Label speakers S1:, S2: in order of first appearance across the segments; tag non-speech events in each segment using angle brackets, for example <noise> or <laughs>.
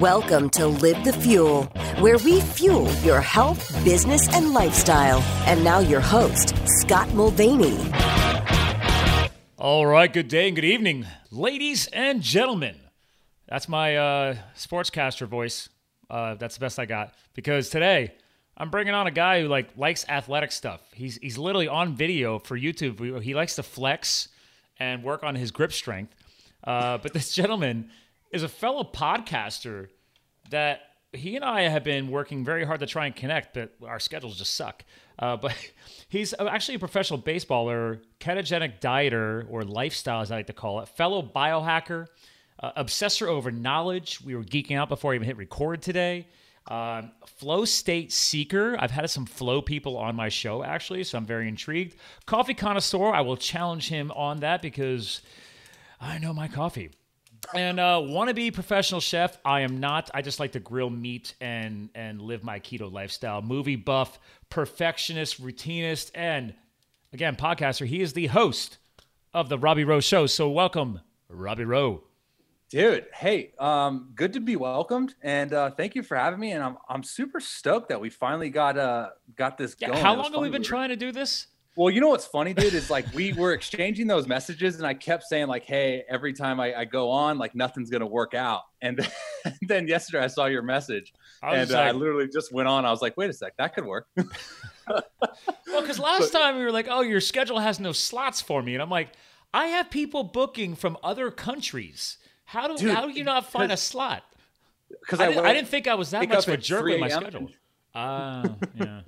S1: Welcome to Live the Fuel, where we fuel your health, business, and lifestyle. And now, your host, Scott Mulvaney.
S2: All right, good day and good evening, ladies and gentlemen. That's my uh, sportscaster voice. Uh, that's the best I got because today I'm bringing on a guy who like likes athletic stuff. He's he's literally on video for YouTube. We- He likes to flex and work on his grip strength. Uh, but this <laughs> gentleman is a fellow podcaster that he and I have been working very hard to try and connect, but our schedules just suck. Uh, but <laughs> he's actually a professional baseballer, ketogenic dieter, or lifestyle, as I like to call it, fellow biohacker, uh, obsessor over knowledge. We were geeking out before I even hit record today. Um, flow state seeker. I've had some flow people on my show actually, so I'm very intrigued. Coffee connoisseur. I will challenge him on that because I know my coffee. And uh, wannabe professional chef, I am not. I just like to grill meat and and live my keto lifestyle. Movie buff, perfectionist, routinist, and again, podcaster. He is the host of the Robbie Rowe Show. So welcome, Robbie Rowe.
S3: Dude, hey, um, good to be welcomed, and uh, thank you for having me. And I'm I'm super stoked that we finally got uh got this
S2: Yeah,
S3: going.
S2: how
S3: It was
S2: long have we
S3: funny.
S2: been
S3: were-
S2: trying to do this?
S3: Well, you know what's funny, dude, is like we were exchanging those messages, and I kept saying like, "Hey, every time I, I go on, like nothing's gonna work out." And then, <laughs> then yesterday I saw your message,
S2: I was
S3: and uh, I
S2: like,
S3: literally just went on. I was like, "Wait a sec, that could work."
S2: well, because last time we were like, oh, your schedule has no slots for me, and I'm like, I have people booking from other countries. How do
S3: Dude,
S2: how do you not find a slot?
S3: Because
S2: I, didn't, I didn't think I was that
S3: wake
S2: much
S3: up
S2: of a
S3: at
S2: jerk with my
S3: 3 a.m.
S2: schedule. Ah, yeah.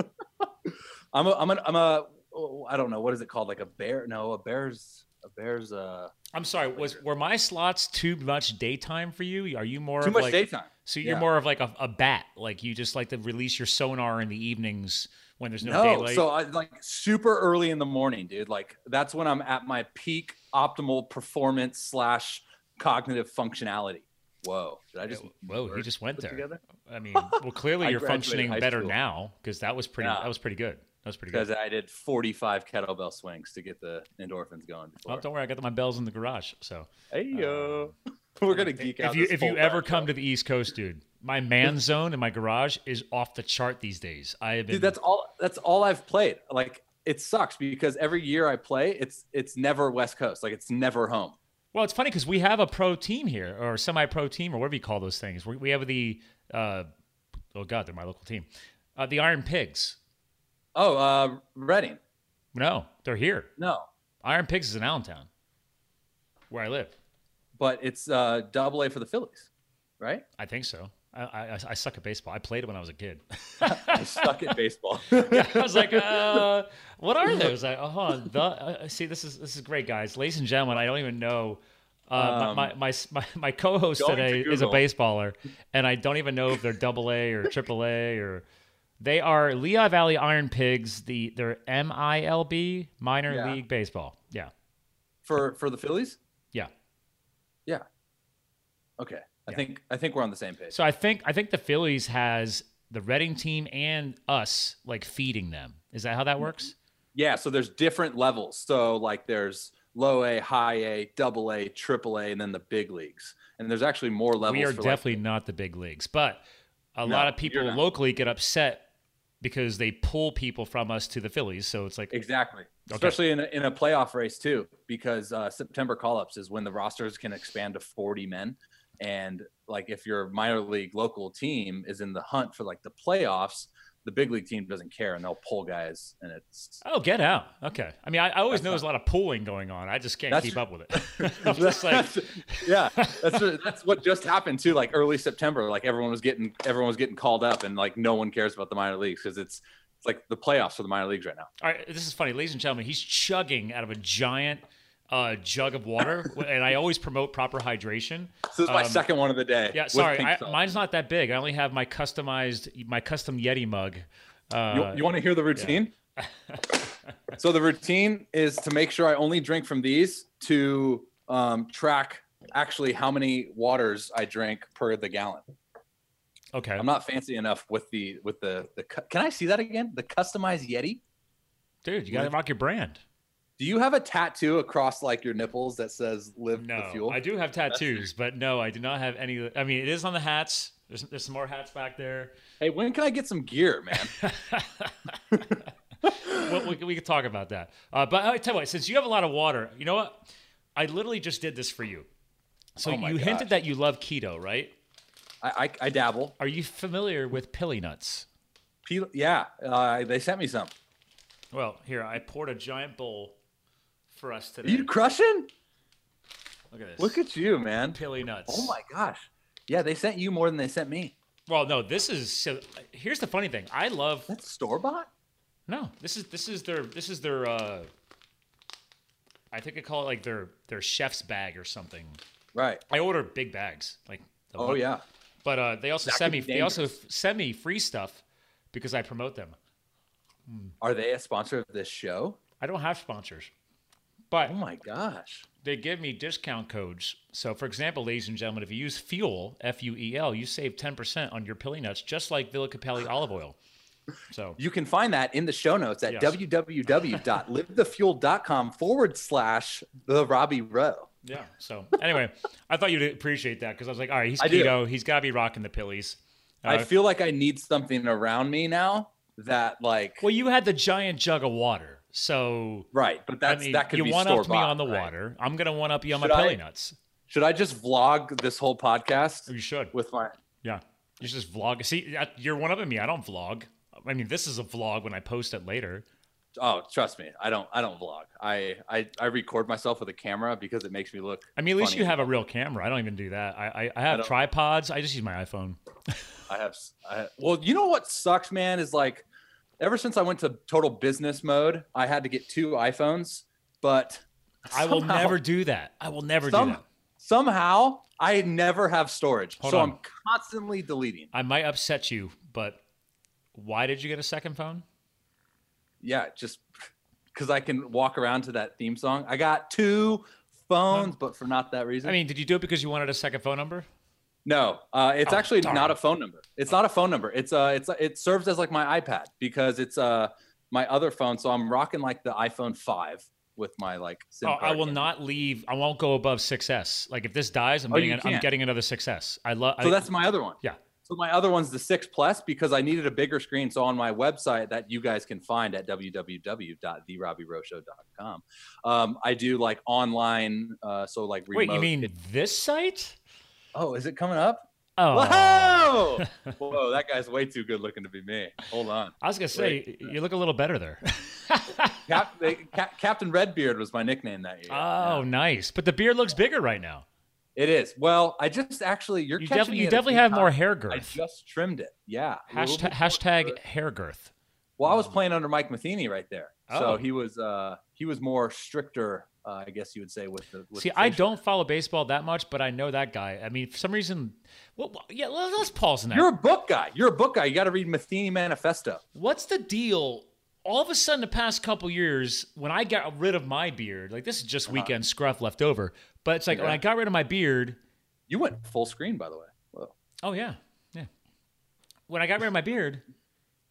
S3: I'm a I'm a, I'm a oh, I don't know what is it called like a bear? No, a bear's a bear's uh
S2: I'm sorry. Was were my slots too much daytime for you? Are you more
S3: too
S2: of
S3: much
S2: like,
S3: daytime.
S2: So you're
S3: yeah.
S2: more of like a, a bat. Like you just like to release your sonar in the evenings when there's no,
S3: No,
S2: daylight.
S3: so I like super early in the morning, dude. Like that's when I'm at my peak optimal performance slash cognitive functionality. Whoa, did I just
S2: Uh, Whoa, you just went
S3: put
S2: there.
S3: together?
S2: I mean, well, clearly
S3: <laughs> I
S2: you're
S3: graduated
S2: functioning
S3: high
S2: better
S3: school.
S2: now because that was pretty.
S3: Yeah.
S2: That was pretty good. That was pretty
S3: Because
S2: good.
S3: I did 45 kettlebell swings to get the endorphins going.
S2: Oh,
S3: Before.
S2: don't worry, I got my bells in the garage. So
S3: hey yo, <laughs> we're gonna geek out.
S2: Uh, if you
S3: this
S2: if you
S3: whole
S2: ever
S3: time,
S2: come to
S3: bro.
S2: the East Coast, dude, my
S3: <laughs>
S2: man zone in my garage is off the chart these days. I have been.
S3: dude, that's all. That's all I've played. Like it sucks because every year I play, it's it's never West Coast. Like it's never home.
S2: Well, it's funny because we have a pro team here, or semi-pro team, or whatever you call those things. We, we have the, uh, oh god, they're my local team, uh, the Iron Pigs.
S3: Oh, uh, Reading.
S2: No, they're here.
S3: No,
S2: Iron Pigs is in Allentown, where I live.
S3: but it's uh, double A for the Phillies, right?
S2: I think so. I, I, I suck at baseball. I played it when I was a kid.
S3: I suck at baseball.
S2: <laughs> Yeah, I was like, uh, what are those? I, oh, hold on. The, uh, see, this is this is great, guys. Ladies and gentlemen, I don't even know. Uh,
S3: Um,
S2: my, my, my, my co-host
S3: going
S2: today
S3: to
S2: is a
S3: Google.
S2: baseballer, and I don't even know if they're double A or triple A or they are Lehigh Valley Iron Pigs. The they're MILB minor
S3: Yeah.
S2: league baseball. Yeah,
S3: for for the Phillies?
S2: Yeah.
S3: Yeah. Okay. I
S2: Yeah.
S3: think I think we're on the same page.
S2: so I think I think the Phillies has the Reading team and us like feeding them. Is that how that works?
S3: Yeah, so there's different levels. So like there's low A, high A, double A, triple A, and then the big leagues. And there's actually more levels
S2: we are
S3: for like-
S2: definitely not the big leagues, but a
S3: No,
S2: lot of
S3: you're
S2: people
S3: not.
S2: locally get upset because they pull people from us to the Phillies. So it's like,
S3: exactly. Especially in a, in a playoff race too, because uh, September call-ups is when the rosters can expand to 40 men, and like if your minor league local team is in the hunt for like the playoffs, the big league team doesn't care and they'll pull guys, and it's
S2: oh, get out. Okay. I mean, I, I always
S3: That's
S2: know there's a lot of pulling going on. I just can't
S3: That's-
S2: keep up with
S3: <laughs>
S2: it. <laughs> <laughs> I'm just like,
S3: That's- yeah, that's what, that's what just happened too. Like early September, like everyone was getting everyone was getting called up, and like no one cares about the minor leagues because it's it's like the playoffs for the minor leagues right now.
S2: all right, this is funny. Ladies and gentlemen, he's chugging out of a giant uh, jug of
S3: <laughs>
S2: water. and I always promote proper hydration.
S3: So this is my
S2: Um,
S3: second one of the day.
S2: Yeah,
S3: with
S2: sorry.
S3: pink
S2: I,
S3: salt.
S2: mine's not that big. I only have my customized, my custom Yeti mug.
S3: You-
S2: Uh,
S3: you want to hear the routine?
S2: <laughs>
S3: so the routine is to make sure I only drink from these to um, track actually how many waters I drink per the gallon.
S2: okay.
S3: I'm not fancy enough with the with the the. cu- Can I see that again? The customized Yeti.
S2: Dude, you got to rock your brand.
S3: Do Do you have a tattoo across like your nipples that says "Live the
S2: No,
S3: Fuel"?
S2: I do have tattoos, but no, I do not have any. I mean, it is on the hats. There's, there's some more hats back <laughs> there.
S3: Hey, when can I get some
S2: <laughs>
S3: gear, man?
S2: Well, we, we could talk about that. Uh, but I tell you what, since you have a lot of water, you know what? I literally just did this for you. So
S3: Oh my
S2: you hinted
S3: gosh.
S2: that you love keto, right?
S3: I, I, I dabble.
S2: Are you familiar with pili nuts?
S3: Peel, yeah, uh, they sent me some.
S2: Well, here I poured a giant bowl for us today.
S3: You crushing?
S2: Look at this.
S3: Look at you, man.
S2: pili nuts.
S3: Oh my gosh. Yeah, they sent you more than they sent me.
S2: Well, no, this is so. Here's the funny thing. I love
S3: That's store bought.
S2: no. This is this is their this is their. uh I think they call it like their their chef's bag or something.
S3: Right.
S2: I order big bags like. the
S3: Oh
S2: one-
S3: yeah.
S2: But uh, they also
S3: That
S2: send me
S3: could be
S2: they also f- send me free stuff because I promote them.
S3: Are they a sponsor of this show?
S2: I don't have sponsors, but
S3: Oh my gosh.
S2: they give me discount codes. So, for example, ladies and gentlemen, if you use fuel F U E L, you save ten percent on your pili nuts, just like Villa Capelli olive oil. So,
S3: You can find that in the show notes at
S2: Yes.
S3: www.livethefuel.com forward slash the Robbie Rowe.
S2: yeah. So, anyway, I thought you'd appreciate that because I was like, all right, he's
S3: I do.
S2: keto, he's got to be rocking the pillies.
S3: I
S2: Uh,
S3: feel like I need something around me now that like
S2: well, you had the giant jug of water, so
S3: right, but that's
S2: I mean,
S3: that could
S2: you
S3: be
S2: one upped me
S3: store-bought,
S2: on the
S3: right?
S2: water. I'm gonna one up you on
S3: Should
S2: my
S3: I-
S2: pili nuts.
S3: Should I just vlog this whole podcast
S2: You should.
S3: with my
S2: Yeah. You just vlog. See, that- you're one up on me. I don't vlog. I mean, this is a vlog when I post it later.
S3: Oh, trust me. I don't I don't vlog. I I, I record myself with a camera because it makes me look
S2: I mean, at least
S3: funny.
S2: you have a real camera. I don't even do that. I I, I have
S3: don't-
S2: tripods. I just use my iPhone.
S3: I have I, Well, you know what sucks, man, is like ever since I went to total business mode, I had to get two iPhones, but
S2: I will
S3: somehow-
S2: never do that. I will never
S3: some-
S2: do that.
S3: somehow I never have storage.
S2: Hold
S3: so
S2: on.
S3: I'm constantly deleting.
S2: I might upset you, but why did you get a second phone?
S3: Yeah, just cuz I can walk around to that theme song. I got two phones, but for not that reason.
S2: I mean, did you do it because you wanted a second phone number?
S3: No, uh, it's
S2: Oh,
S3: actually
S2: darn.
S3: not a phone number. It's not a phone number. It's uh, it's it serves as like my iPad because it's uh my other phone. So I'm rocking like the iPhone five with my like. SIM
S2: Oh, I
S3: card
S2: will
S3: in.
S2: not leave. I won't go above 6S. Like if this dies, I'm,
S3: Oh,
S2: getting,
S3: you
S2: an, I'm
S3: can't.
S2: getting another 6S. I love.
S3: So that's my other one.
S2: yeah.
S3: So my other one's the six plus because I needed a bigger screen. So on my website that you guys can find at www.therobbiewroshow.com, um, I do like online. Uh, so like remote.
S2: Wait, you mean this site?
S3: Oh, is it coming up?
S2: Oh,
S3: Whoa!
S2: <laughs>
S3: Whoa, that guy's way too good looking to be me. Hold on.
S2: I was gonna say
S3: Wait.
S2: you look a little better there.
S3: Cap, they, Cap, Captain Redbeard was my nickname that year.
S2: Oh,
S3: <laughs> Yeah.
S2: nice. But the beard looks bigger right now.
S3: it is. Well, I just actually you're
S2: You,
S3: catching
S2: definitely,
S3: me
S2: you
S3: at a
S2: definitely
S3: good
S2: have
S3: time.
S2: more hair
S3: I
S2: girth.
S3: just trimmed it. Yeah. a little
S2: Hashtag,
S3: bit more
S2: hashtag
S3: girth.
S2: hair girth.
S3: Well, I was playing under Mike Matheny right there,
S2: Um, Oh.
S3: so he was uh he was more stricter, uh, I guess you would say, with the. With
S2: See,
S3: the
S2: I
S3: facial.
S2: don't follow baseball that much, but I know that guy. I mean, for some reason, well, well, yeah. let- Let's pause on that.
S3: You're a book guy. You're a book guy. You got to read Matheny Manifesto.
S2: What's the deal? All of a sudden, the past couple years, when I got rid of my beard, like this is just weekend scruff left over. But it's like when
S3: Uh-huh. Yeah.
S2: I got rid of my beard,
S3: You went full screen, by the way. Whoa.
S2: Oh yeah, yeah. When I got rid of my beard,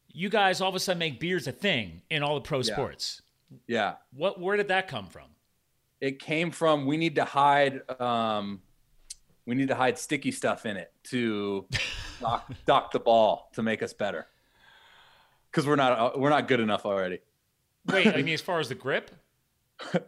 S2: you guys all of a sudden make beards a thing in all the pro
S3: Yeah.
S2: sports.
S3: Yeah,
S2: What? Where did that come from?
S3: it came from we need to hide um we need to hide sticky stuff in it
S2: <laughs>
S3: to dock, dock the ball to make us better because we're not uh, we're not good enough already <laughs>
S2: Wait, I mean, as far as the grip,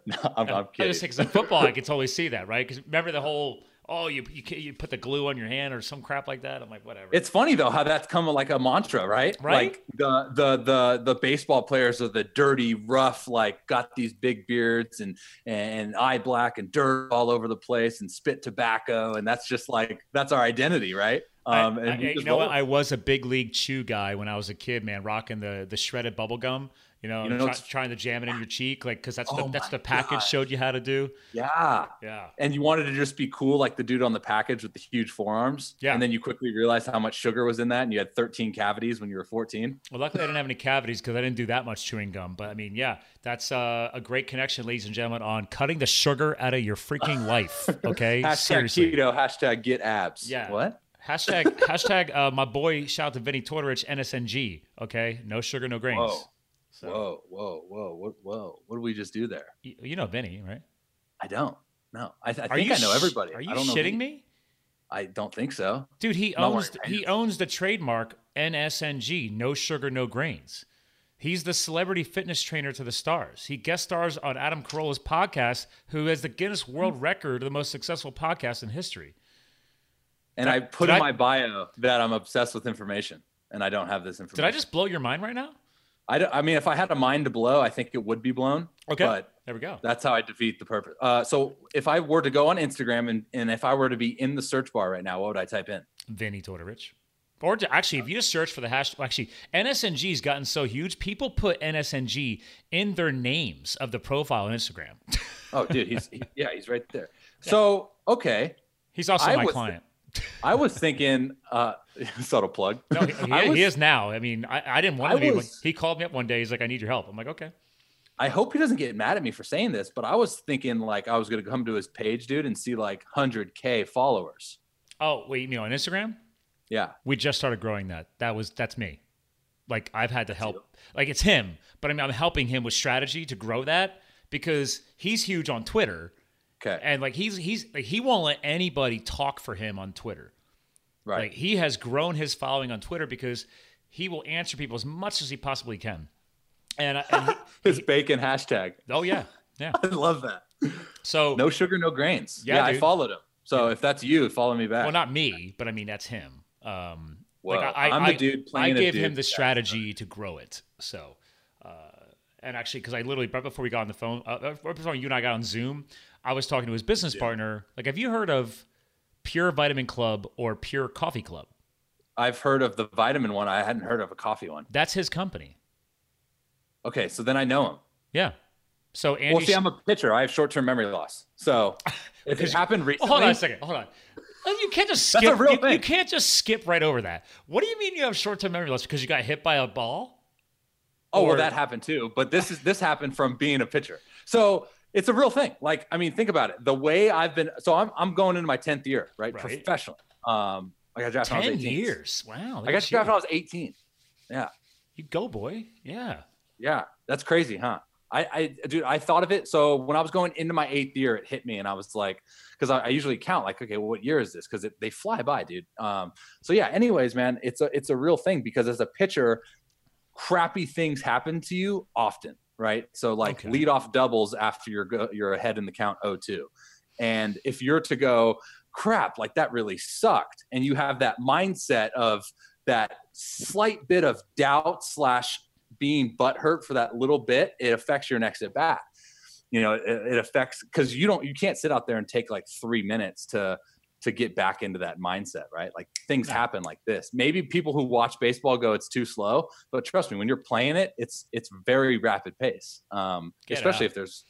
S3: no, I'm, I'm
S2: I just
S3: kidding
S2: think 'cause in football,
S3: <laughs>
S2: I could totally see that, right? Because remember the whole oh, you, you ca- you put the glue on your hand or some crap like that. I'm like, whatever.
S3: it's funny though how that's come like a mantra right
S2: Right?
S3: like the the the the baseball players are the dirty rough like got these big beards and and eye black and dirt all over the place and spit tobacco and that's just like that's our identity right
S2: um,
S3: and we
S2: you
S3: just
S2: know
S3: roll
S2: what?
S3: with it.
S2: I was a big league chew guy when I was a kid, man, rocking the the shredded bubble gum. You know,
S3: You know,
S2: try-
S3: it's-
S2: trying to jam it in your cheek, like because that's
S3: Oh
S2: the, that's
S3: my
S2: the package
S3: gosh.
S2: showed you how to do.
S3: yeah
S2: Yeah.
S3: and you wanted to just be cool like the dude on the package with the huge forearms.
S2: Yeah.
S3: And then you quickly realized how much sugar was in that and you had 13 cavities when you were 14.
S2: Well, luckily I didn't have any cavities because I didn't do that much chewing gum. But I mean, yeah, that's uh, a great connection, ladies and gentlemen, on cutting the sugar out of your freaking
S3: <laughs>
S2: life. Okay,
S3: Hashtag
S2: seriously.
S3: keto, hashtag get abs.
S2: Yeah.
S3: What?
S2: Hashtag hashtag uh, my boy shout out to Vinny Tortorich NSNG. Okay, no sugar, no grains.
S3: Whoa.
S2: So
S3: Whoa, whoa, whoa, what, whoa! What did we just do there?
S2: y- you know Benny, right?
S3: I don't. No, I, th- I
S2: Are
S3: think
S2: you
S3: I know
S2: sh-
S3: everybody.
S2: Are you
S3: I don't know
S2: shitting
S3: who-
S2: me?
S3: I don't think so.
S2: Dude, he
S3: Not
S2: owns
S3: wearing
S2: he owns the trademark NSNG, no sugar, no grains. He's the celebrity fitness trainer to the stars. He guest stars on Adam Carolla's podcast, who has the Guinness
S3: Hmm.
S2: World Record, the most successful podcast in history.
S3: And I put
S2: did
S3: in
S2: I-
S3: my bio that I'm obsessed with information, and I don't have this information.
S2: Did I just blow your mind right now?
S3: I, don't- I mean, if I had a mind to blow, I think it would be blown.
S2: Okay.
S3: But
S2: there we go.
S3: That's how I defeat the purpose. Uh, so if I were to go on Instagram and, and if I were to be in the search bar right now, what would I type in?
S2: Vinny Tortorich. Or to, actually, if you just search for the hashtag, actually, NSNG's gotten so huge, people put NSNG in their names of the profile on Instagram.
S3: Oh, dude, he's he- yeah, he's right there. So okay,
S2: He's also
S3: I
S2: my
S3: was-
S2: client.
S3: I was thinking uh, <laughs> subtle plug.
S2: No, he, he-
S3: I,
S2: he
S3: was-
S2: is now. I mean, I, I didn't want
S3: I
S2: him to be.
S3: was-
S2: He called me up one day. He's like, I need your help. I'm like, okay.
S3: I hope he doesn't get mad at me for saying this, but I was thinking like I was gonna come to his page, dude, and see like hundred k followers.
S2: Oh, wait, you mean on Instagram?
S3: Yeah,
S2: We just started growing that. That was that's me. Like I've had to help. Like it's him, but I mean, I'm helping him with strategy to grow that because he's huge on Twitter,
S3: okay,
S2: and like he's he's like, he won't let anybody talk for him on Twitter.
S3: right.
S2: Like he has grown his following on Twitter because he will answer people as much as he possibly can. And, I-
S3: <laughs>
S2: and he-
S3: <laughs> his bacon hashtag.
S2: oh yeah, yeah.
S3: I love that.
S2: So
S3: No sugar, no grains.
S2: Yeah,
S3: Yeah, I
S2: dude.
S3: followed him. So if that's you, follow me back.
S2: Well, not me, but I mean that's him. Um,
S3: Whoa.
S2: like I, I,
S3: I'm the dude
S2: I
S3: playing a
S2: gave
S3: dude.
S2: him the
S3: Yeah.
S2: strategy to grow it. So, uh, and actually, because I literally right before we got on the phone, uh, uh, right before you and I got on Zoom, I was talking to his business partner. Like, have you heard of Pure Vitamin Club or Pure Coffee Club?
S3: I've heard of the vitamin one. I hadn't heard of a coffee one.
S2: That's his company.
S3: Okay, so then I know him.
S2: Yeah. So Andy,
S3: Well, see, I'm a pitcher. I have short-term memory loss.
S2: <laughs>
S3: So if it happened
S2: Oh,
S3: recently,
S2: hold on a second. Hold on. Uh, You can't just skip.
S3: That's a real
S2: you, you
S3: thing.
S2: can't just skip right over that. What do you mean you have short-term memory loss because you got hit by a ball?
S3: oh
S2: or-
S3: well, that happened too. But this is this happened from being a pitcher. So it's a real thing. Like I mean, think about it. The way I've been, so I'm I'm going into my tenth year, right?
S2: Right.
S3: Professionally. Um, I got drafted. when I
S2: Ten
S3: was 18.
S2: years. Wow.
S3: I
S2: look
S3: got
S2: at you.
S3: drafted when I was 18.
S2: You go, boy. Yeah.
S3: Yeah, that's crazy, huh? I, I, dude, I thought of it. So when I was going into my eighth year, it hit me, and I was like, because I, I usually count, like, okay, well, what year is this? Because they fly by, dude. Um, so yeah. Anyways, man, it's a it's a real thing because as a pitcher, crappy things happen to you often, right? So like
S2: Okay.
S3: lead off doubles after you're go- you're ahead in the count 0-2, and if you're to go crap, like that really sucked, and you have that mindset of that slight bit of doubt slash being butthurt for that little bit, it affects your next at bat. You know, it, it affects because you don't you can't sit out there and take like three minutes to to get back into that mindset, right? Like things
S2: No.
S3: happen like this. Maybe people who watch baseball go, it's too slow, but trust me, when you're playing it, it's it's very rapid pace. Um,
S2: Get
S3: especially
S2: out.
S3: if there's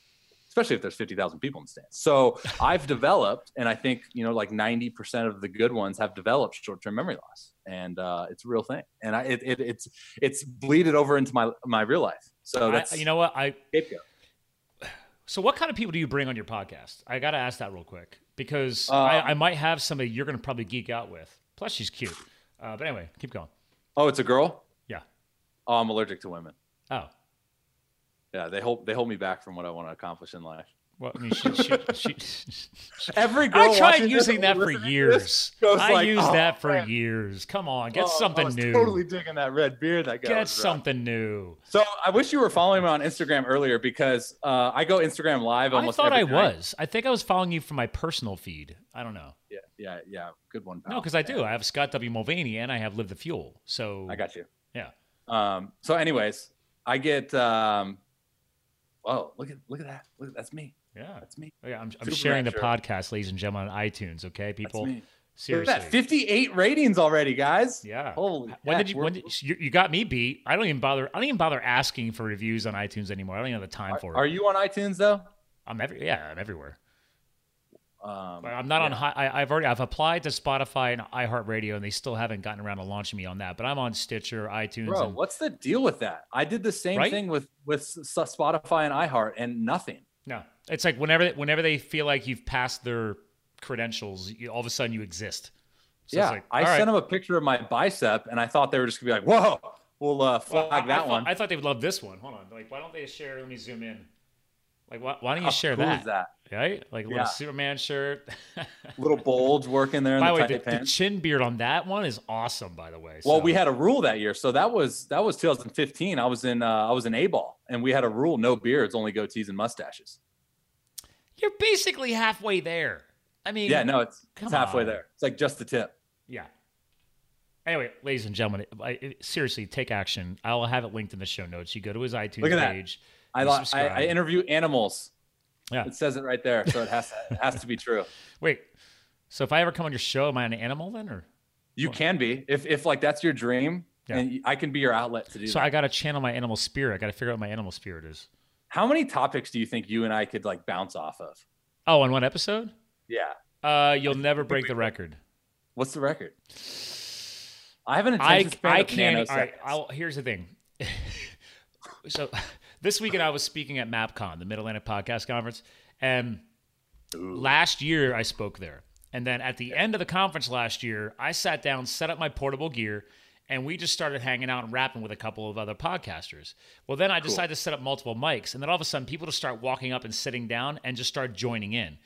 S3: especially if there's 50,000 people in the
S2: <laughs>
S3: stands. So I've developed, and I think, you know, like 90% of the good ones have developed short-term memory loss and uh, it's a real thing. And I, it, it, it's, it's bleeded over into my, my real life. So
S2: I,
S3: Oh, that's,
S2: you know what? I
S3: scapegoat.
S2: so what kind of people do you bring on your podcast? I gotta ask that real quick because
S3: Um,
S2: I, I might have somebody you're gonna probably geek out with. Plus, she's cute. Uh, but anyway, keep going.
S3: Oh, it's a girl.
S2: Yeah.
S3: Oh, I'm allergic to women.
S2: Oh,
S3: Yeah. They hold, they hold me back from what I want to accomplish in life.
S2: well, I mean, she, she, she,
S3: <laughs> Every girl
S2: I tried
S3: watching
S2: using
S3: this
S2: that for
S3: listening to this
S2: years.
S3: goes
S2: I
S3: like,
S2: used
S3: "Oh,
S2: that for
S3: man."
S2: years. Come on, get
S3: Oh, I
S2: something
S3: was
S2: new.
S3: Totally digging that red beard. That guy
S2: get
S3: was rocking.
S2: something new.
S3: So I wish you were following me on Instagram earlier because uh, I go Instagram live
S2: I
S3: almost.
S2: thought
S3: every
S2: I
S3: night.
S2: was. I think I was following you from my personal feed. I don't know.
S3: Yeah, yeah, yeah. Good one.
S2: No,
S3: pal.
S2: because I do. I have Scott W. Mulvaney and I have Live the Fuel. So
S3: I got you.
S2: Yeah.
S3: Um. So, anyways, I get. um Oh, look at look at that! Look, that's me.
S2: yeah.
S3: That's me.
S2: Yeah, I'm, I'm
S3: Super
S2: sharing the
S3: Rapture.
S2: podcast, ladies and gentlemen, on iTunes. Okay,
S3: That's
S2: people,
S3: me. Look
S2: seriously.
S3: at that! Fifty-eight ratings already, guys.
S2: yeah.
S3: Holy.
S2: when
S3: heck,
S2: did you?
S3: we're-
S2: When did, you, you got me beat? I don't even bother. I don't even bother asking for reviews on iTunes anymore. I don't even have the time
S3: are,
S2: for it.
S3: are you on iTunes though?
S2: I'm every. Yeah, I'm everywhere.
S3: Um,
S2: But I'm not on.
S3: yeah.
S2: Hi, I, I've already. I've applied to Spotify and iHeartRadio, and they still haven't gotten around to launching me on that. But I'm on Stitcher, iTunes.
S3: Bro,
S2: and,
S3: what's the deal with that? I did the same
S2: Right?
S3: thing with with S- Spotify and iHeart, and nothing.
S2: no, it's like whenever whenever they feel like you've passed their credentials, you, all of a sudden you exist. So
S3: yeah,
S2: it's like,
S3: I
S2: all right.
S3: sent them a picture of my bicep, and I thought they were just gonna be like, "Whoa, we'll uh, flag
S2: I- I
S3: that
S2: thought-
S3: one.
S2: I thought they would love this one. Hold on. Like, why don't they share? Let me zoom in. Like, why, why don't you
S3: How
S2: share
S3: cool
S2: that?
S3: is that?
S2: Right? Like, a little
S3: Yeah.
S2: Superman shirt.
S3: Little bulge
S2: <laughs>
S3: working there in
S2: by
S3: the
S2: the way,
S3: tight
S2: the, the
S3: pants.
S2: chin beard on that one is awesome, by the way.
S3: well,
S2: so-
S3: we had a rule that year, so that was that was 2015. I was in uh, I was in A ball, and we had a rule: no beards, only goatees and mustaches.
S2: You're basically halfway there. I mean,
S3: Yeah, no, it's,
S2: Come
S3: it's halfway
S2: on.
S3: there. It's like just the tip.
S2: Yeah. Anyway, ladies and gentlemen, I, I- seriously, take action. I'll have it linked in the show notes. You go to his iTunes
S3: Look at that.
S2: page.
S3: I
S2: you
S3: li- I,
S2: subscribe.
S3: I interview animals.
S2: Yeah.
S3: It says it right there, so it has to, it has to be true.
S2: Wait. So if I ever come on your show, am I an animal then, or
S3: You can be if if like that's your dream,
S2: Yeah.
S3: and I can be your outlet to do.
S2: so?
S3: that.
S2: I got to channel my animal spirit. I got to figure out what my animal spirit is.
S3: How many topics do you think you and I could like bounce off of?
S2: Oh, on one episode,
S3: Yeah.
S2: uh, you'll never break the record.
S3: What's the record? I have an
S2: I
S3: attention span
S2: I
S3: of
S2: can't. All right.
S3: nanoseconds.
S2: I'll, here's the thing. <laughs> so <laughs> this weekend I was speaking at MapCon, the Mid Atlantic Podcast Conference, and last year I spoke there. And then at the end of the conference last year, I sat down, set up my portable gear, and we just started hanging out and rapping with a couple of other podcasters. Well, then I decided to set up multiple mics, and then all of a sudden people just start walking up and sitting down and just start joining in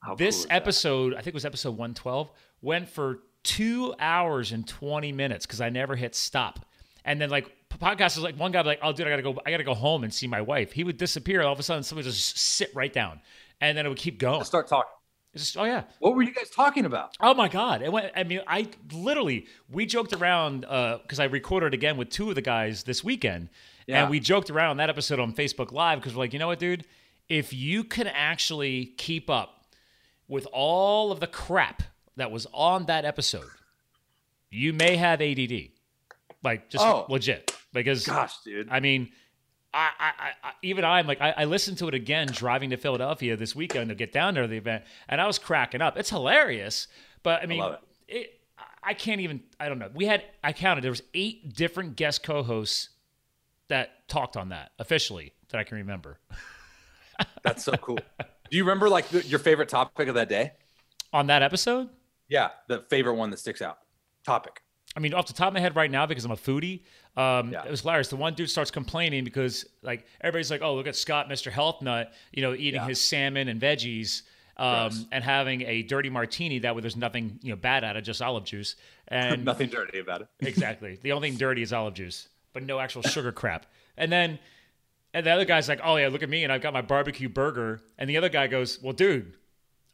S3: How cool
S2: this
S3: is that?
S2: episode, I think it was episode 112, went for two hours and 20 minutes because I never hit stop. And then like p- podcast was like one guy was like, oh dude, I gotta go, I gotta go home and see my wife. He would disappear. All of a sudden, somebody would just sit right down. And then it would keep going.
S3: Let's start talking.
S2: It's just, oh yeah.
S3: What were you guys talking about?
S2: Oh my god! It went, I mean, I literally we joked around because I recorded again with two of the guys this weekend,
S3: Yeah.
S2: and we joked around that episode on Facebook Live because we're like, you know what, dude, if you can actually keep up with all of the crap that was on that episode, you may have ADD, like just
S3: Oh.
S2: legit. Because
S3: Gosh,
S2: <laughs>
S3: dude.
S2: I mean, I, I, I- I even I'm like I, I listened to it again driving to Philadelphia this weekend to get down there to the event, and I was cracking up. It's hilarious, but I mean,
S3: love
S2: it. I can't even. I don't know. We had I counted there was eight different guest co-hosts that talked on that officially that I can remember
S3: That's so cool. do you remember like the, your favorite topic of that day?
S2: on that episode.
S3: Yeah, the favorite one that sticks out. Topic.
S2: I mean, off the top of my head right now, because I'm a foodie, um,
S3: Yeah.
S2: it was hilarious. The one dude starts complaining because, like, everybody's like, "Oh, look at Scott, Mr. Health Nut, you know, eating his salmon and veggies,
S3: Gross.
S2: um, and having a dirty martini that way there's nothing, you know, bad at it, just olive
S3: <laughs>
S2: juice." And
S3: Nothing dirty about it.
S2: exactly, the only thing dirty is olive juice, but no actual sugar crap. And then, and the other guy's like, "Oh yeah, look at me, and I've got my barbecue burger." And the other guy goes, "Well, dude."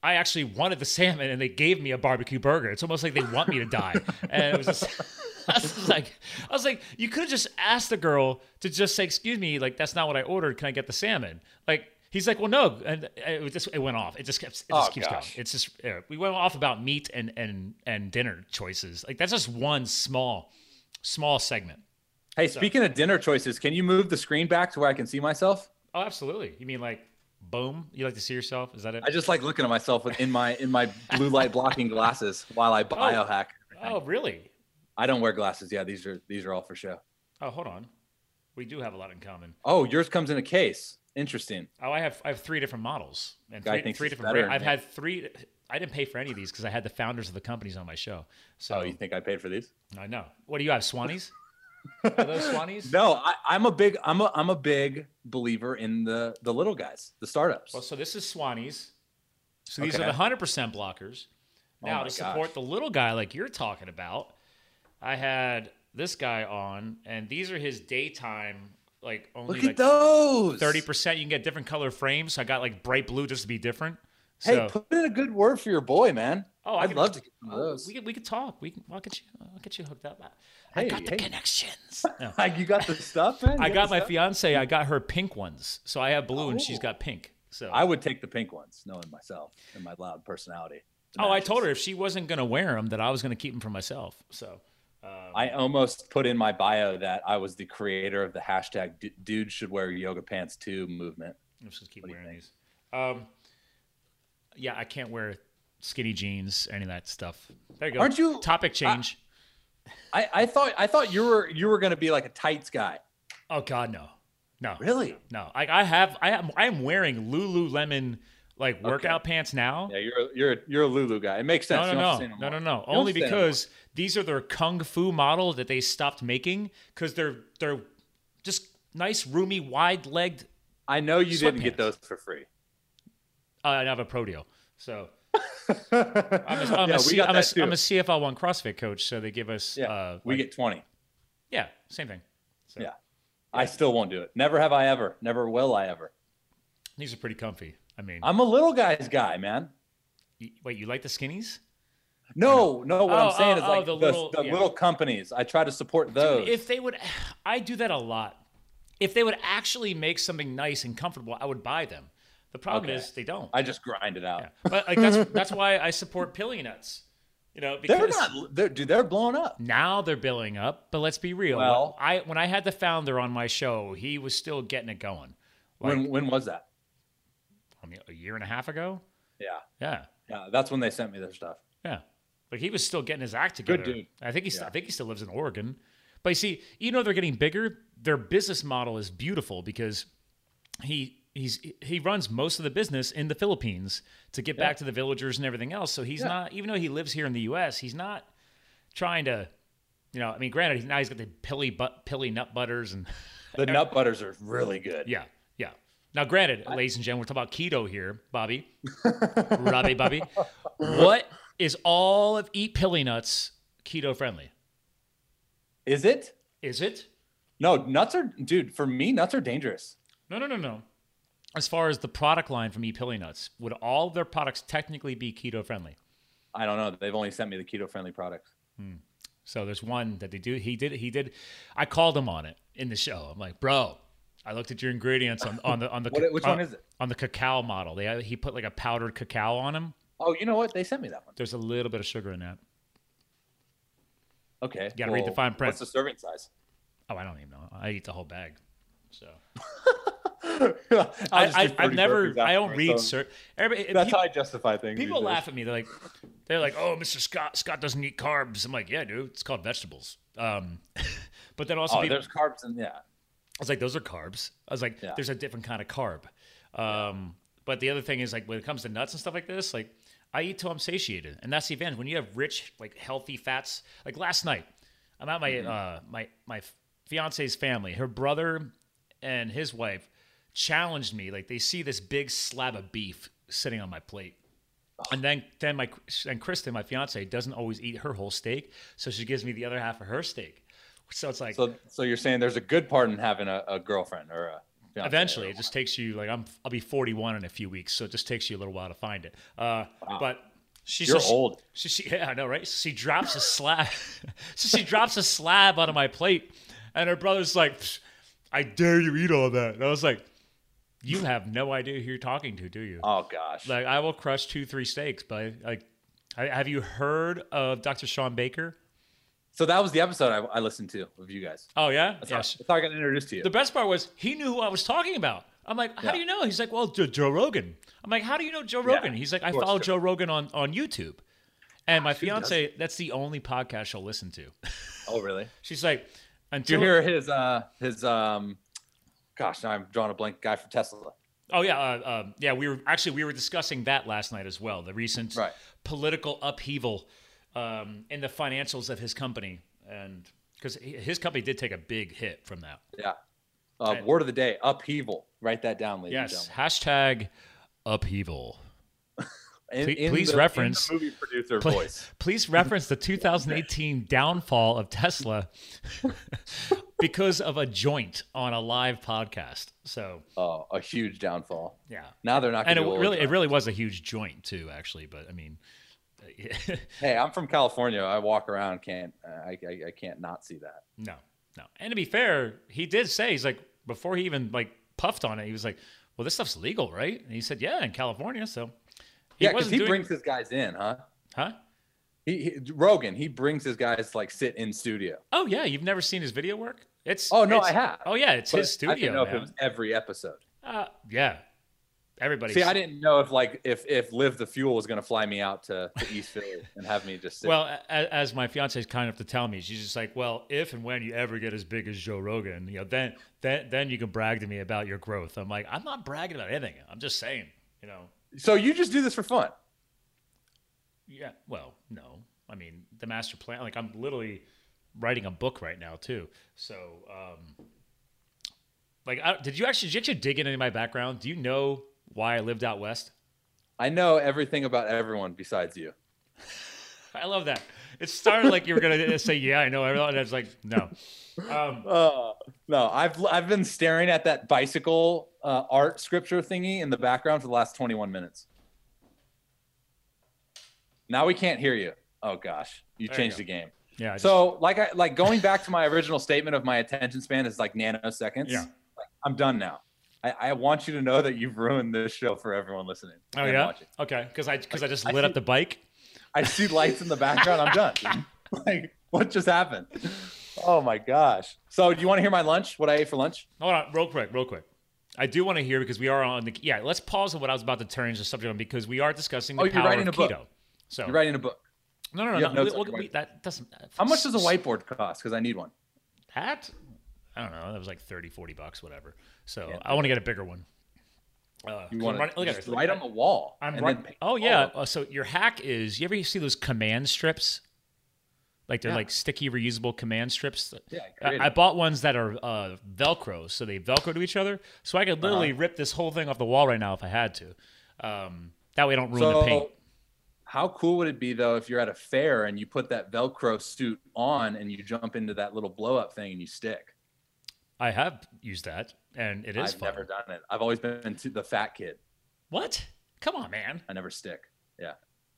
S2: I actually wanted the salmon, and they gave me a barbecue burger. It's almost like they want me to die. And it was just, <laughs> I was just like, I was like, you could have just asked the girl to just say, "Excuse me, like that's not what I ordered. Can I get the salmon?" Like he's like, "Well, no." And it was just it went off. It just kept, it just
S3: Oh,
S2: keeps
S3: gosh.
S2: going. It's just yeah, we went off about meat and and and dinner choices. Like that's just one small, small segment.
S3: Hey, speaking of dinner choices, can you move the screen back to where I can see myself?
S2: Oh, absolutely. You mean like, boom? You like to see yourself? Is that it?
S3: I just like looking at myself in my in my blue light blocking glasses while I biohack.
S2: oh, really?
S3: I don't wear glasses. Yeah, these are these are all for show.
S2: Oh, hold on. We do have a lot in common.
S3: Oh, yours comes in a case. Interesting.
S2: Oh, I have I have three different models and
S3: Guy
S2: three,
S3: thinks
S2: three
S3: he's
S2: different.
S3: better
S2: bra-
S3: than
S2: I've
S3: me.
S2: had three. I didn't pay for any of these because I had the founders of the companies on my show. So
S3: Oh, you think I paid for these?
S2: I know. What do you have,
S3: <laughs>
S2: Swannies? Are those Swannies?
S3: No, I, I'm a big I'm a I'm a big believer in the the little guys, the startups.
S2: Well, so this is Swannies. So these
S3: Okay. Oh
S2: are the hundred percent blockers. Now
S3: my
S2: to support
S3: gosh.
S2: the little guy like you're talking about, I had this guy on, and these are his daytime like only
S3: Look
S2: like
S3: at those.
S2: thirty percent. You can get different color frames. So I got like bright blue just to be different.
S3: Hey,
S2: so,
S3: put in a good word for your boy, man.
S2: Oh,
S3: Oh,
S2: I
S3: I'd
S2: can-
S3: love to get some of
S2: Oh,
S3: those.
S2: We
S3: <laughs>
S2: could, we could talk. We can. I'll get you. I'll get you hooked up. I, I
S3: Hey,
S2: got the
S3: hey. <laughs>
S2: connections. No.
S3: you got the stuff, man. You
S2: <laughs> I got
S3: the
S2: my
S3: stuff? Oh.
S2: fiance. I got her pink ones. So I have blue and she's got pink. So
S3: I would take the pink ones, knowing myself and my loud personality.
S2: oh, I told her if she wasn't gonna wear them, that I was gonna keep them for myself. So
S3: I almost put in my bio that I was the creator of the hashtag "Du- "Dude should wear yoga pants too" movement.
S2: I'm just gonna keep wearing these. Um, yeah, I can't wear skinny jeans, any of that stuff. There you go.
S3: Aren't you-
S2: topic change?
S3: I, I thought I thought you were you were gonna be like a tights guy.
S2: oh God, no, no,
S3: Really?
S2: no. I, I have. I am. I am wearing Lululemon like workout pants now.
S3: Yeah, you're a- you're a- you're a Lulu guy. It makes sense.
S2: No,
S3: You
S2: no,
S3: don't have to
S2: no,
S3: say
S2: no, no,
S3: more.
S2: no.
S3: You don't
S2: Only
S3: have to say no
S2: because these are their kung fu model that they stopped making because they're they're just nice, roomy, wide-legged.
S3: more. I know you didn't
S2: sweatpants.
S3: get those for free.
S2: Uh, I have a pro deal, so I'm
S3: <gasps>
S2: a, I'm
S3: <laughs> Yeah,
S2: a,
S3: we
S2: C,
S3: got
S2: I'm a,
S3: that too.
S2: I'm a CFL one CrossFit coach, so they give us
S3: Yeah,
S2: uh,
S3: we
S2: like-
S3: get twenty.
S2: yeah, same thing. So
S3: Yeah. I still won't do it. Never have I ever. Never will I ever.
S2: these are pretty comfy. I mean,
S3: I'm a little guy's guy, man.
S2: y- wait, you like the skinnies?
S3: No, no. What
S2: Oh,
S3: I'm saying
S2: oh,
S3: is like
S2: oh, the
S3: the,
S2: little-
S3: little,
S2: yeah.
S3: little companies. I try to support those.
S2: If they would, <sighs> I do that a lot. If they would actually make something nice and comfortable, I would buy them. The problem
S3: Okay.
S2: is they don't.
S3: I just grind it out.
S2: Yeah. But like
S3: <laughs>
S2: that's that's why I support Pilly Nuts. You know, because
S3: They're not. They're, dude, they're blowing up.
S2: now they're billing up. But let's be real.
S3: Well-
S2: when I when I had the founder on my show, he was still getting it going.
S3: when when was that?
S2: I mean, a year and a half ago.
S3: Yeah,
S2: Yeah,
S3: yeah. That's when they sent me their stuff.
S2: yeah. But he was still getting his act together.
S3: dude.
S2: I think he's I think he still lives in Oregon. But you see, even though they're getting bigger, their business model is beautiful because he he's he runs most of the business in the Philippines to get back to the villagers and everything else. So he's not even though he lives here in the U.S., he's not trying to, you know. I mean, granted, he's- now he's got the pilly but pilly nut butters and
S3: The nut butters are really good.
S2: yeah, yeah. Now, granted, ladies and gentlemen, we're talking about keto here,
S3: <laughs>
S2: Bobby, Robbie, Bobby. What is all of eat pilly nuts keto friendly?
S3: Is it?
S2: Is it?
S3: No, nuts are dude. For me, nuts are dangerous.
S2: No, no, no, no. As far as the product line from Eat Pilly Nuts, would all their products technically be keto friendly?
S3: I don't know. They've only sent me the keto friendly products.
S2: So there's one that they do. He did. He did. I called him on it in the show. I'm like, bro, I looked at your ingredients on, on the on the
S3: <laughs> What- which
S2: on,
S3: one is it?
S2: on the cacao model. They he put like a powdered cacao on them.
S3: Oh, you know what? They sent me that one.
S2: There's a little bit of sugar in that.
S3: Okay. You
S2: gotta read the fine print.
S3: What's the serving size? <laughs>
S2: Oh, I don't even know. I eat the whole bag. So
S3: I,
S2: I,
S3: just do
S2: I, I've
S3: 30
S2: never.
S3: burpees
S2: I don't
S3: afterwards,
S2: read.
S3: so
S2: Sir, everybody,
S3: That's
S2: people,
S3: how I justify things.
S2: people
S3: these days.
S2: laugh at me. They're like, they're like, oh, Mr. Scott, Scott doesn't eat carbs. I'm like, yeah, dude, it's called vegetables. Um, <laughs> but then also,
S3: Oh,
S2: people, I
S3: there's carbs in yeah.
S2: was like, those are carbs. I was like,
S3: Yeah.
S2: there's a different kind of carb. Um, but the other thing is like when it comes to nuts and stuff like this, like I eat till I'm satiated, and that's the advantage. When you have rich, like healthy fats, like last night, I'm at my uh, my my fiance's family. Her brother and his wife challenged me. Like they see this big slab of beef sitting on my plate. And then, then my and Kristen, my fiance, doesn't always eat her whole steak, so she gives me the other half of her steak. So it's like
S3: So so you're saying there's a good part in having a, a girlfriend or a fiancé.
S2: eventually it just takes you like i'm i'll be 41 in a few weeks so it just takes you a little while to find it uh but she's
S3: You're
S2: so she-
S3: old.
S2: she, she yeah i know right so she drops a slab <laughs> so she drops a slab onto my plate and her brother's like "Psh, i dare you eat all that and i was like you have no idea who you're talking to do you
S3: Oh gosh.
S2: like i will crush two three steaks but like I, have you heard of dr sean baker
S3: So that was the episode I, I listened to of you guys.
S2: oh yeah yes
S3: That's how I got introduced to you.
S2: The best part was he knew who I was talking about. I'm like, how do you know? He's like, well, Jo- Joe Rogan. I'm like, how do you know Joe Rogan? He's like, I
S3: course,
S2: follow
S3: Joe.
S2: Joe Rogan on, on YouTube. And my
S3: who doesn't?
S2: fiance, that's the only podcast she'll listen to. <laughs>
S3: oh really?
S2: She's like,
S3: Did
S2: until
S3: you hear his uh his um gosh now I'm drawing a blank guy from Tesla.
S2: Oh yeah, uh, um, yeah. We were actually we were discussing that last night as well. The recent
S3: Right.
S2: political upheaval um, in the financials of his company, and because his company did take a big hit from that.
S3: Yeah. Uh, word of the day, upheaval. Write that down, ladies
S2: Yes.
S3: and gentlemen.
S2: Hashtag upheaval.
S3: In-
S2: Please-
S3: in
S2: please
S3: the- in the
S2: reference-
S3: movie producer
S2: Pl-
S3: voice.
S2: Please reference the 2018 downfall of Tesla <laughs> because of a joint on a live podcast. So
S3: Oh, a huge downfall.
S2: yeah,
S3: Now they're not
S2: and
S3: going
S2: it
S3: to
S2: really it really was a huge joint too, actually. But I mean, <laughs>
S3: Hey, I'm from California. I walk around, can't uh, I, I I can't not see that.
S2: no, no. And to be fair, he did say he's like before he even like puffed on it, he was like, "Well, this stuff's legal, right?" And he said, "Yeah, in California." So
S3: yeah, because
S2: wasn't
S3: he
S2: doing-
S3: brings his guys in, huh?
S2: huh?
S3: He, he Rogan, he brings his guys to, like sit in studio.
S2: Oh yeah, you've never seen his video work? It's
S3: Oh, no,
S2: it's-
S3: I have.
S2: Oh yeah, it's
S3: But
S2: his studio.
S3: I didn't know if
S2: man.
S3: it was every episode.
S2: Uh, yeah, everybody.
S3: See, I didn't know if like if if Live the Fuel was going to fly me out to, to East Philly and have me just sit.
S2: Well, a- a- as my fiance's kind enough to tell me, she's just like, "Well, if and when you ever get as big as Joe Rogan, you know, then then then you can brag to me about your growth." I'm like, "I'm not bragging about anything. I'm just saying, you know,
S3: So you just do this for fun.
S2: Yeah. Well, no. I mean, the master plan. Like, I'm literally writing a book right now too. So, um, like, I, did you actually did you dig into my background? Do you know why I lived out west? <laughs>
S3: I know everything about everyone besides you.
S2: I love that. It started like you were gonna <laughs> say, "Yeah, I know." everyone," And I was like, "No." Um,
S3: Uh, no, I've I've been staring at that bicycle uh, art scripture thingy in the background for the last 21 minutes. Now we can't hear you. Oh gosh, you
S2: There you
S3: changed
S2: go.
S3: the game.
S2: yeah. I just-
S3: So like I like going back to my original statement of my attention span is like nanoseconds.
S2: Yeah.
S3: Like, I'm done now. I, I want you to know that you've ruined this show for everyone listening.
S2: oh
S3: and
S2: yeah.
S3: watching.
S2: Okay. Because I because I just
S3: I
S2: lit up
S3: see-
S2: the bike.
S3: I see lights in the background. I'm
S2: <laughs>
S3: done. like what just happened? Oh my gosh. So do you want to hear my lunch? What I ate for lunch?
S2: Hold on, real quick, real quick. I do want to hear because we are on the yeah. Let's pause on what I was about to turn into the subject on because we are discussing the
S3: Oh, you're
S2: power
S3: writing
S2: of
S3: a book.
S2: keto. So
S3: You're writing a book.
S2: no, no,
S3: you
S2: no,
S3: have
S2: no. we-
S3: notes on
S2: we'll-
S3: your
S2: we-
S3: whiteboard.
S2: that doesn't.
S3: How much does a whiteboard cost? Because I need one.
S2: That I don't know. That was like 30, 40 bucks, whatever. So I want to get a bigger one. Uh,
S3: You
S2: 'cause
S3: want
S2: I'm running-
S3: to
S2: look at
S3: just
S2: it,
S3: write on the wall.
S2: I'm
S3: and
S2: right.
S3: then paint
S2: oh
S3: the
S2: yeah.
S3: wall.
S2: Uh, so your hack is you ever see those command strips? Like they're
S3: Yeah.
S2: like sticky reusable command strips.
S3: Yeah, I
S2: I,
S3: created
S2: I bought ones that are uh, Velcro, so they Velcro to each other. So
S3: Uh-huh.
S2: I could literally rip this whole thing off the wall right now if I had to. Um, that way I don't ruin the paint.
S3: So, how cool would it be though if you're at a fair and you put that Velcro suit on and you jump into that little blow up thing and you stick?
S2: I have used that, and it is
S3: I've
S2: fun.
S3: never done it. I've always been to the fat kid.
S2: What? Come on, man.
S3: I never stick. Yeah,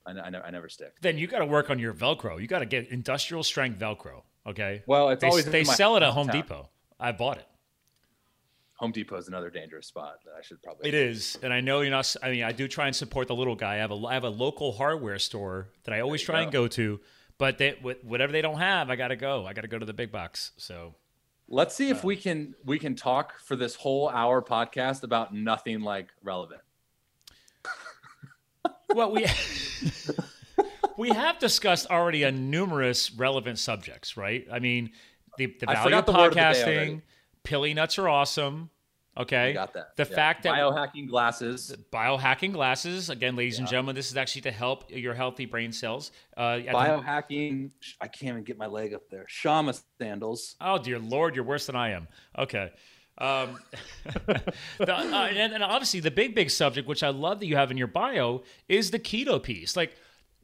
S3: I, ne- I, ne- I never stick.
S2: Then you got to work on your Velcro. You got to get industrial strength Velcro. Okay.
S3: Well, it's
S2: they
S3: always
S2: they
S3: in my
S2: sell it at Home
S3: hometown.
S2: Depot. I bought it.
S3: Home Depot is another dangerous spot that I should probably.
S2: It is, and I know you're not. I mean, I do try and support the little guy. I have a I have a local hardware store that I always
S3: you
S2: try and go to, but they, wh- whatever they don't have, I gotta go. I gotta go to the big box. So
S3: Let's see if we can we can talk for this whole hour podcast about nothing like relevant.
S2: well, we <laughs> we have discussed already a numerous relevant subjects, right? I mean, the the
S3: I
S2: value of
S3: forgot the word of the day
S2: podcasting,
S3: already.
S2: pilly nuts are awesome. Okay,
S3: I got that.
S2: The
S3: Yeah.
S2: fact that
S3: biohacking glasses.
S2: biohacking glasses again, ladies and gentlemen, this is actually to help your healthy brain cells. Uh, at the-
S3: biohacking. I can't even get my leg up there. Shama sandals.
S2: Oh dear lord, you're worse than I am. Okay. Um, <laughs> the- uh, and, and obviously, the big, big subject, which I love that you have in your bio, is the keto piece. Like,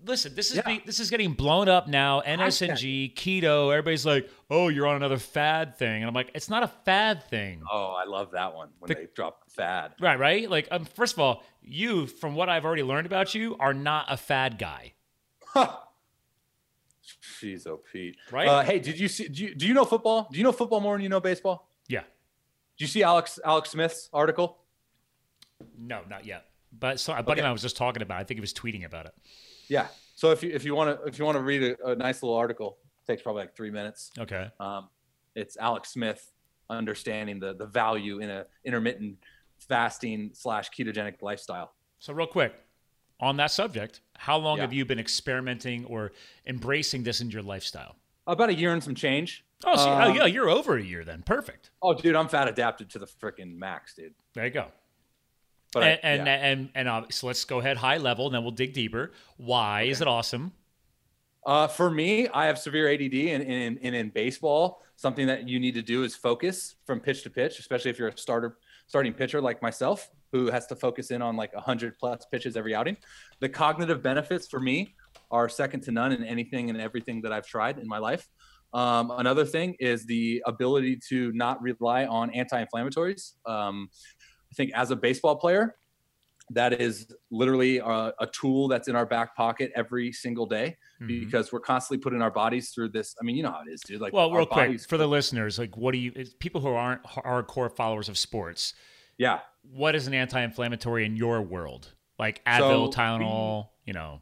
S2: listen, this is
S3: Yeah.
S2: be- this is getting blown up now. NSNG keto. Everybody's like, oh, you're on another fad thing, and I'm like, it's not a fad thing.
S3: Oh, I love that one when
S2: The-
S3: they drop fad. <laughs>
S2: Right, right. Like, um, first of all, you, from what I've already learned about you, are not a fad guy.
S3: Jeez, oh Pete.
S2: Right?
S3: Uh, hey, did you see? Do you, do you know football? Do you know football more than you know baseball?
S2: Yeah.
S3: Did you see Alex Alex Smith's article?
S2: No, not yet. But so a buddy of
S3: Okay.
S2: mine was just talking about. It. I think he was tweeting about it.
S3: Yeah. So if you if you want to if you want to read a, a nice little article, takes probably like three minutes.
S2: Okay.
S3: Um, it's Alex Smith understanding the the value in a intermittent fasting slash ketogenic lifestyle.
S2: So real quick, on that subject, how long
S3: Yeah.
S2: have you been experimenting or embracing this into your lifestyle?
S3: About a year and some change.
S2: Oh, so, oh
S3: Um,
S2: yeah, you're over a year then. Perfect.
S3: Oh, dude, I'm fat adapted to the freaking max, dude.
S2: There you go.
S3: But
S2: and,
S3: I,
S2: and,
S3: yeah.
S2: and and uh, so let's go ahead high level, and then we'll dig deeper. Why is it awesome?
S3: uh, for me, I have severe ADD, and, and, and in baseball, something that you need to do is focus from pitch to pitch, especially if you're a starter, starting pitcher like myself, who has to focus in on like 100 plus pitches every outing. The cognitive benefits for me are second to none in anything and everything that I've tried in my life. Um, another thing is the ability to not rely on anti-inflammatories. Um, I think as a baseball player, that is literally uh, a, a tool that's in our back pocket every single day
S2: Mhm.
S3: because we're constantly putting our bodies through this. I mean, you know how it is, dude. Like,
S2: Well,
S3: our
S2: real quick
S3: bodies-
S2: for the listeners, like, what do you? It's people who aren't h- hardcore followers of sports,
S3: yeah.
S2: what is an anti-inflammatory in your world? Like Advil,
S3: So
S2: Tylenol, you know.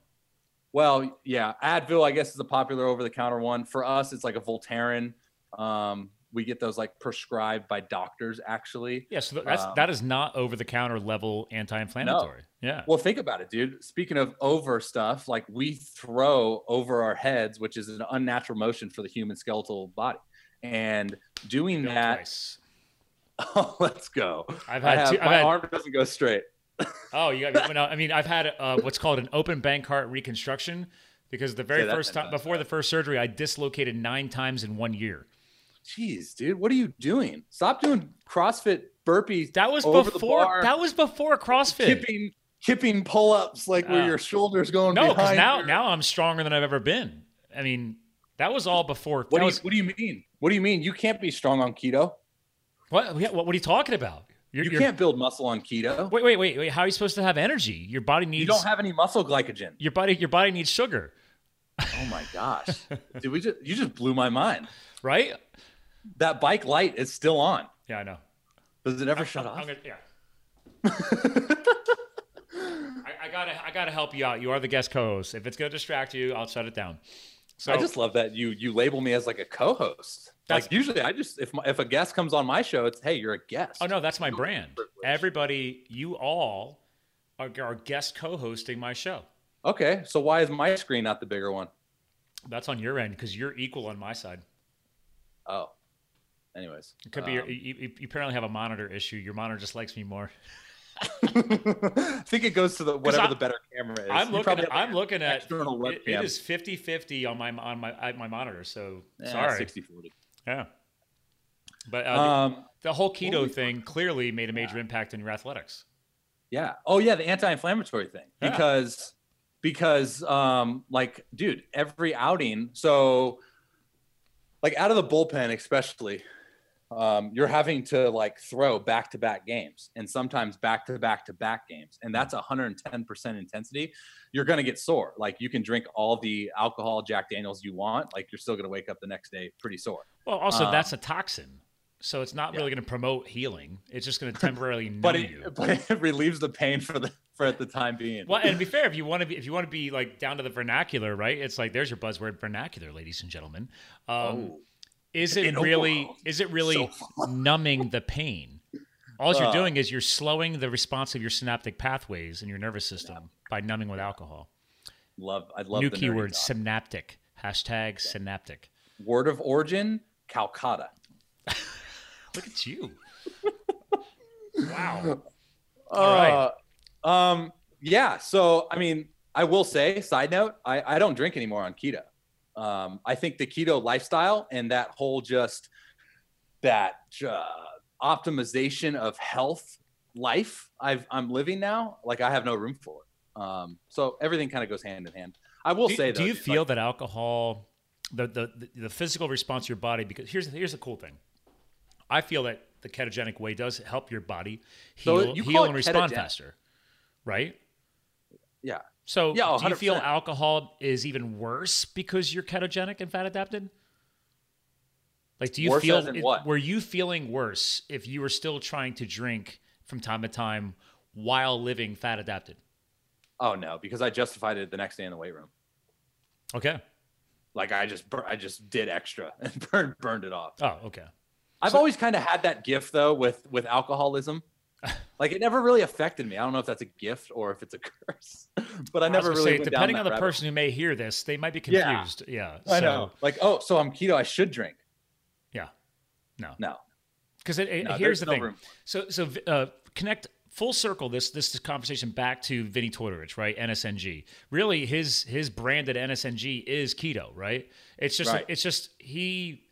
S3: Well, yeah. Advil, I guess, is a popular over-the-counter one. For us, it's like a Voltaren. Um, we get those like prescribed by doctors, actually.
S2: Yeah, so th- that's
S3: Um,
S2: that is not over-the-counter level anti-inflammatory. Yeah.
S3: Well, think about it, dude. Speaking of over stuff, like we throw over our heads, which is an unnatural motion for the human skeletal body, and doing
S2: Go
S3: that.
S2: twice.
S3: <laughs> Oh, let's go.
S2: I've
S3: I
S2: had
S3: have,
S2: two, I've
S3: my
S2: had
S3: arm doesn't go straight.
S2: Oh, you got me. No, I mean, I've had uh, what's called an open bank heart reconstruction because the very
S3: Yeah, that
S2: first
S3: sounds
S2: time, before the first surgery, I dislocated nine times in one year.
S3: Jeez, dude, what are you doing? Stop doing CrossFit burpees.
S2: That was
S3: over the
S2: before.
S3: bar,
S2: That was before CrossFit.
S3: kipping kipping pull ups like
S2: Ah.
S3: where your shoulders going
S2: no, because
S3: behind.
S2: now
S3: your-
S2: now I'm stronger than I've ever been. I mean, that was all before.
S3: what
S2: that
S3: do you
S2: was-
S3: what do you mean? What do you mean? You can't be strong on keto.
S2: what, yeah, what? What are you talking about? You're,
S3: You
S2: you're-
S3: can't build muscle on keto.
S2: Wait, wait, wait, wait. How are you supposed to have energy? Your body needs
S3: You don't have any muscle glycogen.
S2: your body. Your body needs sugar,
S3: Oh my gosh,
S2: <laughs>
S3: dude, we just you just blew my mind.
S2: right?
S3: That bike light is still on.
S2: Yeah, I know.
S3: Does it ever shut
S2: I'm
S3: off?
S2: gonna, yeah. I, I gotta, I gotta help you out. You are the guest co-host. If it's gonna distract you, I'll shut it down. So
S3: I just love that you you label me as like a co-host.
S2: That's-
S3: like usually, I just if my, if a guest comes on my show, it's hey, you're a guest.
S2: Oh no, that's my brand. Everybody, you all are, are guest co-hosting my show.
S3: Okay, so why is my screen not the bigger one?
S2: That's on your end because you're equal on my side.
S3: Oh, anyways,
S2: It could be
S3: Um,
S2: your, you, you- you apparently have a monitor issue. Your monitor just likes me more.
S3: <laughs> I think it goes to the whatever
S2: I-
S3: the better camera is.
S2: I'm
S3: You
S2: looking.
S3: probably
S2: At,
S3: have
S2: I'm looking at.
S3: external
S2: It, it
S3: webcam.
S2: is 50-50 on my on my at my monitor. So
S3: eh,
S2: sorry.
S3: 60-40.
S2: Yeah. But uh,
S3: Um,
S2: the whole
S3: what were we
S2: keto thing clearly made a major impact in your athletics.
S3: Yeah. Oh yeah, the anti-inflammatory thing.
S2: Yeah.
S3: Because because um like dude, every outing, so like out of the bullpen especially, um you're having to like throw back-to-back games and sometimes back-to-back-to-back games and that's 110% intensity. You're going to get sore. Like you can drink all the alcohol Jack Daniels you want, like you're still going to wake up the next day pretty sore.
S2: Well, also
S3: Um,
S2: that's a toxin, so it's not really going to promote healing. It's just
S3: <laughs>
S2: going to temporarily numb
S3: But
S2: you.
S3: it, <laughs> but it relieves the pain for the for at the time being.
S2: Well, and to be fair, if you want to be, if you want to be like down to the vernacular, right? It's like there's your buzzword, vernacular, ladies and gentlemen. Um,
S3: Oh.
S2: Is it
S3: In a
S2: really?
S3: world
S2: Is it really numbing
S3: <laughs>
S2: the pain? All you're
S3: Uh.
S2: doing is you're slowing the response of your synaptic pathways in your nervous system by numbing with alcohol.
S3: Love I love
S2: New
S3: the nerdy
S2: keyword:
S3: talk.
S2: synaptic. Hashtag synaptic.
S3: Word of origin, Calcutta.
S2: Look at
S3: <laughs>
S2: you. wow. All right.
S3: Uh, um, yeah. So, I mean, I will say, side note, I, I don't drink anymore on keto. Um, I think the keto lifestyle and that whole just that uh, optimization of health life I've, I'm living now, like I have no room for it. Um, so everything kind of goes hand in hand. I will
S2: do,
S3: say,
S2: do
S3: though,
S2: you
S3: just,
S2: feel
S3: like,
S2: that alcohol, the, the the the physical response to your body? Because here's here's the cool thing. I feel that the ketogenic way does help your body
S3: So
S2: heal,
S3: you call
S2: heal
S3: it
S2: and respond
S3: ketogenic.
S2: faster, right?
S3: Yeah.
S2: So
S3: Yeah, oh,
S2: do you feel
S3: 100%.
S2: alcohol is even worse because you're ketogenic and fat adapted? Like, do you
S3: Worse
S2: feel
S3: as in what?
S2: were you feeling worse if you were still trying to drink from time to time while living fat adapted?
S3: oh no, because I justified it the next day in the weight room.
S2: Okay.
S3: Like I just, bur- I just did extra <laughs> and burned, burned it off.
S2: Oh, okay.
S3: I've always kind of had that gift though with with
S2: <laughs>
S3: alcoholism. Like it never really affected me. I don't know if that's a gift or if it's a curse, <laughs> but I
S2: I was gonna
S3: never really
S2: say,
S3: went
S2: depending
S3: down
S2: on
S3: that
S2: the
S3: rabbit
S2: person who may hear this, they might be
S3: Yeah.
S2: confused. Yeah,
S3: hole. I know. Like oh, so I'm keto. I should drink.
S2: Yeah. No.
S3: No.
S2: Because it, it-
S3: no
S2: here's
S3: there's
S2: the
S3: no
S2: thing.
S3: room.
S2: So so uh, connect full circle this this conversation back to Vinny Tortorich, right? NSNG. Really, his his brand at NSNG is keto, right? It's just
S3: Right.
S2: it's just he.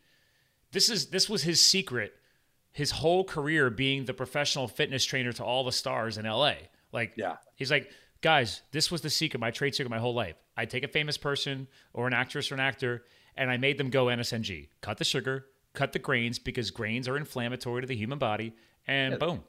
S2: This is this was his secret. His whole career being the professional fitness trainer to all the stars in LA. Like
S3: Yeah.
S2: He's like, guys, this was the secret, my trade secret my whole life. I take a famous person or an actress or an actor, and I made them go NSNG. Cut the sugar, cut the grains, because grains are inflammatory to the human body, and boom.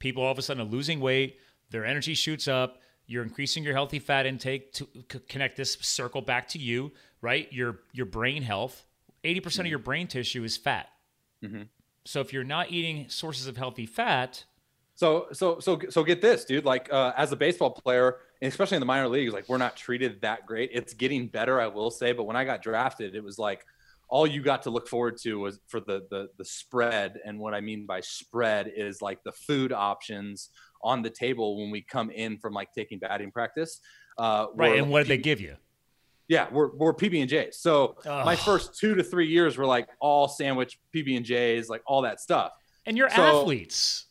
S2: People all of a sudden are losing weight, their energy shoots up, you're increasing your healthy fat intake to c- connect this circle back to you, right? Your your brain health. 80% percent of your brain tissue is fat.
S3: Mhm.
S2: So if you're not eating sources of healthy fat,
S3: So so so so get this, dude. Like uh, as a baseball player, and especially in the minor leagues, like we're not treated that great. It's getting better, I will say. But when I got drafted, it was like all you got to look forward to was for the the the spread. And what I mean by spread is like the food options on the table when we come in from like taking batting practice. Uh,
S2: right?
S3: were-
S2: And what did they give you?
S3: yeah, we're, we're PB and J's. So my
S2: Ugh.
S3: first two to three years were like all sandwich PB and J's, like all that stuff.
S2: And you're
S3: So-
S2: athletes.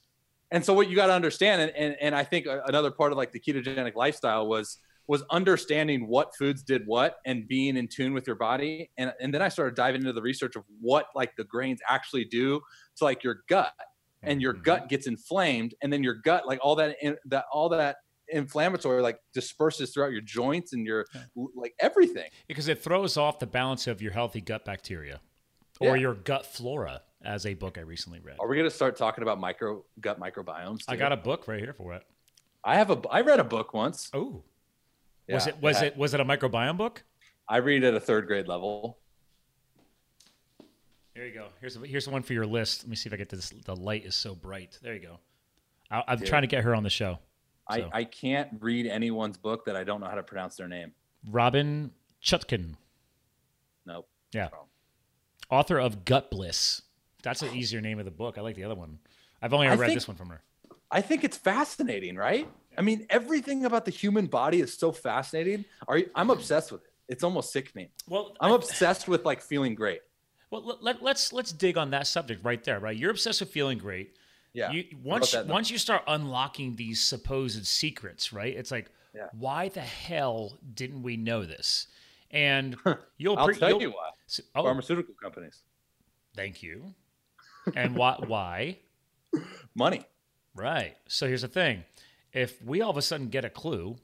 S3: And so what you got to understand, and, and and I think uh, another part of like the ketogenic lifestyle was was understanding what foods did what and being in tune with your body and, and then i started diving into the research of what like the grains actually do to like your gut and
S2: Mm-hmm.
S3: your gut gets inflamed and then your gut like all that in, that all that inflammatory like disperses throughout your joints and your like everything
S2: because it throws off the balance of your healthy gut bacteria or
S3: Yeah.
S2: your gut flora as a book i recently read
S3: are we going to start talking about micro gut microbiomes
S2: i
S3: dude?
S2: got a book right here for it
S3: i have a i read a book once
S2: oh was
S3: Yeah,
S2: it was
S3: yeah.
S2: it was it a microbiome book
S3: i read at a third grade level
S2: There you go. Here's here's one for your list. Let me see if I get this. The light is so bright. There you go. I, I'm trying to get her on the show.
S3: I,
S2: So.
S3: I can't read anyone's book that i don't know how to pronounce their name
S2: Robin Chutkin,
S3: nope
S2: Yeah. author of Gut Bliss. That's an easier name of the book. I like the other one. I've only
S3: I
S2: read
S3: think-
S2: this one from her.
S3: I think it's fascinating, right? I mean, everything about the human body is so fascinating. Are you, I'm obsessed with it. It's almost sickening.
S2: Well,
S3: I'm obsessed with like feeling great.
S2: well let, let, let's let's dig on that subject right there. Right, you're obsessed with feeling great.
S3: Yeah.
S2: You,
S3: Wrote
S2: once
S3: that in the-
S2: once you start unlocking these supposed secrets, right? It's like,
S3: Yeah.
S2: why the hell didn't we know this?
S3: <laughs>
S2: And you'll
S3: I'll
S2: pre-
S3: tell
S2: you'll-
S3: you why.
S2: s- oh,
S3: Pharmaceutical companies,
S2: thank you. And why why?
S3: money.
S2: Right. So here's the thing if we all of a sudden get a clue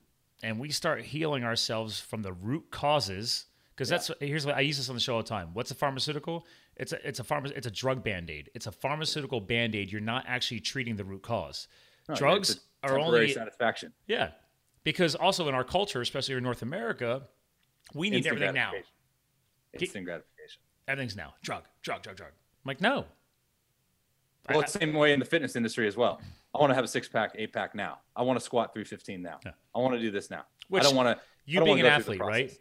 S2: and we start healing ourselves from the root causes, because that's here's what I use this on the show all the time. What's a pharmaceutical? It's a it's a pharma, it's a drug band aid. It's a pharmaceutical band aid. You're not actually treating the root cause.
S3: No, it's
S2: Drugs
S3: a
S2: are
S3: temporary
S2: only
S3: satisfaction.
S2: yeah, because also in our culture, especially in North America, we need
S3: Instant
S2: everything now.
S3: gratification. Instant gratification.
S2: Everything's now drug, drug, drug, drug. I'm like no,
S3: Well, it's the same way in the fitness industry as well. I want to have a six pack, eight pack now. I want to squat 315 now. I want to do this now.
S2: Which-
S3: I don't want to.
S2: you being an athlete, right?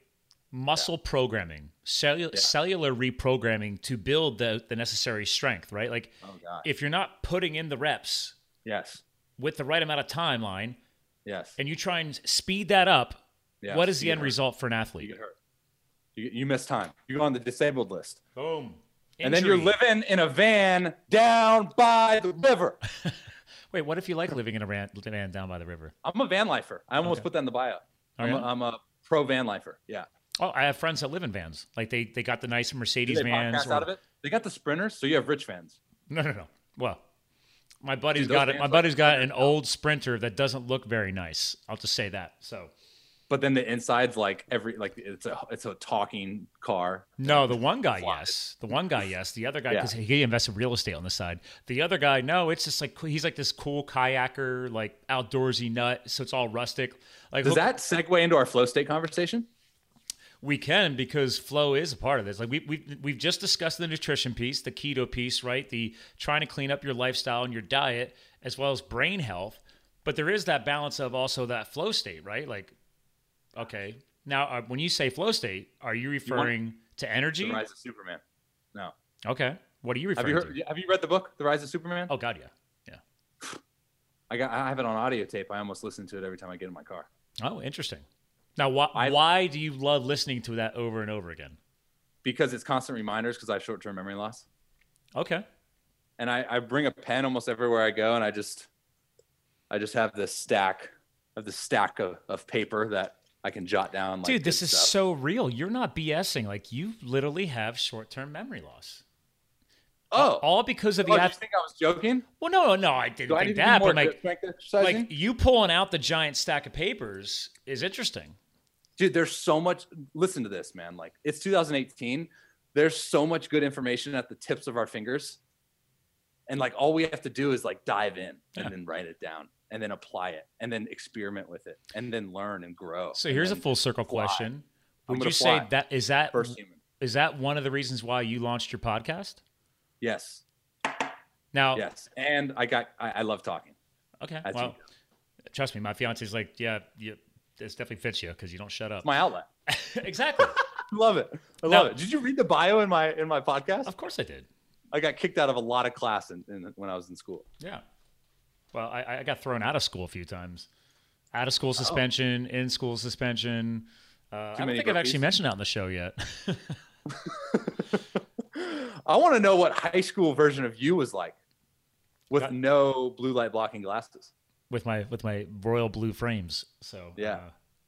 S2: Muscle programming, cellu- cellular reprogramming to build the, the necessary strength, right? Like
S3: Oh, God.
S2: if you're not putting in the reps
S3: Yes.
S2: with the right amount of timeline
S3: Yes.
S2: and you try and speed that up,
S3: yes.
S2: what is the
S3: You
S2: end
S3: are-
S2: result for an
S3: you
S2: athlete?
S3: get hurt. You, you miss time. You go on the disabled list.
S2: Boom.
S3: And then you're living in a van down by
S2: <laughs>
S3: the river.
S2: Wait, what if you like living in a ran- van down by the river?
S3: I'm a van lifer. I almost put that in the bio. I'm,
S2: Oh, yeah?
S3: a, I'm a pro van lifer. Yeah.
S2: Oh, I have friends that live in vans. Like they, they got the nice
S3: Do
S2: Mercedes
S3: they
S2: vans.
S3: podcast out of it? They got the sprinters, so you have rich vans.
S2: No, no, no. Well, my buddy's
S3: Dude, those
S2: got it.
S3: vans
S2: My
S3: look
S2: buddy's got an old Sprinter that doesn't look very nice. I'll just say that. So.
S3: But then the inside's like every like it's a it's a talking car.
S2: No, the one guy, yes. The one guy, yes. The other guy,
S3: Yeah.
S2: because he invested real estate on the side. The other guy, no. It's just like he's like this cool kayaker, like outdoorsy nut. So it's all rustic. Like
S3: Does
S2: look,
S3: that segue into our flow state conversation?
S2: we can because flow is a part of this. Like we we we've just discussed the nutrition piece, the keto piece, right? The trying to clean up your lifestyle and your diet, as well as brain health. But there is that balance of also that flow state, right? Like, okay, now uh, when you say flow state, are you referring to
S3: The
S2: energy?
S3: Rise of Superman. No.
S2: Okay, what are you
S3: Have
S2: referring
S3: you
S2: to?
S3: heard have you read the book, The Rise of Superman?
S2: Oh God, yeah, yeah.
S3: I got I have it on audio tape. I almost listen to it every time I get in my car.
S2: Oh, interesting. Now, why
S3: I-
S2: why do you love listening to that over and over again?
S3: Because it's constant reminders because I have short term memory loss.
S2: Okay,
S3: and I, I bring a pen almost everywhere I go, and I just, I just have this stack of the stack of, of paper that I can jot down. Like,
S2: dude, this
S3: good
S2: is
S3: stuff.
S2: so real. You're not BSing. Like you literally have short term memory loss,
S3: Oh,
S2: all because of
S3: oh,
S2: the.
S3: did you
S2: Ath-
S3: think I was joking?
S2: well, no, no, I didn't
S3: Do I
S2: think
S3: need to do
S2: that.
S3: more
S2: But like,
S3: grip strength exercising?
S2: like you pulling out the giant stack of papers is interesting.
S3: dude, there's so much. Listen to this, man. Like it's 2018. There's so much good information at the tips of our fingers, and like all we have to do is like dive in
S2: Yeah.
S3: and then write it down and then apply it and then experiment with it and then learn and grow.
S2: So
S3: Oh, and
S2: here's a
S3: then
S2: full circle
S3: fly.
S2: question:
S3: I'm
S2: Would
S3: gonna
S2: you say
S3: fly.
S2: that is that
S3: first human.
S2: is that one of the reasons why you launched your podcast?
S3: Yes.
S2: Now,
S3: Yes, and I got I, I love talking.
S2: okay,
S3: As
S2: well,
S3: you do.
S2: trust me, my fiance's like, yeah, you, this definitely fits you because you don't shut up.
S3: It's my outlet. <laughs>
S2: exactly.
S3: I love it. I
S2: Now-
S3: love it. Did you read the bio in my in my podcast?
S2: Of course I did.
S3: I got kicked out of a lot of class in, in, when I was in school.
S2: Yeah. Well, I, I got thrown out of school a few times. Out of
S3: Oh.
S2: school suspension, in school suspension. Uh, I don't
S3: many
S2: think I've actually
S3: burpees?
S2: mentioned that on the show yet. <laughs>
S3: I want to know what high school version of you was like. with
S2: Got-
S3: no blue light blocking glasses.
S2: with my with my royal blue frames. So
S3: Yeah.
S2: uh,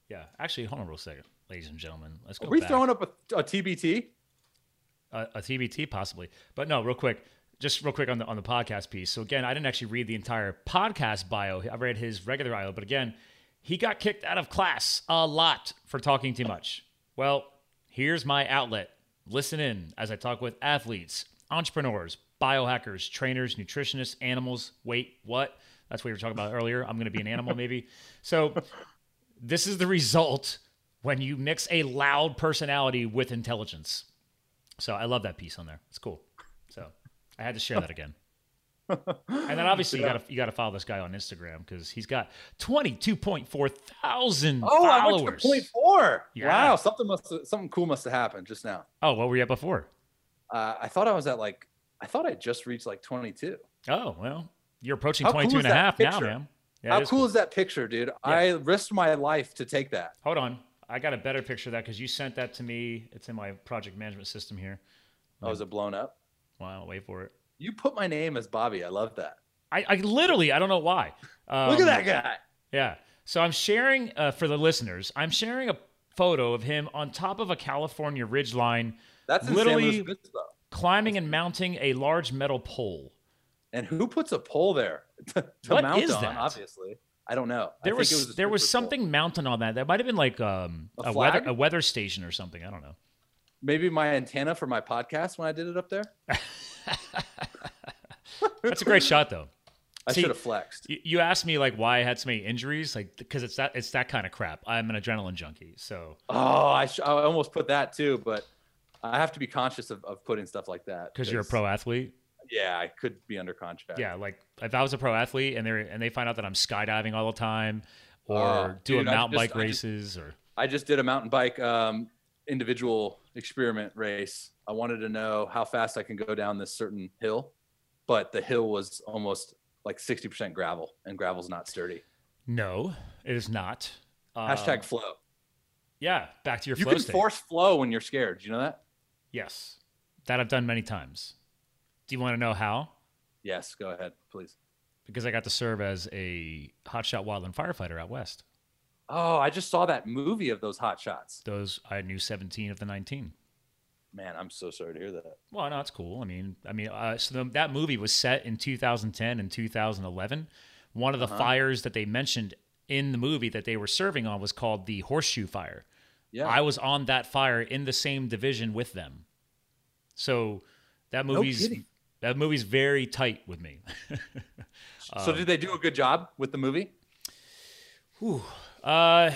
S2: yeah. Actually, hold on real second, ladies and gentlemen. Let's go.
S3: Are we
S2: back.
S3: throwing up a, a TBT?
S2: a, a TBT possibly. But no, real quick, just real quick on the on the podcast piece. So again, I didn't actually read the entire podcast bio. I read his regular bio, but again, he got kicked out of class a lot for talking too much. Well, here's my outlet. Listen in as I talk with athletes, entrepreneurs, biohackers, trainers, nutritionists, animals. Wait, what? That's what we were talking about earlier. I'm going to be an animal, maybe. So, this is the result when you mix a loud personality with intelligence. So I love that piece on there. It's cool. So I had to share that
S3: <laughs>
S2: again. and then obviously you got to you got to follow this guy on Instagram because he's got twenty two point four thousand
S3: Oh, I went
S2: followers.
S3: to point four.
S2: Yeah.
S3: Wow, something must something cool must have happened just now.
S2: Oh, what were you at before?
S3: Uh, I thought I was at like I thought I just reached like 22.
S2: Oh well, you're approaching
S3: How cool
S2: twenty two
S3: is
S2: and a
S3: that
S2: half now,
S3: picture?
S2: man. Yeah, it
S3: How
S2: is
S3: cool is that picture, dude? I risked my life to take that.
S2: Hold on, I got a better picture of that because you sent that to me. It's in my project management system here.
S3: Oh, is it blown up?
S2: Wow, wait for it.
S3: You put my name as Bobby. I love that.
S2: I, I literally I don't know why. Um,
S3: Look at that guy.
S2: Yeah. So I'm sharing uh, for the listeners. I'm sharing a photo of him on top of a California ridgeline,
S3: That's in
S2: literally-
S3: San Luis Obispo.
S2: climbing and mounting a large metal pole.
S3: And who puts a pole there <laughs> to, to
S2: What
S3: mount
S2: is
S3: on?
S2: that?
S3: Obviously, I don't know. I
S2: There
S3: think
S2: was,
S3: it a
S2: there was
S3: stripper pole.
S2: something mounted on that. That might have been like um,
S3: A
S2: a, weather
S3: flag?
S2: a weather station or something. I don't know.
S3: Maybe my antenna for my podcast when I did it up there.
S2: That's a great shot though.
S3: I
S2: See-
S3: should have flexed.
S2: You- You asked me like why I had so many injuries, like because it's that it's that kind of crap. I'm an adrenaline junkie, so
S3: Oh, I, sh- I almost put that too, but I have to be conscious of, of putting stuff like that.
S2: because you're a pro athlete.
S3: Yeah, I could be under contract.
S2: Yeah, like if I was a pro athlete and they are and they find out that I'm skydiving all the time or
S3: Oh,
S2: doing
S3: dude, I
S2: mountain
S3: just-
S2: bike
S3: I just-
S2: races or
S3: I just did a mountain bike um, individual experiment race. I wanted to know how fast I can go down this certain hill, but the hill was almost like 60% gravel, and gravel's not sturdy.
S2: No, it is not. Um,
S3: Hashtag flow.
S2: yeah. Back to your
S3: You
S2: flow
S3: can
S2: state.
S3: force flow when you're scared. You know that?
S2: yes, that I've done many times. Do you want to know how?
S3: Yes. Go ahead, please.
S2: Because I got to serve as a hotshot wildland firefighter out west.
S3: Oh, I just saw that movie of those hot shots.
S2: Those I knew seventeen of the nineteen.
S3: Man, I'm so sorry to hear that.
S2: Well, no, it's cool. I mean, I mean, uh, so the, that movie was set in 2010 and 2011. One of the
S3: Uh-huh.
S2: fires that they mentioned in the movie that they were serving on was called the Horseshoe Fire.
S3: Yeah.
S2: I was on that fire in the same division with them. So that movie's
S3: kidding.
S2: that movie's very tight with me. <laughs>
S3: so, did they do a good job with the movie?
S2: uh,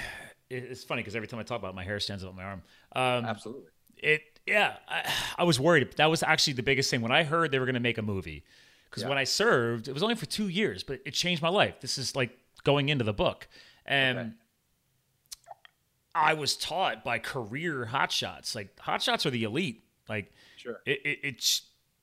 S2: it- it's funny because every time I talk about it, my hair stands up on my arm. Um,
S3: Absolutely.
S2: it yeah I, I was worried that was actually the biggest thing when i heard they were going to make a movie because when i served it was only for two years but it changed my life this is like going into the book and
S3: Okay.
S2: i was taught by career hotshots like hotshots are the elite like
S3: Sure.
S2: it, it, it sh-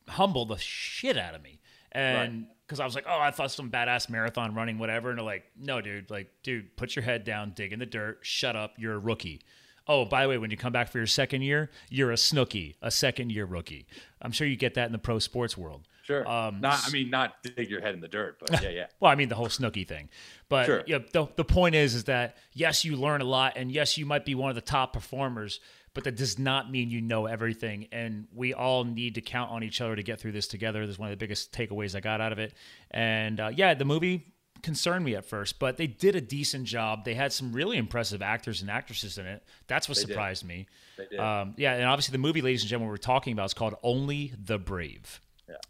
S2: humbled the shit out of me and because i was like oh i thought some badass marathon running whatever and they're like no dude like dude put your head down dig in the dirt shut up you're a rookie oh by the way when you come back for your second year you're a snooky a second year rookie i'm sure you get that in the pro sports world
S3: Sure.
S2: um,
S3: not, I mean, not dig your head in the dirt,
S2: <laughs>
S3: but yeah, yeah.
S2: well, I mean the whole Snooki thing, but
S3: Sure.
S2: yeah, the the point is is that yes, you learn a lot, and yes, you might be one of the top performers, but that does not mean you know everything. And we all need to count on each other to get through this together. That's one of the biggest takeaways I got out of it. And uh, yeah, the movie concerned me at first, but they did a decent job. They had some really impressive actors and actresses in it. That's what surprised me. They
S3: did.
S2: Um, yeah, and obviously the movie, ladies and gentlemen, we're talking about is called Only the Brave.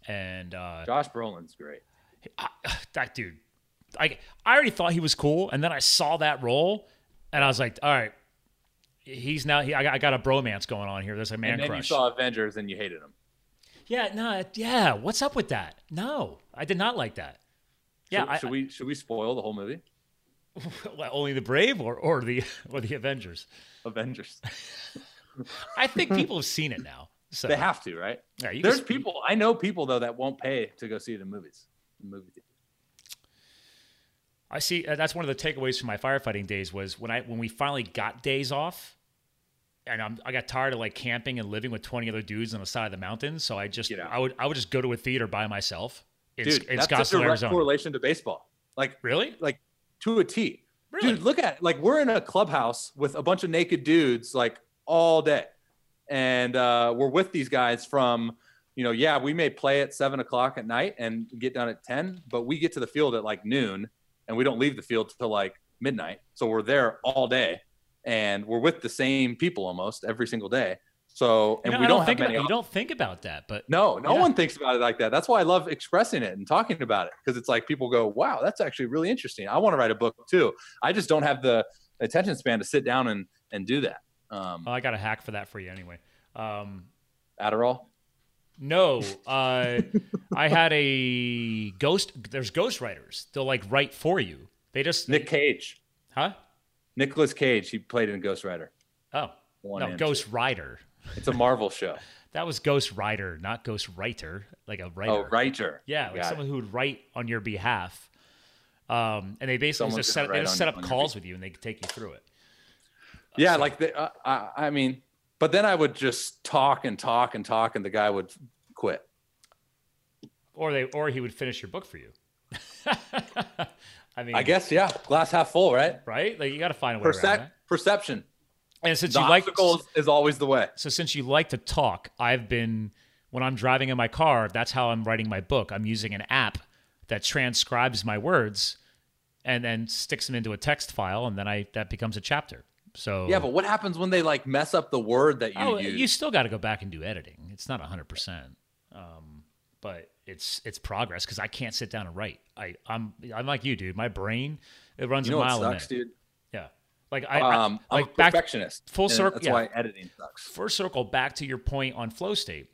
S2: Yeah. And uh,
S3: Josh Brolin's great.
S2: <sighs> that dude. I I already thought he was cool, and then I saw that role, and I was like, all right, he's now. He, I, got, I got a bromance going on here. There's a man
S3: and then
S2: crush.
S3: you saw Avengers and you hated him.
S2: yeah, no, it- yeah. What's up with that? No, I did not like that. Yeah,
S3: should,
S2: I, <laughs>
S3: should we should we spoil the whole movie?
S2: well, only the brave or or the <laughs> or the Avengers. <laughs>
S3: Avengers.
S2: I think people have seen it now. So
S3: They have to, right?
S2: Yeah, you can
S3: There's
S2: sp-
S3: people I know people though that won't pay to go see it in movies. In movie theaters.
S2: I see. Uh, that's one of the takeaways from my firefighting days was when I when we finally got days off, and I'm, I got tired of like camping and living with 20 other dudes on the side of the mountain. So I just
S3: Get out.
S2: I would I would just go to a theater by myself in,
S3: dude.
S2: in
S3: that's a
S2: Scottsdale,
S3: direct
S2: Arizona.
S3: correlation to baseball, like
S2: Really?
S3: to a T.
S2: Really?
S3: Dude, look at it. Like we're in a clubhouse with a bunch of naked dudes, like all day, and uh, we're with these guys from, you know, yeah, we may play at seven o'clock at night and get done at ten, but we get to the field at like noon, and we don't leave the field till like midnight. So we're there all day, and we're with the same people almost every single day. So,
S2: You
S3: and
S2: know,
S3: we
S2: I
S3: don't,
S2: don't
S3: have
S2: think
S3: many.
S2: about, you don't think about that, but
S3: No, no
S2: Yeah.
S3: one thinks about it like that. That's why I love expressing it and talking about it because it's like people go, "Wow, that's actually really interesting. I want to write a book too." I just don't have the attention span to sit down and and do that. Um,
S2: well, I got a hack for that for you anyway. Um,
S3: Adderall.
S2: No,
S3: <laughs>
S2: uh, I had a ghost. There's ghostwriters. They'll like write for you. They just
S3: Nick Cage.
S2: huh?
S3: Nicholas Cage. He played in Ghost Rider.
S2: Oh
S3: One
S2: no,
S3: and
S2: Ghost Rider.
S3: two. It's a Marvel show.
S2: That was Ghost Rider, not Ghost Writer, like a writer.
S3: Oh, writer.
S2: Yeah, like
S3: Got it.
S2: someone who would write on your behalf. Um, and they basically
S3: Someone's
S2: just
S3: gonna
S2: set, they
S3: write
S2: just
S3: on-
S2: set
S3: on
S2: up
S3: your
S2: calls with you and they could take you through it.
S3: yeah like the, uh, I, I mean but then i would just talk and talk and talk and the guy would quit
S2: Or they or he would finish your book for you. <laughs> I mean,
S3: i guess yeah glass half full right
S2: right? Like you got to find a way around
S3: Percep-
S2: that.
S3: perception
S2: And since
S3: the
S2: you like
S3: obstacle is- is always the way
S2: So since you like to talk, I've been when I'm driving in my car, that's how I'm writing my book. I'm using an app that transcribes my words and then sticks them into a text file and then I that becomes a chapter. So
S3: yeah but what happens when they like mess up the word that you
S2: oh,
S3: use
S2: you still got to go back and do editing. It's not 100%. Um but it's it's progress cuz I can't sit down and write. I I'm I'm like you, dude. My brain it runs
S3: you know
S2: a
S3: what
S2: mile
S3: sucks
S2: a minute.
S3: dude
S2: Yeah. Like I, I-
S3: um i'm
S2: like
S3: a
S2: back
S3: perfectionist
S2: full
S3: and
S2: circle-
S3: that's
S2: yeah.
S3: why editing sucks
S2: first circle back to your point on flow state.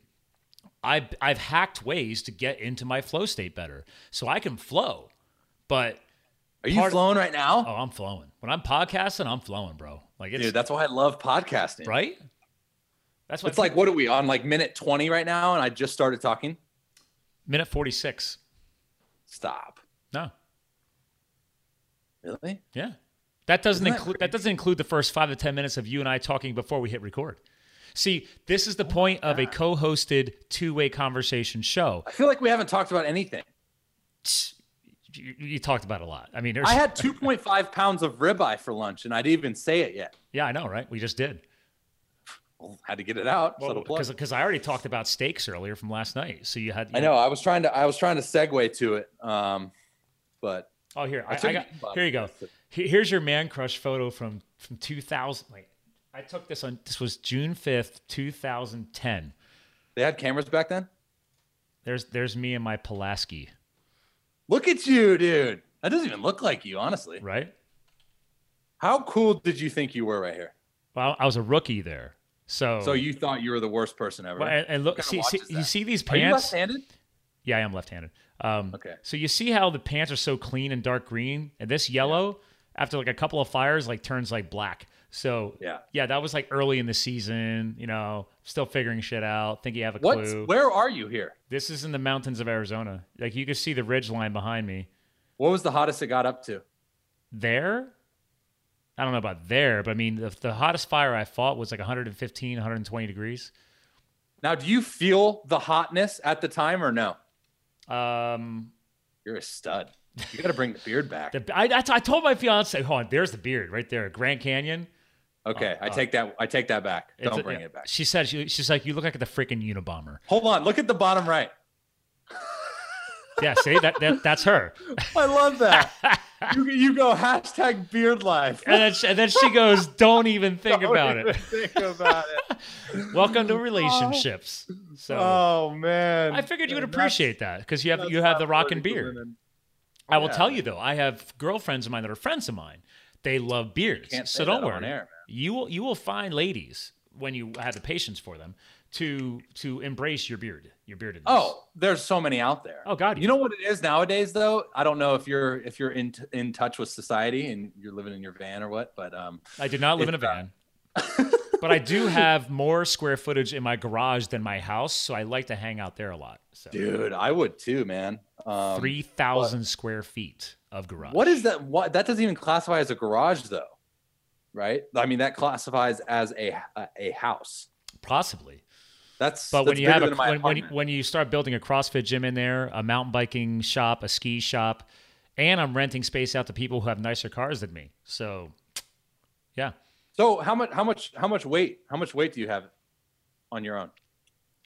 S2: I I've hacked ways to get into my flow state better, so I can flow. But
S3: are you
S2: Part-
S3: flowing right now
S2: oh, I'm flowing when I'm podcasting. I'm flowing, bro. Like it's
S3: dude that's why i love podcasting
S2: right. That's what
S3: it's like what are we on like minute 20 right now and i just started talking
S2: minute forty six.
S3: stop
S2: No,
S3: really
S2: yeah, that doesn't
S3: Isn't that
S2: include that doesn't include the first five to ten minutes of you and I talking before we hit record. See, this is the
S3: Oh
S2: point of a co-hosted two-way conversation show.
S3: i feel like we haven't talked about anything
S2: You, you talked about it a lot. I mean, there's,
S3: I
S2: <laughs>
S3: had 2.5 pounds of ribeye for lunch, and I didn't even say it yet.
S2: yeah, I know, right? We just did.
S3: Well, had to get it out. subtle plug.
S2: because I already talked about steaks earlier from last night. So you had
S3: I know. I was trying to. I was trying to segue to it, um, but
S2: Oh here
S3: I
S2: I,
S3: took
S2: I got
S3: it from Bob.
S2: here you go. He- Here's your man crush photo from from 2000. Wait, I took this on. This was June 5th, 2010.
S3: they had cameras back then.
S2: There's there's me and my Pulaski,
S3: Look at you, dude. That doesn't even look like you, honestly.
S2: right?
S3: How cool did you think you were right here?
S2: Well, I was a rookie there, so
S3: So you thought you were the worst person ever.
S2: Well, and, and
S3: What
S2: look,
S3: kind
S2: see,
S3: of
S2: see
S3: watch is
S2: you
S3: that?
S2: see these
S3: Are you
S2: pants?
S3: left-handed?
S2: Yeah, I am left-handed. Um,
S3: Okay.
S2: So you see how the pants are so clean and dark green, and this yellow, after like a couple of fires, like turns like black. So
S3: Yeah.
S2: yeah, that was like early in the season. You know, still figuring shit out. Think you have a
S3: What?
S2: clue.
S3: Where are you here?
S2: This is in the mountains of Arizona. Like you can see the ridge line behind me.
S3: What was the hottest it got up to?
S2: There, I don't know about there, but I mean, the, the hottest fire I fought was like 115, 120 degrees.
S3: Now, do you feel the hotness at the time or no?
S2: Um,
S3: You're a stud. You got to bring the
S2: <laughs>
S3: beard back.
S2: the, I, I, I told my fiance, hold on, there's the beard right there, Grand Canyon.
S3: Okay, I
S2: oh.
S3: take that. I take that back.
S2: It's
S3: Don't
S2: a-
S3: bring
S2: yeah.
S3: it back.
S2: She said, she, she's like, you look like the freaking Unabomber.
S3: Hold on. Look at the bottom right.
S2: Yeah, see, that, that that's her.
S3: I love that.
S2: <laughs>
S3: you, you go hashtag beard life.
S2: And then, she, and then she goes, don't even think about
S3: Don't even
S2: it.
S3: <laughs> Think about it.
S2: Welcome to relationships. So
S3: Oh man.
S2: I figured you would
S3: That's-
S2: appreciate that because you have
S3: that's
S2: you have
S3: not
S2: the rockin'
S3: political
S2: beard.
S3: women.
S2: I will
S3: Yeah.
S2: tell you though, I have girlfriends of mine that are friends of mine. They love beards,
S3: Can't
S2: so
S3: say
S2: don't
S3: that on
S2: worry.
S3: air, man.
S2: you will you will find ladies when you have the patience for them to to embrace your beard, your beardedness.
S3: Oh, there's so many out there.
S2: Oh, God,
S3: You
S2: yeah.
S3: know what it is nowadays though? I don't know if you're if you're in in touch with society and you're living in your van or what, but um
S2: I did not live in a
S3: it's, uh,
S2: van, but I do have more square footage in my garage than my house, so I like to hang out there a lot. So
S3: dude, I would too, man. Um
S2: three thousand square feet of garage.
S3: What is that what that doesn't even classify as a garage though. Right? I mean that classifies as a a, a house.
S2: possibly?
S3: That's
S2: But
S3: that's
S2: when you
S3: bigger
S2: have a,
S3: than my
S2: when, when, you-
S3: apartment.
S2: when you start building a CrossFit gym in there, a mountain biking shop, a ski shop, and I'm renting space out to people who have nicer cars than me. So, yeah,
S3: so how much how much how much weight how much weight do you have on your own?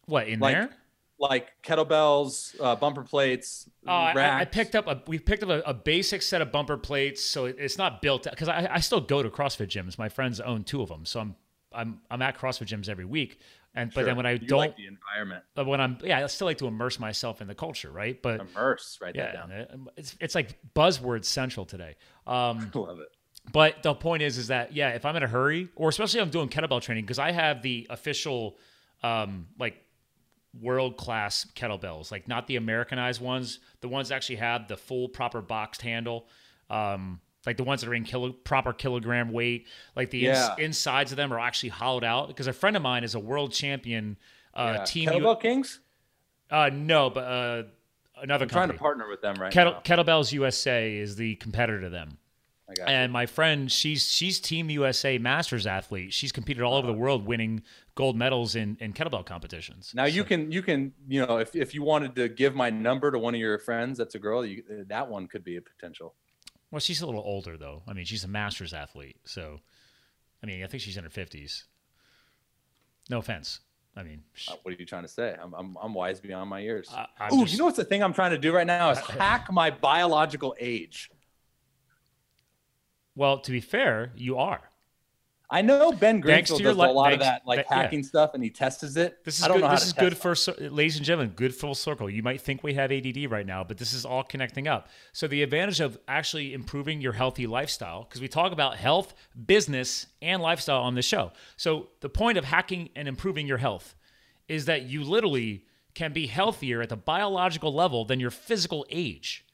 S2: what in
S3: Like-
S2: there?
S3: Like kettlebells, uh, bumper plates,
S2: Oh, I- I, I
S3: racks?
S2: picked up a we picked up a, a basic set of bumper plates, so it- it's not built because I, I still go to CrossFit gyms. My friends own two of them, so I'm I'm I'm at CrossFit gyms every week. And but
S3: Sure.
S2: then when I
S3: You
S2: don't,
S3: like the environment
S2: but when I'm yeah, I still like to immerse myself in the culture, right? But
S3: immerse write that
S2: yeah, uh,
S3: down.
S2: it's it's like buzzword central today. Um,
S3: <laughs> Love it.
S2: But the point is, is that yeah, if I'm in a hurry, or especially if I'm doing kettlebell training, because I have the official, um, like world class kettlebells, like not the Americanized ones, the ones that actually have the full proper boxed handle, um, like the ones that are in kilo, proper kilogram weight, like the ins-
S3: Yeah.
S2: insides of them are actually hollowed out. Because a friend of mine is a world champion, uh,
S3: Yeah.
S2: team. U-
S3: Kettlebell Kings?
S2: uh, no, but uh, another
S3: I'm trying
S2: company.
S3: to partner with them right
S2: Kettle-
S3: now.
S2: Kettlebells USA is the competitor to them.
S3: I got
S2: And my friend, she's she's Team USA Masters athlete. She's competed all over the world, winning gold medals in, in kettlebell competitions.
S3: Now you can you can you know if, if you wanted to give my number to one of your friends that's a girl you, eh, that one could be a potential.
S2: Well, she's a little older though. I mean, she's a Masters athlete, so I mean, I think she's in her fifties. No offense. I mean, sh-
S3: Uh, What are you trying to say? I'm I'm, I'm wise beyond my years.
S2: I, Uh, I'm
S3: Ooh,
S2: just-
S3: you know what's the thing I'm trying to do right
S2: <laughs>
S3: now is hack my biological age.
S2: well, to be fair, you are.
S3: I know Ben
S2: Thanks to
S3: Greenfield
S2: your
S3: does
S2: li-
S3: a lot of
S2: thanks-
S3: that like
S2: that- yeah.
S3: hacking stuff, and he tests it.
S2: This is
S3: I don't
S2: good.
S3: know how
S2: This
S3: to
S2: is
S3: test
S2: good for, cir- ladies and gentlemen, good full circle. You might think we have ADD right now, but this is all connecting up. So the advantage of actually improving your healthy lifestyle, because we talk about health, business, and lifestyle on this show. So the point of hacking and improving your health is that you literally can be healthier at the biological level than your physical age.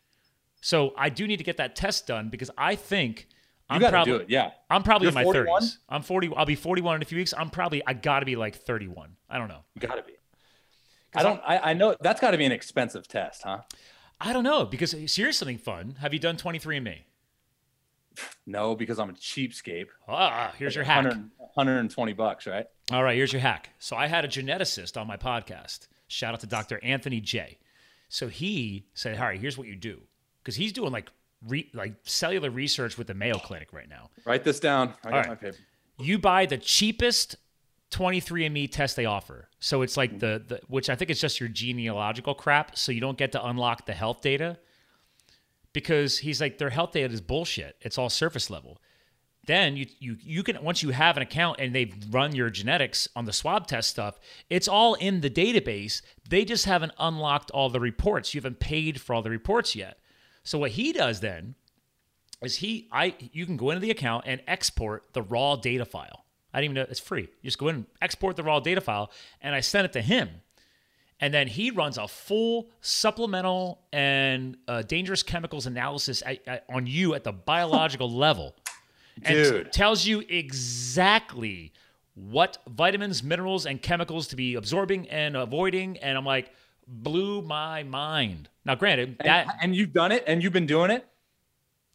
S2: So I do need to get that test done because I think
S3: You
S2: I'm
S3: got to
S2: probably
S3: do it. Yeah,
S2: I'm probably
S3: You're
S2: in my
S3: 41?
S2: 30s. I'm 40. I'll be 41 in a few weeks. I'm probably I got to be like 31. I don't know.
S3: got to be. I don't. I, I know that's got to be an expensive test, huh?
S2: I don't know because so here's something fun. Have you done 23andMe?
S3: No, because I'm a cheapskate.
S2: Ah, here's your hack.
S3: 100, 120 bucks, right?
S2: All right, here's your hack. So I had a geneticist on my podcast. Shout out to Dr. Anthony J. So he said, "All right, here's what you do," because he's doing like re, like cellular research with the Mayo Clinic right now.
S3: Write this down. I got
S2: All right.
S3: my paper.
S2: you buy the cheapest 23andme test they offer so it's like the, the which i think it's just your genealogical crap so you don't get to unlock the health data because he's like their health data is bullshit it's all surface level then you you you can once you have an account and they've run your genetics on the swab test stuff it's all in the database they just haven't unlocked all the reports you haven't paid for all the reports yet so what he does then is he I you can go into the account and export the raw data file. I didn't even know it's free. You just go in and export the raw data file and I send it to him. And then he runs a full supplemental and uh, dangerous chemicals analysis at, at- on you at the biological level. And t-
S3: Dude.
S2: tells you exactly what vitamins, minerals, and chemicals to be absorbing and avoiding. And I'm like, blew my mind. Now, granted,
S3: And,
S2: that,
S3: and you've done it, and you've been doing it.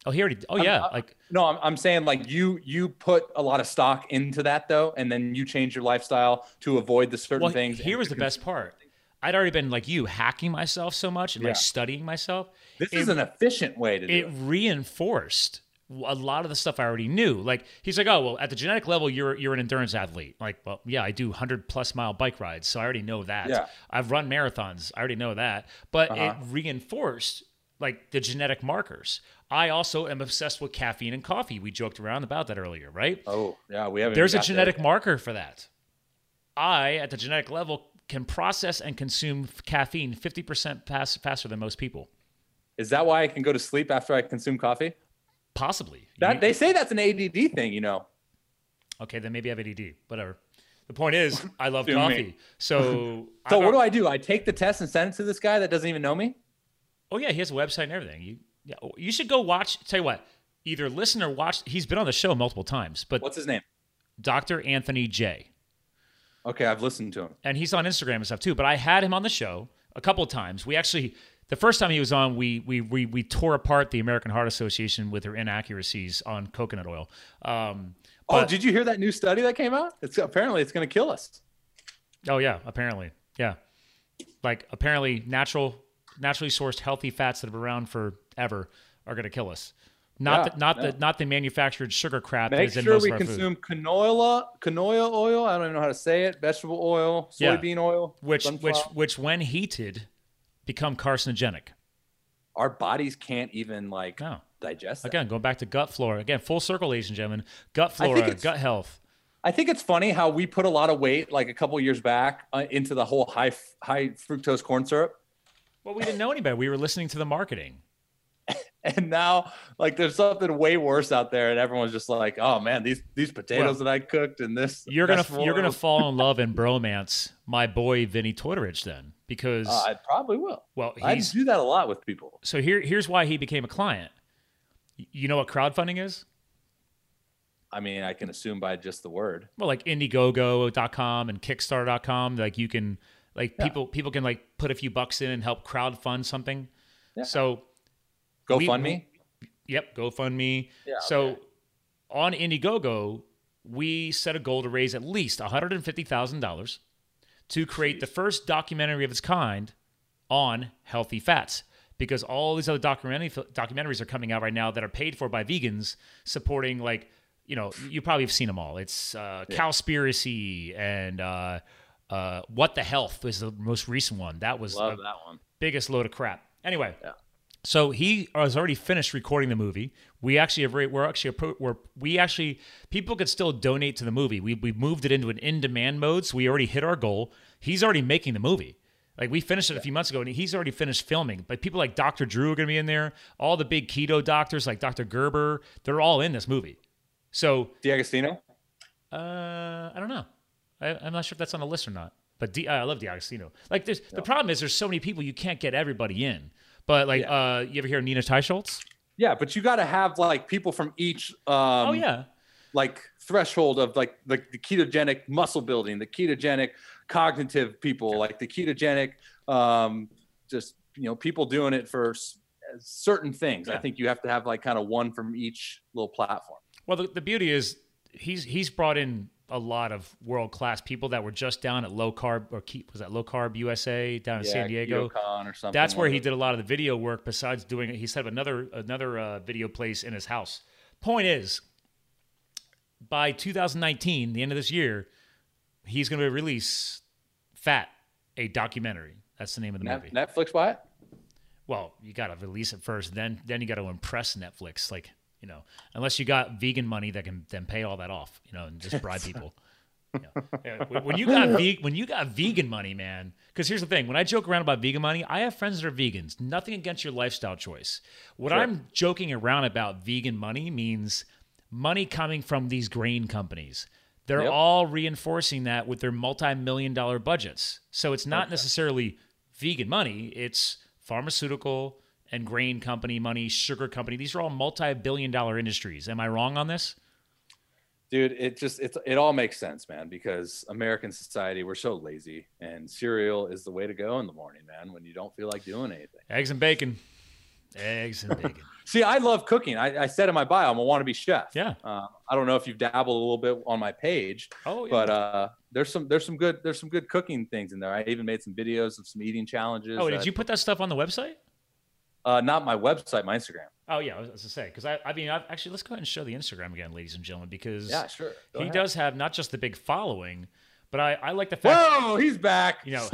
S2: oh, he already, oh, yeah. Like,
S3: No, I'm, I'm saying like you you put a lot of stock into that though, and then you change your lifestyle to avoid the certain
S2: well,
S3: things.
S2: Here
S3: and
S2: was the best part. I'd already been like you, hacking myself so much and
S3: Yeah.
S2: like studying myself.
S3: This
S2: it-
S3: is an efficient way to do
S2: It
S3: it.
S2: reinforced a lot of the stuff I already knew. Like he's like, oh well, at the genetic level, you're you're an endurance athlete. Like, well, yeah, I do hundred plus mile bike rides, so I already know that.
S3: Yeah. Uh-huh.
S2: I've run marathons, I already know that. But it reinforced like the genetic markers. I also am obsessed with caffeine and coffee. We joked around about that earlier, right?
S3: Oh yeah, we haven't.
S2: There's a
S3: got there
S2: genetic
S3: yet.
S2: marker for that. I, at the genetic level, can process and consume f- caffeine 50% pass, faster than most people.
S3: Is that why I can go to sleep after I consume coffee?
S2: Possibly.
S3: That
S2: You-
S3: they say that's an ADD thing, you know.
S2: okay, then maybe I have ADD. Whatever. The point is, I love
S3: Sue me.
S2: coffee. So,
S3: <laughs> So what do I do? I take the test and send it to this guy that doesn't even know me.
S2: Oh yeah, he has a website and everything. You, yeah, oh, you should go watch. Tell you what, either listen or watch. He's been on the show multiple times, but
S3: What's his name?
S2: Dr. Anthony J.
S3: Okay, I've listened to him.
S2: and he's on Instagram and stuff too. But I had him on the show a couple of times. We actually, the first time he was on, we we we, we tore apart the American Heart Association with their inaccuracies on coconut oil. Um,
S3: oh, did you hear that new study that came out? It's apparently it's going to kill us.
S2: Oh yeah, apparently. Yeah. Like apparently natural naturally sourced healthy fats that have been around forever are going to kill us. Not
S3: Yeah,
S2: the, not
S3: yeah.
S2: the not the manufactured sugar crap that
S3: Make
S2: is in
S3: sure
S2: most
S3: we
S2: of our food.
S3: consume canola, canola oil. I don't even know how to say it. Vegetable oil,
S2: Yeah.
S3: soybean oil,
S2: which which
S3: sunflower-
S2: which when heated become carcinogenic. Oh.
S3: our bodies can't even like
S2: No.
S3: digest. That.
S2: Again, going back to gut flora. Again, full circle, ladies and gentlemen. Gut
S3: I think
S2: flora,
S3: it's-
S2: gut health.
S3: I think it's funny how we put a lot of weight like a couple years back uh, into the whole high f- high fructose corn syrup, <laughs>
S2: Well, we didn't know any better. We were listening to the marketing.
S3: and now like there's something way worse out there, and everyone's just like, oh man, these these potatoes that I cooked and this
S2: You're gonna
S3: vegetable
S2: you're
S3: oil."
S2: gonna fall
S3: <laughs>
S2: in love and bromance my boy Vinny Toiteridge then because
S3: Uh, I probably will.
S2: well
S3: I
S2: he's
S3: do that a lot with people.
S2: so here here's why he became a client. Y- You know what crowdfunding is?
S3: I mean, I can assume by just the word.
S2: Well, like Indiegogo.com and Kickstarter.com, like you can like people people can like put a few bucks in and help crowdfund something. So We-
S3: GoFundMe.
S2: yep, GoFundMe.
S3: Yeah,
S2: so on Indiegogo, we set a goal to raise at least $150,000 to create the first documentary of its kind on healthy fats because all these other documentary documentaries are coming out right now that are paid for by vegans supporting like you know you probably have seen them all it's uh cowspiracy and uh uh what the health is the most recent one that was
S3: Love
S2: a
S3: that one.
S2: biggest load of crap. Anyway,
S3: Yeah.
S2: so he has already finished recording the movie. We actually have re- we're actually appro- we're, we actually people could still donate to the movie. We we moved it into an in demand mode, so we already hit our goal. He's already making the movie. Like we finished it a few months ago, and he's already finished filming. But people like Dr. Drew are going to be in there. All the big keto doctors, like Dr. Gerber, they're all in this movie. So
S3: D'Agostino.
S2: uh, I don't know. I, I'm not sure if that's on the list or not. But D, I love D'Agostino. Like, there's the problem is there's so many people you can't get everybody in. But like,
S3: Yeah.
S2: uh, you ever hear of Nina Teicholz?
S3: Yeah, but you got to have like people from each um,
S2: oh yeah,
S3: like threshold of like the, the ketogenic muscle building, the ketogenic cognitive people, like the ketogenic um, just you know people doing it for s- certain things. I
S2: Yeah.
S3: think you have to have like kind of one from each little platform.
S2: Well, the, the beauty is he's he's brought in a lot of world class people that were just down at low carb or keep was that low carb USA down in San Diego.
S3: KetoCon or something.
S2: That's where
S3: like
S2: he
S3: that.
S2: did a lot of the video work. Besides doing it, he set up another another uh, video place in his house. Point is, by 2019, the end of this year, he's going to release Fat, a documentary. That's the name of the movie.
S3: Net- Netflix buy it.
S2: well, you got to release it first, then then you got to impress Netflix. Like you know, unless you got vegan money that can then pay all that off, you know, and just
S3: <laughs>
S2: bribe people. You know. Yeah, when- When you got ve- when you got vegan money, man. Because here's the thing: when I joke around about vegan money, I have friends that are vegans. Nothing against your lifestyle choice. What I'm joking around about vegan money means money coming from these grain companies. They're
S3: Yep.
S2: all reinforcing that with their multi-million dollar budgets. So it's not necessarily vegan money. It's pharmaceutical and grain company money, sugar company. These are all multi-billion dollar industries. Am I wrong on this?
S3: dude it just it's it all makes sense man because american society we're so lazy and cereal is the way to go in the morning man when you don't feel like doing anything
S2: Eggs and bacon. Eggs and bacon.
S3: see i love cooking i, I said in my bio i'm a wannabe chef
S2: Yeah.
S3: um, i don't know if you've dabbled a little bit on my page
S2: Oh, yeah.
S3: but uh there's some there's some good there's some good cooking things in there i even made some videos of some eating challenges
S2: oh, did
S3: that-
S2: you put that stuff on the website?
S3: uh not my website my instagram
S2: Oh, yeah. I was going to say, because I, I mean, I've, actually, let's go ahead and show the Instagram again, ladies and gentlemen, because
S3: yeah sure Go
S2: he
S3: ahead.
S2: does have not just the big following, but I, I like the fact,
S3: whoa he's back
S2: you know,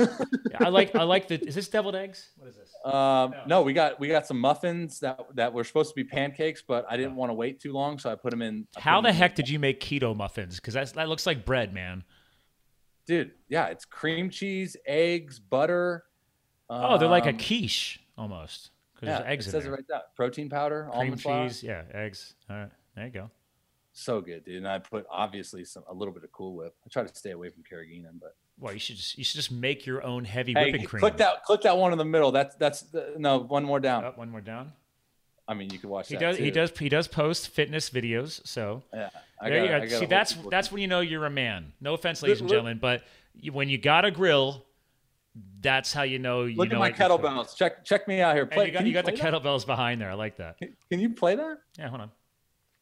S2: I like, I like the, is this deviled eggs? What is this?
S3: Um, no. we got we got some muffins that that were supposed to be pancakes, but I didn't want to wait too long, so I put them in. I put
S2: How
S3: 'em
S2: the
S3: in-
S2: heck did you make keto muffins? Because that looks like bread, man.
S3: dude? Yeah, it's cream cheese, eggs, butter.
S2: Oh, they're like a
S3: um,
S2: quiche almost. Because
S3: yeah,
S2: there's eggs
S3: it
S2: in
S3: says
S2: there.
S3: it right there. Protein powder,
S2: Cream
S3: almond flour.
S2: cheese. Yeah, eggs. All right. There you go.
S3: So good, dude. And I put obviously some a little bit of Cool Whip. I try to stay away from carrageenan, but
S2: Well, you should just you should just make your own heavy
S3: hey,
S2: whipping cream.
S3: click that click that one in the middle. That's that's the, no one more down.
S2: Up Oh, one more down.
S3: I mean, you can watch
S2: He
S3: that.
S2: does. He
S3: too.
S2: does. He does post fitness videos. So
S3: Yeah, I
S2: there
S3: got- I
S2: you go.
S3: got a
S2: See,
S3: whole
S2: that's
S3: people-
S2: that's when you know you're a man. No offense, ladies and
S3: look-
S2: gentlemen, but you, when you got a grill, that's how you know. You
S3: Look
S2: know
S3: at my
S2: what you're doing.
S3: kettlebells. Check check me out here.
S2: And
S3: Play.
S2: you got
S3: can
S2: you got the
S3: play that?
S2: kettlebells behind there. I like that.
S3: Can you play that?
S2: Yeah, hold on.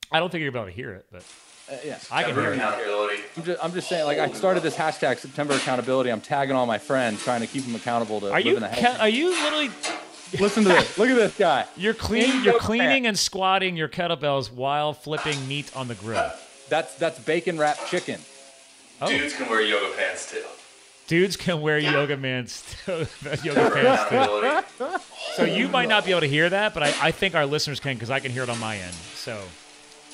S2: I don't think you're going to be able to hear it, but
S3: Uh, yeah.
S2: I can hear it.
S4: out here, Lodi.
S3: I'm just, I'm just saying, like, I started this hashtag September accountability. I'm tagging all my friends, trying to keep them accountable to
S2: Are
S3: live
S2: you
S3: in the
S2: ca-
S3: house.
S2: are you literally
S3: Listen to this. Look at this guy.
S2: you're
S3: Ain't
S2: clean you're
S3: no
S2: cleaning and squatting your kettlebells while flipping meat on the grill.
S3: That's that's bacon wrapped chicken.
S2: Oh.
S4: Dudes can wear yoga pants too.
S2: Dudes can wear yoga man's <laughs> yoga pants too.
S4: Accountability.
S2: So you might not be able to hear that, but I, I think our listeners can because I can hear it on my end. So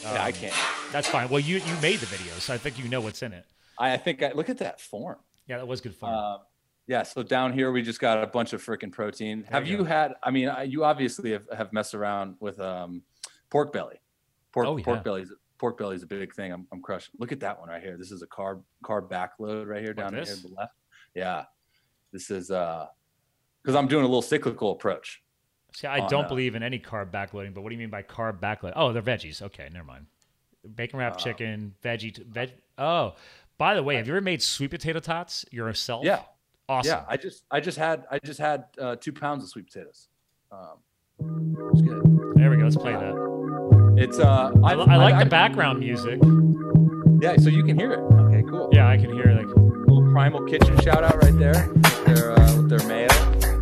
S2: Oh, um,
S3: yeah, I can't.
S2: that's fine. Well, you you made the video, so I think you know what's in it.
S3: I, I think I look at that form.
S2: Yeah, that was good fun.
S3: Um, yeah. So down here, we just got a bunch of freaking protein. Have
S2: you
S3: you,
S2: go.
S3: had? I mean, I, you obviously have, have messed around with um, pork belly. Pork,
S2: Oh, yeah.
S3: pork belly is pork belly is a big thing. I'm, I'm crushing. Look at that one right here. This is a carb carb backload right here down here
S2: this?
S3: to the left. Yeah. This is uh, because I'm doing a little cyclical approach.
S2: See, I
S3: on,
S2: don't
S3: uh,
S2: believe in any carb backloading, but what do you mean by carb backload? Oh, they're veggies. Okay, never mind. Bacon wrapped
S3: Uh.
S2: chicken, veggie, t- veg. Oh, by the way, have you ever made sweet potato tots yourself?
S3: Yeah.
S2: Awesome.
S3: Yeah, I just I just had I just had uh, two pounds of sweet potatoes. Um, it's good.
S2: There we go. Let's play that.
S3: It's uh,
S2: I,
S3: I,
S2: li- I like the
S3: I-
S2: background music.
S3: Yeah, so you can hear it. Okay, cool.
S2: Yeah, I can hear like.
S3: Little Primal Kitchen shout out right there. with Their uh, with their mayo,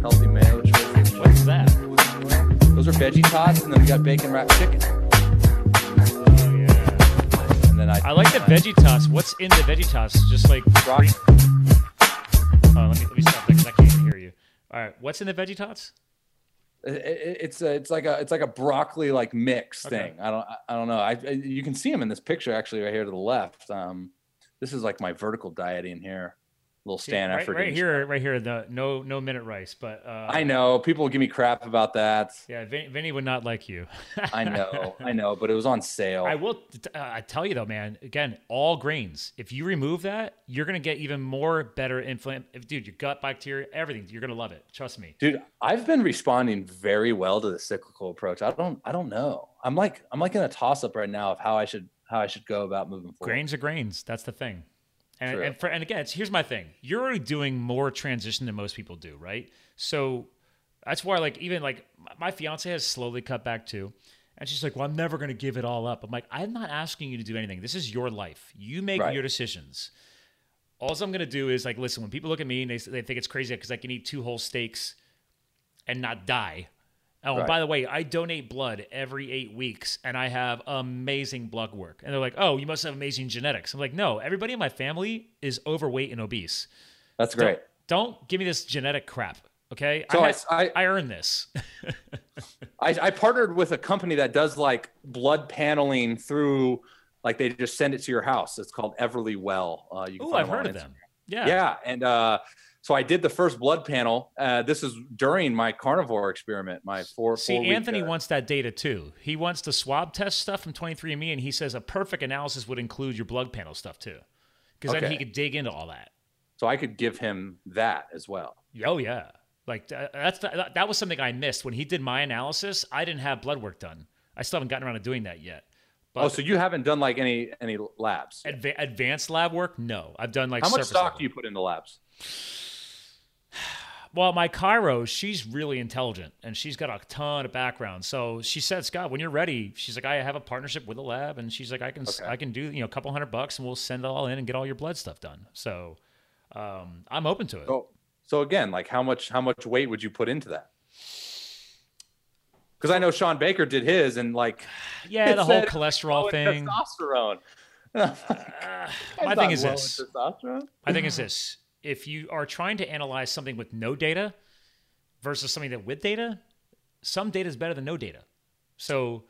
S3: healthy mayo choices.
S2: What's that?
S3: Those are veggie tots, and then we got bacon wrapped chicken.
S2: Oh yeah.
S3: And then I
S2: I like the veggie tots. What's in the veggie tots? Just like.
S3: Broccoli.
S2: Oh, let me let me stop that 'cause I can't even hear you. All right, what's in the veggie tots?
S3: It, it- it's a, it's like a it's like a broccoli like mix
S2: Okay.
S3: thing. I don't I- I don't know. I, I you can see them in this picture actually right here to the left. Um, this is like my vertical diet in here. Little Stan
S2: right,
S3: African.
S2: right here, right here. The no no minute rice, but uh,
S3: I know people give me crap about that.
S2: Yeah, Vin- Vinny would not like you. <laughs>
S3: I know, I know, but it was on sale.
S2: I will t- uh, I tell you though, man. Again, all grains. If you remove that, you're gonna get even more better inflammation. Dude, your gut bacteria, everything. You're gonna love it. Trust me.
S3: Dude, I've been responding very well to the cyclical approach. I don't, I don't know. I'm like, I'm like in a toss up right now of how I should, how I should go about moving forward.
S2: Grains are grains. That's the thing. And
S3: True.
S2: and, for, and again, it's, here's my thing. You're already doing more transition than most people do, right? So that's why, like, even like my- my fiance has slowly cut back too. And she's like, "Well, I'm never going to give it all up." I'm like, "I'm not asking you to do anything. This is your life. You make
S3: Right.
S2: your decisions." All I'm going to do is like, listen. When people look at me and they, they think it's crazy because I can eat two whole steaks and not die. Oh, and
S3: Right.
S2: by the way, I donate blood every eight weeks and I have amazing blood work. And they're like, oh, you must have amazing genetics. I'm like, no, everybody in my family is overweight and obese.
S3: That's great.
S2: Don't give me this genetic crap. Okay.
S3: So
S2: I,
S3: I-
S2: had-
S3: I-
S2: I earned this.
S3: I, I partnered with a company that does like blood paneling through, like they just send it to your house. It's called Everly Well. Uh, you can
S2: Ooh,
S3: find
S2: I've heard
S3: on
S2: of
S3: Instagram.
S2: them. Yeah.
S3: yeah and uh so i did the first blood panel uh this is during my carnivore experiment my four
S2: See,
S3: four
S2: Anthony
S3: week, uh,
S2: wants that data too. He wants the swab test stuff from 23andMe, and he says a perfect analysis would include your blood panel stuff too. Because then
S3: Okay.
S2: he could dig into all that.
S3: so i could give him that as well
S2: Oh yeah, like tha- that's the, that was something I missed when he did my analysis. I didn't have blood work done. I still haven't gotten around to doing that yet. But
S3: oh so you haven't done like any any labs
S2: adva- advanced lab work, no. I've done like
S3: how much
S2: surface
S3: stock
S2: level.
S3: do you put into labs
S2: Well, my Cairo, she's really intelligent and she's got a ton of background. So she said, Scott, when you're ready, she's like, I have a partnership with a lab, and she's like, I can
S3: Okay.
S2: I can do you know a couple hundred bucks, and we'll send it all in and get all your blood stuff done. So um, I'm open to it.
S3: oh so again like how much how much weight would you put into that because i know sean baker did his and like
S2: yeah, the
S3: It
S2: whole
S3: said-
S2: cholesterol
S3: oh,
S2: thing.
S3: and testosterone
S2: My
S3: I'm
S2: thing
S3: not
S2: is
S3: low in
S2: this.
S3: testosterone.
S2: My thing is this: if you are trying to analyze something with no data versus something that with data, some data is better than no data. So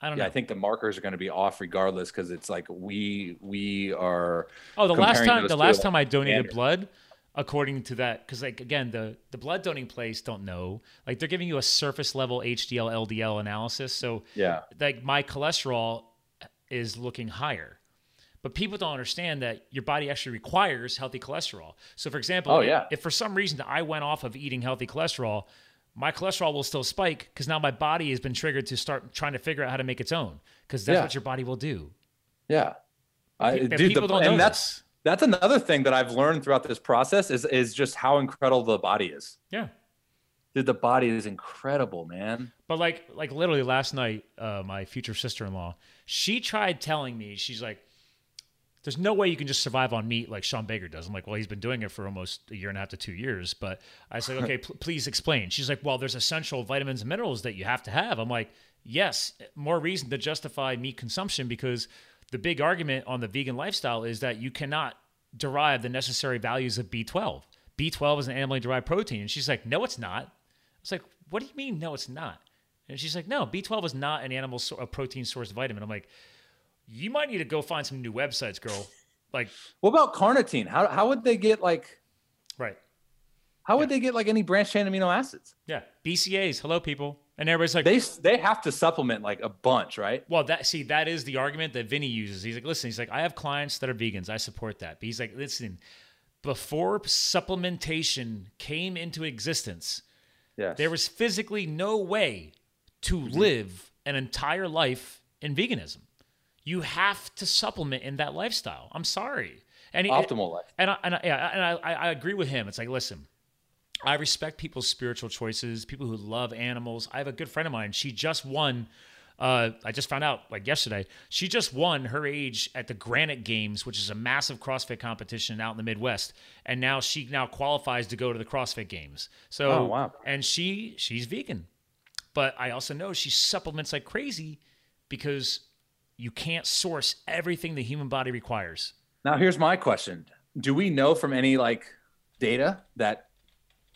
S2: I don't
S3: yeah
S2: know.
S3: i think the markers are going to be off regardless because it's like we we are
S2: oh, the last
S3: comparing
S2: time
S3: those
S2: the
S3: two
S2: last
S3: are
S2: time I donated
S3: standard.
S2: blood, according to that, because like again, the the blood donating place don't know. Like they're giving you a surface level HDL LDL analysis. So
S3: yeah
S2: like my cholesterol is looking higher. But people don't understand that your body actually requires healthy cholesterol. So, for example,
S3: Oh, yeah.
S2: if for some reason I went off of eating healthy cholesterol, my cholesterol will still spike because now my body has been triggered to start trying to figure out how to make its own because that's
S3: Yeah.
S2: what your body will do.
S3: Yeah. I,
S2: Pe-
S3: dude,
S2: people
S3: the,
S2: don't know
S3: and that's
S2: this.
S3: that's another thing that I've learned throughout this process is is just how incredible the body is.
S2: Yeah.
S3: dude, the body is incredible, man.
S2: But like, like literally last night, uh, my future sister-in-law, she tried telling me, she's like, "There's no way you can just survive on meat like Sean Baker does." I'm like, "Well, he's been doing it for almost a year and a half to two years." But I said, "Okay, pl- please explain." She's like, "Well, there's essential vitamins and minerals that you have to have." I'm like, "Yes, more reason to justify meat consumption because the big argument on the vegan lifestyle is that you cannot derive the necessary values of B12. B12 is an animally derived protein." And she's like, "No, it's not." I was like, "What do you mean? No, it's not." And she's like, "No, B12 is not an animal so- a protein source vitamin." I'm like, "You might need to go find some new websites, girl." Like,
S3: What about carnitine? How how would they get like
S2: right?
S3: how would they get like any branched chain amino acids?
S2: Yeah, BCAs. Hello, people. And everybody's like,
S3: They s- they have to supplement like a bunch, right?
S2: Well, that see, that is the argument that Vinny uses. He's like, listen, he's like, I have clients that are vegans. I support that. But he's like, listen, before supplementation came into existence,
S3: Yes.
S2: there was physically no way to live an entire life in veganism. You have to supplement in that lifestyle. I'm sorry. And he-
S3: optimal life.
S2: and I, and I, yeah, and I, I I agree with him. It's like, listen, I respect people's spiritual choices, people who love animals. I have a good friend of mine. She just won. Uh, I just found out like yesterday. She just won her age at the Granite Games, which is a massive CrossFit competition out in the Midwest, and now she now qualifies to go to the CrossFit Games. So,
S3: Oh, wow.
S2: and she she's vegan, but I also know she supplements like crazy because you can't source everything the human body requires.
S3: Now here's my question. Do we know from any like data that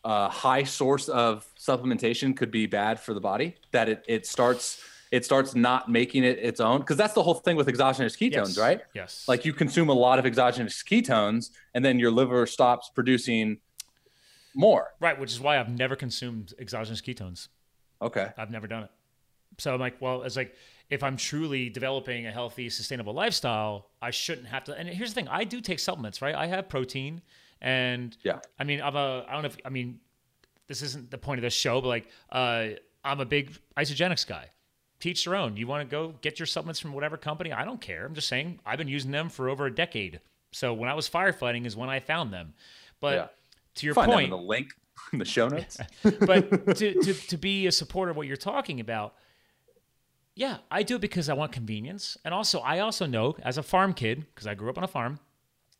S3: a high source of supplementation could be bad for the body? That it, it starts it starts not making it its own? Because that's the whole thing with exogenous ketones,
S2: Yes.
S3: right?
S2: Yes.
S3: Like you consume a lot of exogenous ketones and then your liver stops producing more.
S2: Right, which is why I've never consumed exogenous ketones.
S3: Okay.
S2: I've never done it. So I'm like, well, it's like if I'm truly developing a healthy, sustainable lifestyle, I shouldn't have to. And here's the thing: I do take supplements, right? I have protein, and
S3: Yeah.
S2: I mean, I'm a. I don't know if I mean, this isn't the point of this show, but like, uh, I'm a big isogenics guy. Teach your own. You want to go get your supplements from whatever company? I don't care. I'm just saying I've been using them for over a decade. So when I was firefighting is when I found them. But
S3: Yeah.
S2: to your
S3: Find out in
S2: point,
S3: the link in the show notes.
S2: but to, to, to be a supporter of what you're talking about, yeah, I do it because I want convenience. And also, I also know as a farm kid, because I grew up on a farm.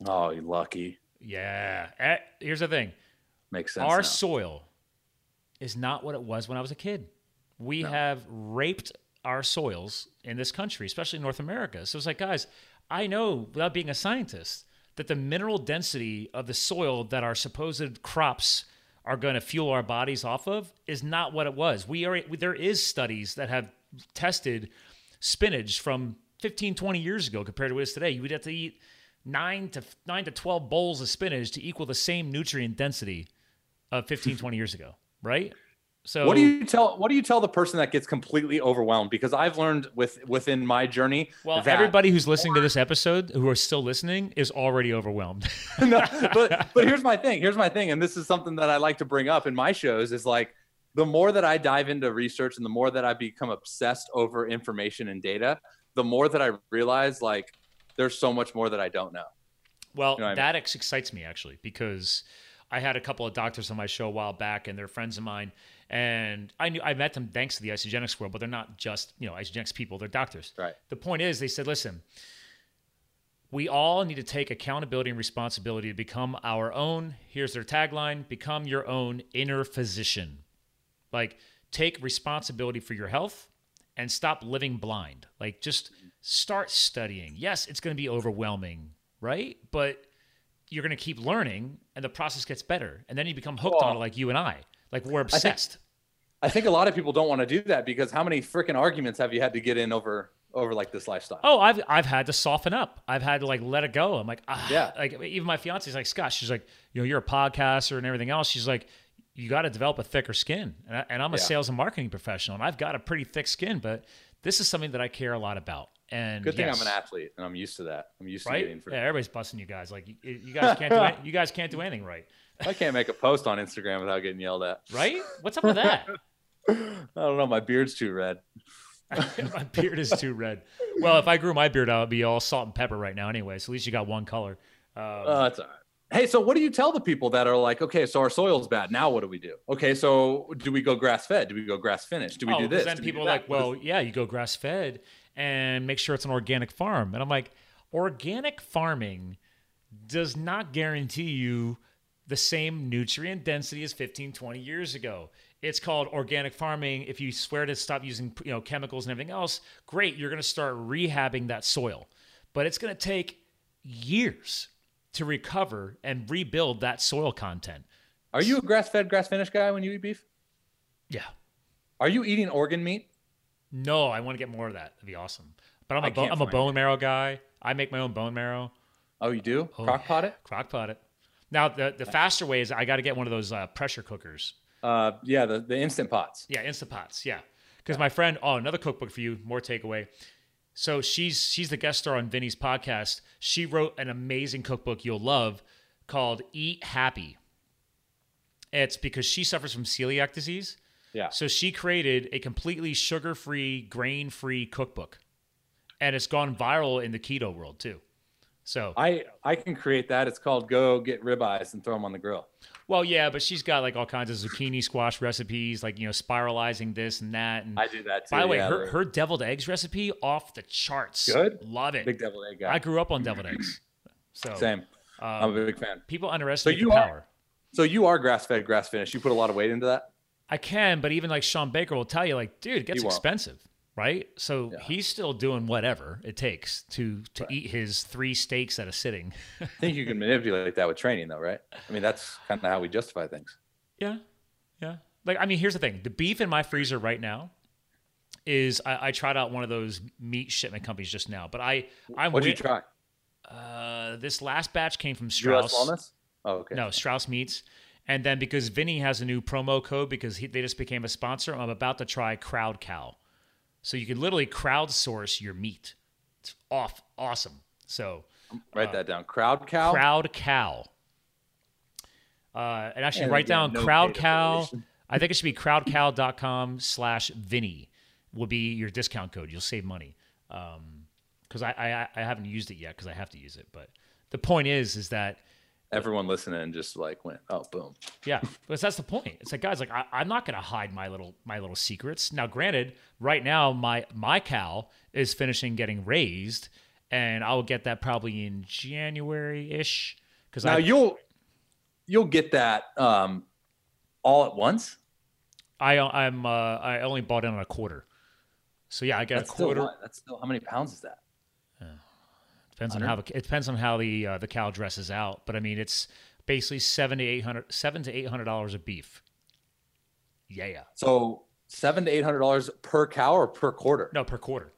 S3: oh, you lucky.
S2: Yeah. Eh, Here's the thing
S3: Makes sense.
S2: our
S3: now.
S2: soil is not what it was when I was a kid. We have raped our soils in this country, especially in North America. So it's like, guys, I know without being a scientist that the mineral density of the soil that our supposed crops are going to fuel our bodies off of is not what it was. We are there is studies that have tested spinach from 15 20 years ago compared to what it is today. You would have to eat 9 to 9 to 12 bowls of spinach to equal the same nutrient density of 15 20 years ago right so
S3: What do you tell what do you tell the person that gets completely overwhelmed? Because I've learned with within my journey
S2: well
S3: that-
S2: everybody who's listening to this episode who are still listening is already overwhelmed
S3: <laughs>
S2: <laughs>
S3: No, but but here's my thing. Here's my thing, and this is something that I like to bring up in my shows is like the more that I dive into research and the more that I become obsessed over information and data, the more that I realize like there's so much more that I don't know.
S2: Well,
S3: You know what I mean?
S2: that ex- excites me actually because I had a couple of doctors on my show a while back, and they're friends of mine. And I knew I met them thanks to the isogenics world, but they're not just you know isogenics people; they're doctors.
S3: Right.
S2: The point is, they said, listen, we all need to take accountability and responsibility to become our own. Here's their tagline: Become your own inner physician. Like, take responsibility for your health and stop living blind. Like, just start studying. Yes, it's going to be overwhelming, right? But you're going to keep learning and the process gets better. And then you become hooked on it, like you and I. Like, we're obsessed.
S3: I think a lot of people don't want to do that because how many freaking arguments have you had to get in over over like this lifestyle?
S2: Oh, I've I've had to soften up. I've had to like let it go. I'm like, ah,
S3: Yeah.
S2: Like even my fiance's like Scott. She's like, you know, you're a podcaster and everything else. She's like, you got to develop a thicker skin. And, I, and I'm a
S3: Yeah.
S2: sales and marketing professional, and I've got a pretty thick skin, but this is something that I care a lot about. And
S3: Good thing
S2: yes,
S3: I'm an athlete and I'm used to that. I'm used to
S2: right?
S3: getting for
S2: Yeah, everybody's busting you guys. Like you, you guys
S3: <laughs>
S2: can't do any, you guys can't do anything right,
S3: I can't make a post on Instagram without getting yelled at.
S2: right? What's up with
S3: <laughs>
S2: that? <laughs>
S3: I don't know, my beard's too red.
S2: my beard is too red. Well, if I grew my beard out, it'd be all salt and pepper right now anyway. So at least you got one color. Um,
S3: Oh, that's all right. hey, so what do you tell the people that are like, okay, so our soil's bad. Now what do we do? Okay, so do we go grass fed? Do we go grass finished? Do we
S2: oh,
S3: do
S2: 'cause
S3: this?
S2: Then
S3: Do we
S2: people are
S3: do
S2: like,
S3: that?
S2: well, yeah, you go grass fed and make sure it's an organic farm. And I'm like, organic farming does not guarantee you the same nutrient density as 15, 20 years ago. It's called organic farming. If you swear to stop using you know chemicals and everything else, great, you're going to start rehabbing that soil. But it's going to take years to recover and rebuild that soil content.
S3: are you a grass fed, grass finished guy when you eat beef?
S2: Yeah.
S3: Are you eating organ meat?
S2: No, I want to get more of that. That'd be awesome. But I'm a
S3: I
S2: bo-
S3: can't
S2: I'm a
S3: find
S2: bone marrow guy. I make my own bone marrow.
S3: Oh, you do?
S2: Oh,
S3: Crock pot
S2: yeah.
S3: it?
S2: Crock pot it. Now the the faster way is I got to get one of those uh, pressure cookers.
S3: Uh, yeah, the, the instant pots.
S2: Yeah, Instapots. Yeah, because my friend. Oh, another cookbook for you. More takeaway. So she's she's the guest star on Vinny's podcast. She wrote an amazing cookbook you'll love called Eat Happy. It's because she suffers from celiac disease.
S3: Yeah.
S2: So she created a completely sugar-free, grain-free cookbook, and it's gone viral in the keto world too. So,
S3: I, I can create that. It's called go get ribeyes and throw them on the grill.
S2: well, yeah, but she's got like all kinds of zucchini squash recipes, like you know, spiralizing this and that. And
S3: I do that too.
S2: by the way,
S3: yeah,
S2: her,
S3: the
S2: her deviled eggs recipe off the charts.
S3: Good?
S2: love it.
S3: big devil egg guy.
S2: I grew up on deviled eggs, so
S3: Same. I'm a big fan.
S2: people underestimate
S3: So you
S2: the
S3: are-
S2: power.
S3: So you are grass fed, grass finished. You put a lot of weight into that.
S2: I can, but even like Sean Baker will tell you, like, dude, it gets
S3: won't.
S2: expensive, right? So he's still doing whatever it takes to to eat his three steaks at a sitting.
S3: I think you can manipulate that with training, though, right? I mean, that's kind of how we justify things.
S2: Yeah. Yeah. Like, I mean, here's the thing the beef in my freezer right now is I, I tried out one of those meat shipment companies just now, but I, I'm
S3: What'd you
S2: wi-
S3: try?
S2: Uh, this last batch came from
S3: U.S.
S2: Strauss.
S3: Wellness? Oh, okay.
S2: No, Strauss Meats. And then because Vinny has a new promo code because he, they just became a sponsor, I'm about to try Crowd Cow. So you can literally crowdsource your meat. It's off awesome. So
S3: Write that down. Crowd cow.
S2: uh, Crowd Cow. Uh, and actually
S3: And
S2: write
S3: again,
S2: down
S3: no
S2: Crowd
S3: paid
S2: Cow.
S3: affiliation.
S2: I think it should be crowdcow.com slash Vinny will be your discount code. You'll save money. Um 'cause because I, I I haven't used it yet because I have to use it. But the point is is that
S3: Everyone listening just like went, oh, boom.
S2: yeah, because that's the point. It's like, guys, like I, I'm not gonna hide my little my little secrets. Now, granted, right now my my cow is finishing getting raised, and I will get that probably in January ish. Because
S3: Now
S2: I
S3: you'll you'll get that um, all at once.
S2: I I'm uh, I only bought in on a quarter, so yeah, I got
S3: That's
S2: a
S3: still,
S2: quarter.
S3: what? that's still how many pounds is that?
S2: depends on how the, it depends on how the uh, the cow dresses out. But I mean, it's basically seven to eight hundred seven to eight hundred dollars of beef. Yeah, yeah,
S3: So seven to eight hundred dollars per cow or per quarter.
S2: no per quarter.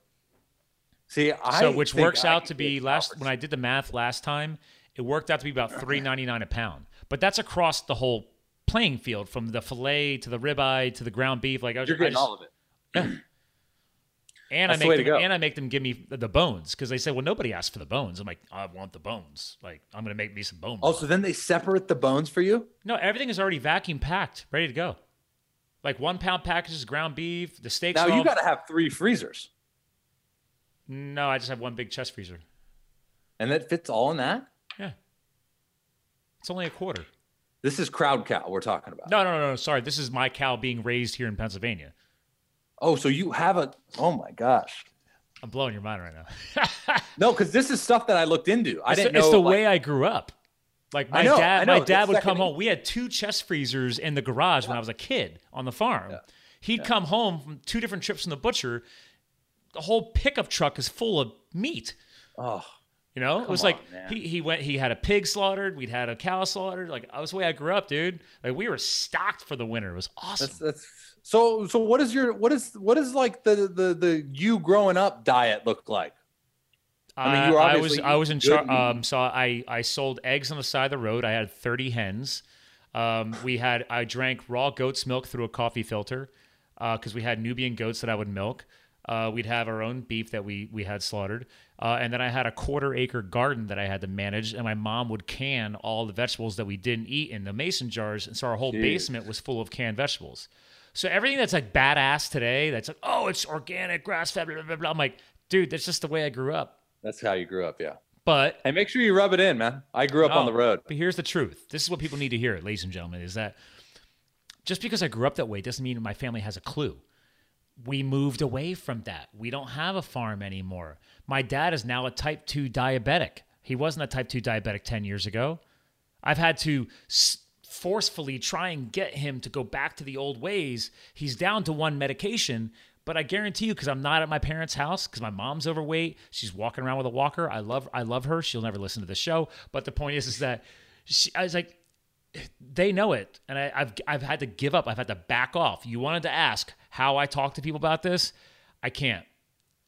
S3: See, I
S2: so which
S3: think
S2: works
S3: I
S2: out
S3: could
S2: to
S3: be
S2: be
S3: a
S2: last
S3: coward.
S2: when I did the math last time, it worked out to be about three ninety nine a pound. But that's across the whole playing field, from the fillet to the ribeye to the ground beef. Like I,
S3: you're
S2: I
S3: getting
S2: just-
S3: all of it.
S2: and I
S3: That's the
S2: make
S3: way to
S2: them,
S3: go.
S2: and I make them give me the bones because they say, well, nobody asked for the bones. I'm like, I want the bones. Like I'm gonna make me some bones.
S3: Oh, so then they separate the bones for you.
S2: no, everything is already vacuum packed, ready to go. Like one pound packages ground beef, the steaks.
S3: Now
S2: are
S3: you
S2: all-
S3: got to have three freezers,
S2: no, I just have one big chest freezer.
S3: and that fits all in that.
S2: Yeah, it's only a quarter.
S3: This is crowd cow we're talking about.
S2: No, no, no, no. Sorry, this is my cow being raised here in Pennsylvania.
S3: Oh, so you have a oh my gosh.
S2: I'm blowing your mind right now.
S3: No, because this is stuff that I looked into. I
S2: it's
S3: didn't
S2: the, it's
S3: know
S2: the
S3: like,
S2: way I grew up. Like my
S3: I know,
S2: dad,
S3: I know,
S2: my dad
S3: it's
S2: would come
S3: secondhand.
S2: home. We had two chest freezers in the garage when I was a kid on the farm. He'd come home from two different trips from the butcher. The whole pickup truck is full of meat.
S3: oh
S2: You know, it was
S3: on,
S2: like
S3: man.
S2: he, he went, he had a pig slaughtered. We'd had a cow slaughtered. Like that was the way I grew up, dude. Like we were stocked for the winter. It was awesome.
S3: that's that's so so what is your what is what is like the the the you growing up diet look like?
S2: I
S3: mean, you were
S2: I
S3: obviously
S2: was I was in
S3: good
S2: charge.
S3: meat.
S2: Um, so I I sold eggs on the side of the road. I had thirty hens. Um, we had I drank raw goat's milk through a coffee filter because we had Nubian goats that I would milk. Uh, we'd have our own beef that we we had slaughtered, uh, and then I had a quarter acre garden that I had to manage. And my mom would can all the vegetables that we didn't eat in the mason jars, and so our whole basement was full of canned vegetables. So everything that's like badass today, that's like oh it's organic, grass fed, blah blah blah. I'm like, dude, that's just the way I grew up.
S3: That's how you grew up, yeah.
S2: But
S3: And make sure you rub it in, man. I grew up on
S2: No.
S3: the road.
S2: But here's the truth. This is what people need to hear, ladies and gentlemen, is that just because I grew up that way doesn't mean my family has a clue. We moved away from that. We don't have a farm anymore. My dad is now a type 2 diabetic. He wasn't a type 2 diabetic 10 years ago. I've had to s- forcefully try and get him to go back to the old ways. He's down to one medication, but I guarantee you, because I'm not at my parents' house, because my mom's overweight, she's walking around with a walker. I love, I love her. She'll never listen to the show. But the point is, is that she, I was like, they know it, and I, I've, I've had to give up. I've had to back off. You wanted to ask how I talk to people about this. I can't.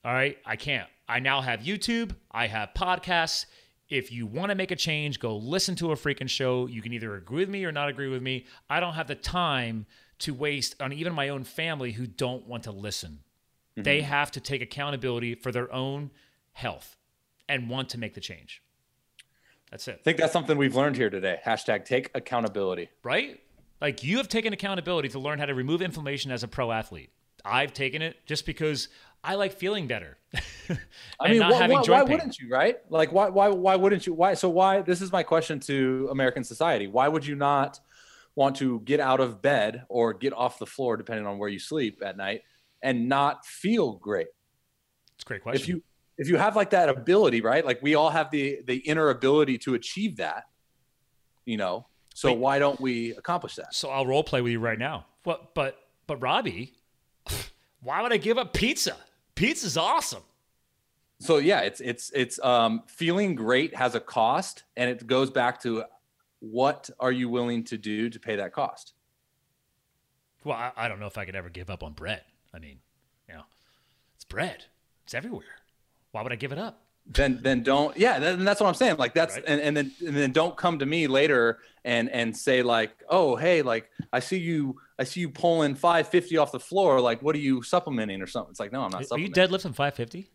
S2: All right, I can't. I now have YouTube, I have podcasts. If you want to make a change, go listen to a freaking show. You can either agree with me or not agree with me. I don't have the time to waste on even my own family who don't want to listen. They have to take accountability for their own health and want to make the change. That's it
S3: I think that's something we've learned here today. Hashtag take accountability.
S2: right? Like you have taken accountability to learn how to remove inflammation as a pro athlete. I've taken it just because I like feeling better. <laughs>
S3: I
S2: And
S3: mean,
S2: not
S3: why,
S2: having
S3: why,
S2: joint
S3: why
S2: pain.
S3: wouldn't you, right? Like, why, why, why wouldn't you? Why? So, why? This is my question to American society. Why would you not want to get out of bed or get off the floor, depending on where you sleep at night, and not feel great?
S2: It's a great
S3: If
S2: question.
S3: you if you have like that ability, right? Like, we all have the the inner ability to achieve that, you know. So
S2: Wait.
S3: why don't we accomplish that?
S2: so I'll role play with you right now. What but but Robbie, <sighs> why would I give up pizza? Pizza's awesome.
S3: so yeah it's it's it's um feeling great has a cost and it goes back to what are you willing to do to pay that cost
S2: Well, I, I don't know if I could ever give up on bread. I mean, you know, it's bread. It's everywhere. Why would I give it up?
S3: then then don't yeah then that's what i'm saying like that's
S2: Right.
S3: and, and then and then don't come to me later and and say like oh hey like i see you i see you pulling 550 off the floor like what are you supplementing or something it's like no i'm not
S2: Are you
S3: supplementing
S2: deadlifting 550?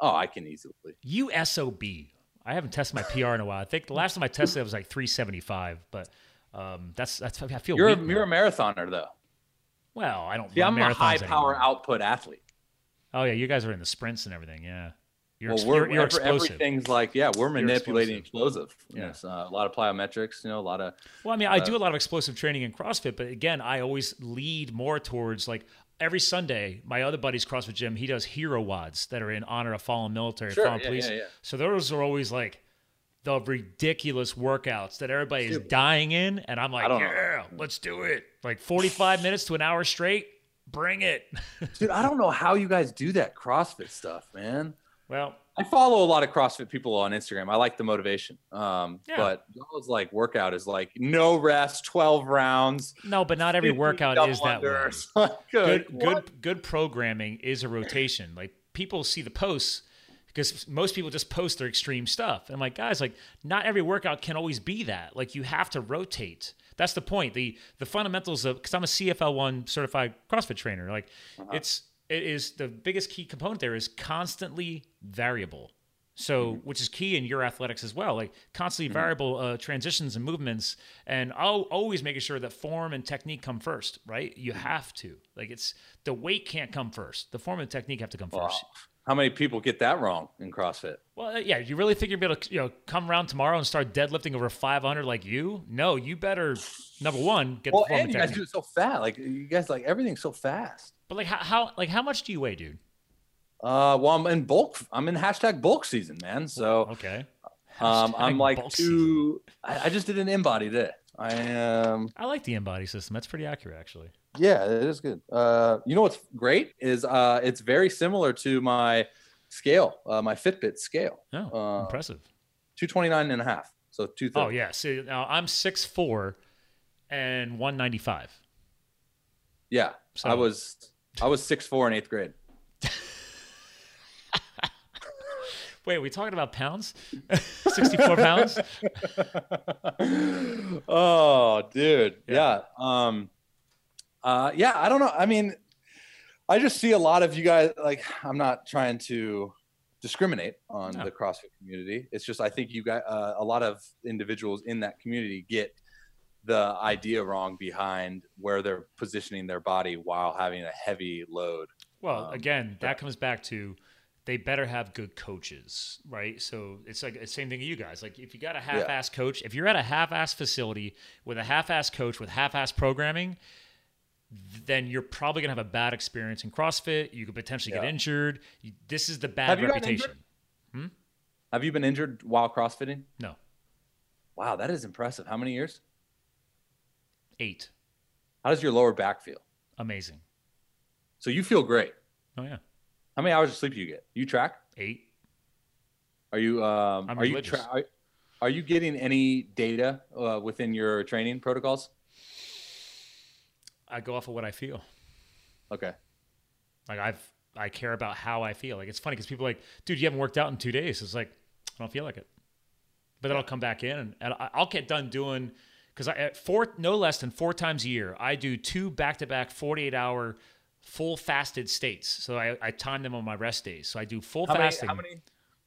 S3: oh i can easily
S2: You sob. I haven't tested my PR in a while. I think the last time I tested it was like 375, but um, that's that's I feel
S3: you're
S2: weak
S3: a, you're a
S2: now.
S3: marathoner though
S2: well. I don't.
S3: yeah i'm
S2: run
S3: a
S2: marathons
S3: high power
S2: anymore.
S3: output athlete
S2: Oh yeah, you guys are in the sprints and everything. Yeah, you're, ex-
S3: well, we're,
S2: you're, you're
S3: every-
S2: explosive.
S3: everything's like, yeah, we're manipulating explosive.
S2: Yeah.
S3: Yes, uh, a lot of plyometrics, you know, a lot of
S2: Well, I mean, I
S3: uh,
S2: do a lot of explosive training in CrossFit, but again, I always lead more towards like every Sunday, my other buddy's CrossFit gym, he does hero wads that are in honor of fallen military,
S3: Sure,
S2: fallen
S3: yeah,
S2: police.
S3: yeah, yeah.
S2: So those are always like the ridiculous workouts that everybody is dying in. And I'm like,
S3: I don't know.
S2: yeah, let's do it. Like 45 minutes to an hour straight, bring it. <laughs>
S3: dude. I don't know how you guys do that CrossFit stuff, man.
S2: well,
S3: I follow a lot of CrossFit people on Instagram. I like the motivation, um,
S2: Yeah.
S3: but y'all's like workout is like no rest, twelve rounds.
S2: no, but not every
S3: 50
S2: workout
S3: double
S2: is that way.
S3: unders. <laughs> Like,
S2: good
S3: what?
S2: good good programming is a rotation. Like people see the posts because most people just post their extreme stuff. And I'm like, guys, like not every workout can always be that. Like you have to rotate. That's the point. The the fundamentals of because I'm a CFL one certified CrossFit trainer. Like
S3: Uh-huh.
S2: it's it is the biggest key component there is constantly variable. So,
S3: Mm-hmm.
S2: which is key in your athletics as well, like constantly variable uh, transitions and movements, and al- always making sure that form and technique come first, right? You
S3: Mm-hmm.
S2: have to. Like, it's the weight can't come first. The form and technique have to come first.
S3: How many people get that wrong in CrossFit?
S2: Well, uh, yeah, you really think you're gonna be able to, you know, come around tomorrow and start deadlifting over 500 like you? No, you better, number one, get
S3: Well,
S2: the form
S3: and
S2: and
S3: you guys
S2: technique.
S3: do it so fast. Like you guys like everything's so fast.
S2: but, like, how, how, like, how much do you weigh, dude?
S3: Uh, well, I'm in bulk. I'm in hashtag bulk season, man. So
S2: Okay. Hashtag
S3: Um, I'm like
S2: bulk
S3: two. I, I just did an in body today. I um
S2: I like the in-body system. That's pretty accurate, actually.
S3: yeah, it is good. Uh, you know what's great is uh, it's very similar to my scale, uh, my Fitbit scale,
S2: No,
S3: Uh,
S2: Oh, impressive.
S3: 229 and a half. So two.
S2: Oh yeah. See, now I'm six four and one ninety five.
S3: yeah.
S2: So-
S3: I was I was six four in eighth grade.
S2: Wait, are we talking about pounds? <laughs> Sixty four pounds.
S3: <laughs> oh, dude. Yeah. Um uh yeah, I don't know. I mean, I just see a lot of you guys like I'm not trying to discriminate on
S2: No.
S3: the CrossFit community. It's just I think you guys uh, a lot of individuals in that community get the idea wrong behind where they're positioning their body while having a heavy load.
S2: Well,
S3: Um,
S2: again, that comes back to they better have good coaches, right? So it's like the same thing to you guys. Like if you got a half-ass coach, if you're at a half-ass facility with a half-ass coach with half-ass programming, then you're probably gonna have a bad experience in CrossFit. You could potentially get
S3: Yeah.
S2: injured. You- This is the bad
S3: Have you gotten
S2: reputation.
S3: injured? Have you been injured while crossfitting?
S2: No,
S3: Wow, that is impressive. How many years?
S2: eight,
S3: How does your lower back feel?
S2: amazing.
S3: So you feel great.
S2: Oh yeah,
S3: How many hours of sleep do you get? You track?
S2: eight.
S3: Are you um,
S2: I'm
S3: are you
S2: religious.
S3: tra- are, are you getting any data uh, within your training protocols?
S2: I go off of what I feel.
S3: Okay.
S2: Like I've I care about how I feel. Like it's funny because people are like, dude, you haven't worked out in two days. It's like I don't feel like it. But then I'll come back in and, and I- I'll get done doing because I at four no less than four times a year I do two back to back forty eight hour full fasted states. So I, I time them on my rest days. So I do full
S3: How many,
S2: fasting.
S3: how many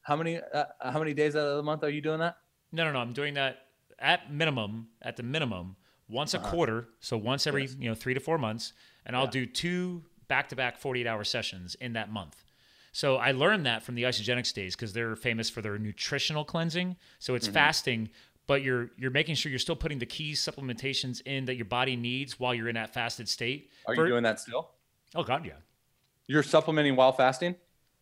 S3: how many uh, how many days out of the month are you doing that?
S2: No, no, no. I'm doing that at minimum, at the minimum, once
S3: Uh-huh.
S2: a quarter. So once every, you know, three to four months. And I'll do two back to back 48 hour sessions in that month. So I learned that from the isogenics days because they're famous for their nutritional cleansing. So
S3: Mm-hmm.
S2: it's fasting, but you're you're making sure you're still putting the key supplementations in that your body needs while you're in that fasted state.
S3: Are
S2: For-
S3: you doing that still?
S2: Oh god, yeah.
S3: You're supplementing while fasting?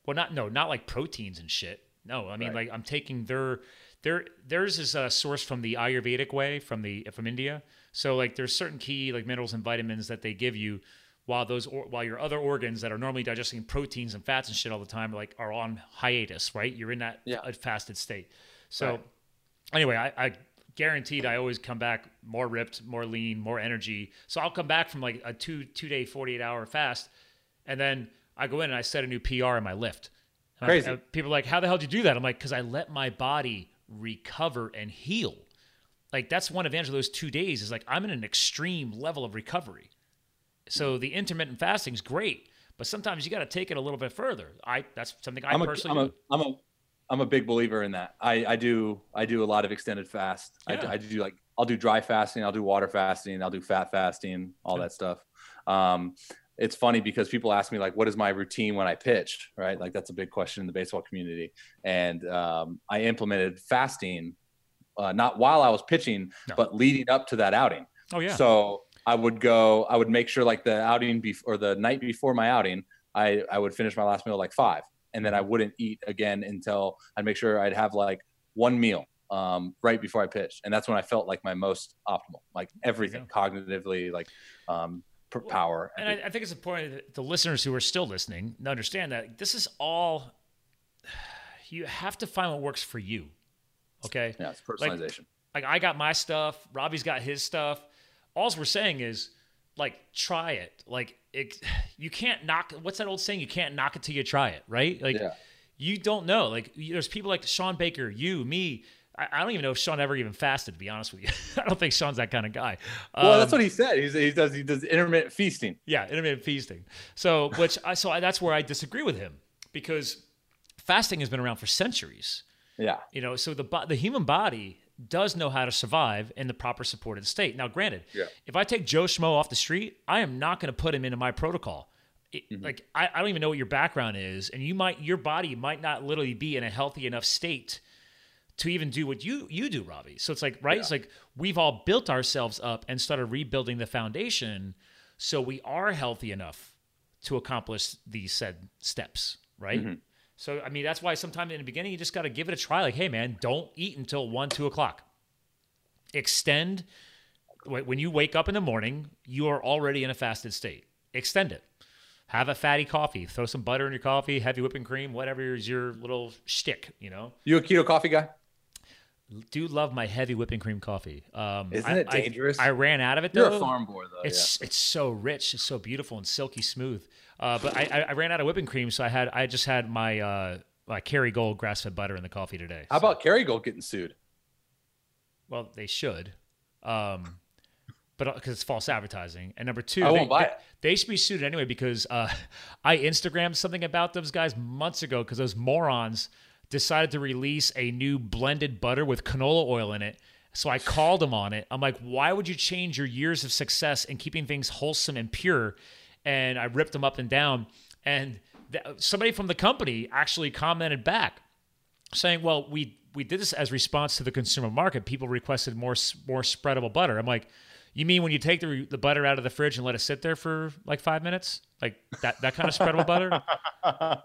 S2: Well, not no, not like proteins and shit. No, I mean
S3: Right.
S2: like I'm taking their their theirs is a source from the Ayurvedic way from the from India. So like there's certain key like minerals and vitamins that they give you while those or, while your other organs that are normally digesting proteins and fats and shit all the time like are on hiatus, right? You're in that
S3: Yeah.
S2: uh, fasted state. So
S3: Right.
S2: anyway, I, I guaranteed I always come back more ripped, more lean, more energy. So I'll come back from like a two two day forty eight hour fast, and then I go in and I set a new PR in my lift. And I-
S3: Crazy.
S2: and people are like, "How the hell did you do that?" I'm like, "Cause I let my body recover and heal." Like that's one advantage of those two days is like I'm in an extreme level of recovery. So the intermittent fasting is great, but sometimes you got to take it a little bit further. I that's something I
S3: I'm a, I'm
S2: personally
S3: a
S2: do.
S3: I'm a I'm a big believer in that. I, I do I do a lot of extended fast.
S2: Yeah.
S3: I, I do like I'll do dry fasting, I'll do water fasting, I'll do fat fasting, all that stuff. Um, it's funny because people ask me like, what is my routine when I pitch, right? Like that's a big question in the baseball community. And um, I implemented fasting, uh, not while I was pitching,
S2: No.
S3: but leading up to that outing.
S2: oh yeah,
S3: So I would go, I would make sure like the outing before or the night before my outing, I, I would finish my last meal at like five and then I
S2: Mm-hmm.
S3: wouldn't eat again until I'd make sure I'd have like one meal um, right before I pitched. And that's when I felt like my most optimal, like everything cognitively, like um, per power.
S2: And I, I think it's important that the listeners who are still listening to understand that this is all <sighs> you have to find what works for you. Okay.
S3: yeah, it's
S2: like-
S3: personalization.
S2: Like I got my stuff, Robbie's got his stuff. Alls we're saying is like try it. Like it, <sighs> you can't knock what's that old saying? You can't knock it till you try it, right? Like
S3: Yeah.
S2: you don't know. Like you- there's people like Sean Baker, you, me. I, I don't even know if Sean ever even fasted, to be honest with you. <laughs> I don't think Sean's that kind of guy.
S3: well,
S2: Um,
S3: that's what he said. He's, he does, he does intermittent feasting.
S2: yeah, intermittent feasting. So, which I, so I, that's where I disagree with him because fasting has been around for centuries.
S3: Yeah.
S2: You know, so the bo- the human body does know how to survive in the proper supported state. Now, granted,
S3: Yeah.
S2: if I take Joe Schmo off the street, I am not going to put him into my protocol. It- Like I, I don't even know what your background is, and you might your body might not literally be in a healthy enough state to even do what you you do, Robbie. So it's like right, it's like we've all built ourselves up and started rebuilding the foundation, so we are healthy enough to accomplish these said steps, right? So I mean, that's why sometimes in the beginning you just got to give it a try. Like, hey man, don't eat until one, two o'clock. Extend wh- when you wake up in the morning, you are already in a fasted state. Extend it. Have a fatty coffee. Throw some butter in your coffee. Heavy whipping cream. Whatever is your little shtick, you know.
S3: You a keto coffee guy?
S2: Do love my heavy whipping cream coffee. Um,
S3: Isn't
S2: I-
S3: it
S2: I-
S3: dangerous?
S2: I, ran out of it.
S3: You're
S2: though.
S3: a farm boy though.
S2: It's it's so rich, it's so beautiful and silky smooth. Uh, but I, I, I ran out of whipping cream, so I had I just had my uh, my Kerrygold grass fed butter in the coffee today.
S3: yeah. How
S2: So-
S3: about Kerrygold getting sued?
S2: well, they should, um, but because it's false advertising. And number two,
S3: I
S2: they,
S3: won't buy
S2: they,
S3: it.
S2: they should be sued anyway because uh, <laughs> I Instagrammed something about those guys months ago because those morons decided to release a new blended butter with canola oil in it. So I called them on it. I'm like, why would you change your years of success in keeping things wholesome and pure? And I ripped them up and down. And th- somebody from the company actually commented back saying, "Well, we we did this as response to the consumer market. People requested more s- more spreadable butter." I'm like, "You mean when you take the re- the butter out of the fridge and let it sit there for like 5 minutes? Like that that kind of
S5: <laughs>
S2: spreadable butter?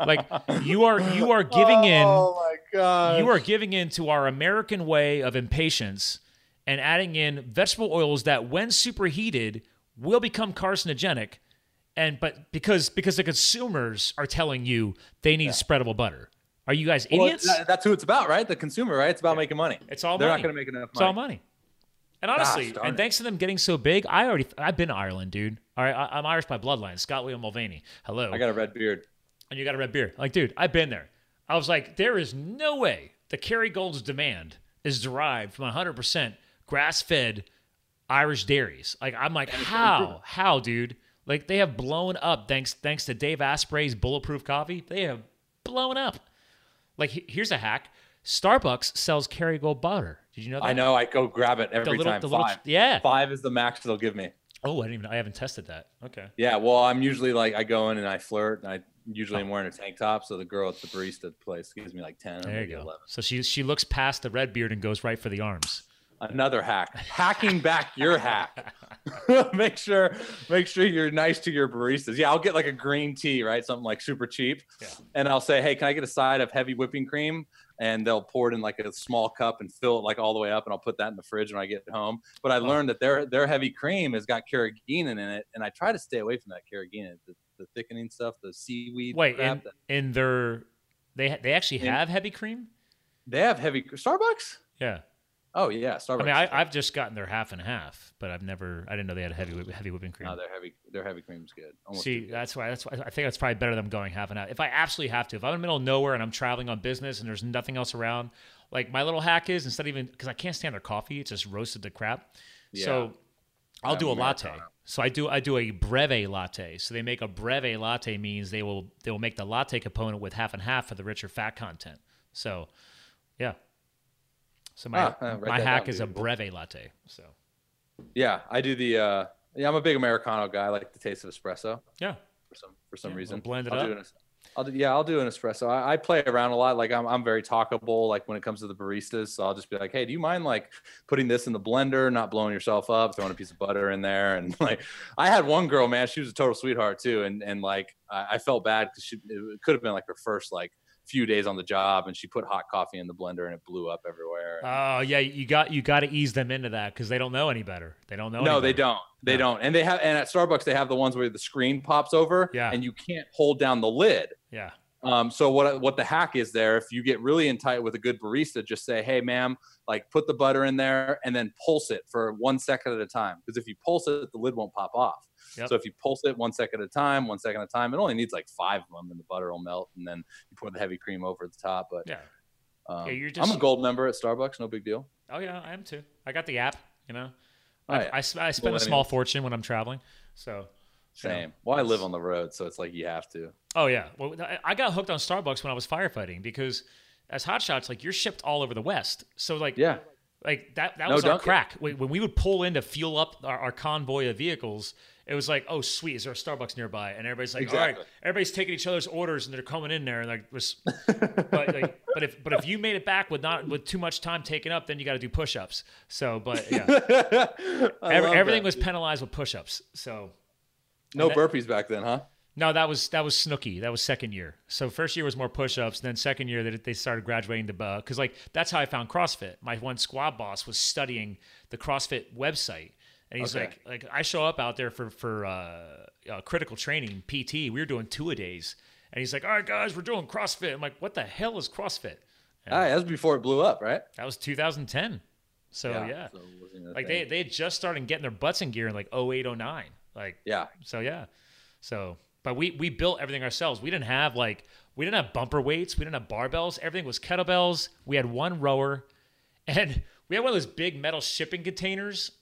S2: Like you are you are giving in
S5: Oh my god!
S2: you are giving in to our American way of impatience and adding in vegetable oils that when superheated will become carcinogenic and but because because the consumers are telling you they need spreadable butter. Are you guys
S3: Well,
S2: idiots?
S3: that- that's who it's about, right? The consumer, right? It's about making money.
S2: It's all
S3: They're
S2: money.
S3: not going to make enough
S2: It's all
S3: money.
S2: money. And honestly,
S3: darn
S2: and
S3: it.
S2: thanks to them getting so big, I already I've been to Ireland, dude. All right, I, I'm Irish by bloodline. Scott William Mulvaney. Hello.
S3: I got a red beard.
S2: and you got a red beer. Like, dude, I've been there. I was like, there is no way the Kerrygold's demand is derived from 100% grass-fed Irish dairies. Like, I'm like, how, how, dude? Like, they have blown up thanks thanks to Dave Asprey's bulletproof coffee. They have blown up. Like, he- here's a hack: Starbucks sells Kerrygold butter. Did you know that?
S3: I know. I go grab it every
S2: little-
S3: time.
S2: the little-
S3: Five.
S2: yeah.
S3: Five is the max they'll give me.
S2: Oh, I didn't even. I haven't tested that. Okay.
S3: Yeah. Well, I'm usually like I go in and I flirt, and I usually am wearing a tank top. So the girl at the barista place gives me like ten. or
S2: There
S3: maybe
S2: you go.
S3: 11.
S2: So she she looks past the red beard and goes right for the arms.
S3: Another hack. Hacking back your hack. <laughs> make sure, make sure you're nice to your baristas. Yeah, I'll get like a green tea, right? Something like super cheap.
S2: Yeah.
S3: And I'll say, hey, can I get a side of heavy whipping cream? And they'll pour it in like a small cup and fill it like all the way up, and I'll put that in the fridge when I get home. But I learned that their their heavy cream has got carrageenan in it, and I try to stay away from that carrageenan, the, the thickening stuff, the seaweed.
S2: Wait,
S3: crap
S2: in,
S3: that-
S2: in their they ha- they actually
S3: In-
S2: have heavy cream?
S3: they have heavy Starbucks.
S2: Yeah.
S3: Oh yeah, Starbucks.
S2: I mean, I, I've just gotten their half and half, but I've never. I didn't know they had heavy whip- heavy whipping cream.
S3: no, their heavy their heavy cream's good. Almost too
S2: See,
S3: good.
S2: that's why. That's why I think that's probably better than going half and half. If I absolutely have to, if I'm in the middle of nowhere and I'm traveling on business and there's nothing else around, like my little hack is instead of even because I can't stand their coffee, it's just roasted to crap.
S3: Yeah.
S2: So I'll
S3: Yeah,
S2: do a latte.
S3: Americano.
S2: So I do I do a breve latte. So they make a breve latte means they will they will make the latte component with half and half for the richer fat content. So yeah. So my
S3: Ah, uh, write
S2: my
S3: that
S2: hack
S3: down,
S2: is a
S3: dude.
S2: breve latte. So
S3: Yeah, I do the. Uh, yeah, I'm a big Americano guy. I like the taste of espresso
S2: yeah.
S3: for some for some
S2: Yeah, we'll
S3: reason.
S2: blend it
S3: I'll
S2: up.
S3: do an es- I'll do, yeah, I'll do an espresso. I, I play around a lot. Like I'm, I'm very talkable. Like when it comes to the baristas, so I'll just be like, "Hey, do you mind like putting this in the blender, not blowing yourself up, throwing a piece of butter in there?" And <laughs> like, I had one girl, man, she was a total sweetheart too, and and like I, I felt bad because she it could have been like her first like few days on the job, and she put hot coffee in the blender and it blew up everywhere.
S2: Oh yeah, you got you got to ease them into that because they don't know any better. They don't know.
S3: No,
S2: any
S3: they
S2: better.
S3: don't. They
S2: No.
S3: don't. And they have and at Starbucks they have the ones where the screen pops over
S2: Yeah.
S3: and you can't hold down the lid.
S2: Yeah.
S3: Um, so what what the hack is there? If you get really in tight with a good barista, just say, "Hey, ma'am, like put the butter in there and then pulse it for one second at a time." Because if you pulse it, the lid won't pop off.
S2: Yep.
S3: So if you pulse it one second at a time, one second at a time, it only needs like five of them, and the butter will melt, and then you pour the heavy cream over the top. But
S2: Yeah.
S3: um,
S2: Yeah, you're
S3: I'm
S2: just-
S3: a gold member at Starbucks, no big deal.
S2: Oh yeah, I am too. I got the app. You know,
S3: Oh,
S2: I,
S3: yeah.
S2: I, sp- I spend a small
S3: Millennials.
S2: fortune when I'm traveling. So
S3: Same. Well, I live on the road, so it's like you have to.
S2: oh yeah, well I- I got hooked on Starbucks when I was firefighting because as hotshots, like you're shipped all over the West. So like
S3: Yeah.
S2: like that that
S3: No
S2: was our
S3: Dunkin'.
S2: crack. When when we would pull in to fuel up our, our convoy of vehicles, it was like, oh sweet, is there a Starbucks nearby? And everybody's like, all
S3: Exactly.
S2: right, everybody's taking each other's orders and they're coming in there and like
S3: <laughs>
S2: was, but like, but if but if you made it back with not with too much time taken up, then you got to do push-ups. So but yeah.
S3: <laughs> I
S2: Every-
S3: love
S2: everything
S3: that.
S2: was penalized with push-ups. So
S3: no
S2: that-
S3: burpees back then, huh?
S2: no, that was that was Snooky. That was second year. So first year was more push-ups. Then second year that they started graduating to because like that's how I found CrossFit. My one squad boss was studying the CrossFit website, and he's
S3: Okay.
S2: like, like I show up out there for for uh, uh, critical training PT. We were doing two a days, and he's like, all right guys, we're doing CrossFit. I'm like, what the hell is CrossFit?
S3: All right, that was before it blew up, right?
S2: That was 2010. So yeah,
S3: so it wasn't a
S2: like they
S3: thing.
S2: they had just started getting their butts in gear in like 08, 09. like
S3: yeah,
S2: so yeah. So but we we built everything ourselves. We didn't have like we didn't have bumper weights, we didn't have barbells, everything was kettlebells. We had one rower and we had one of those big metal shipping containers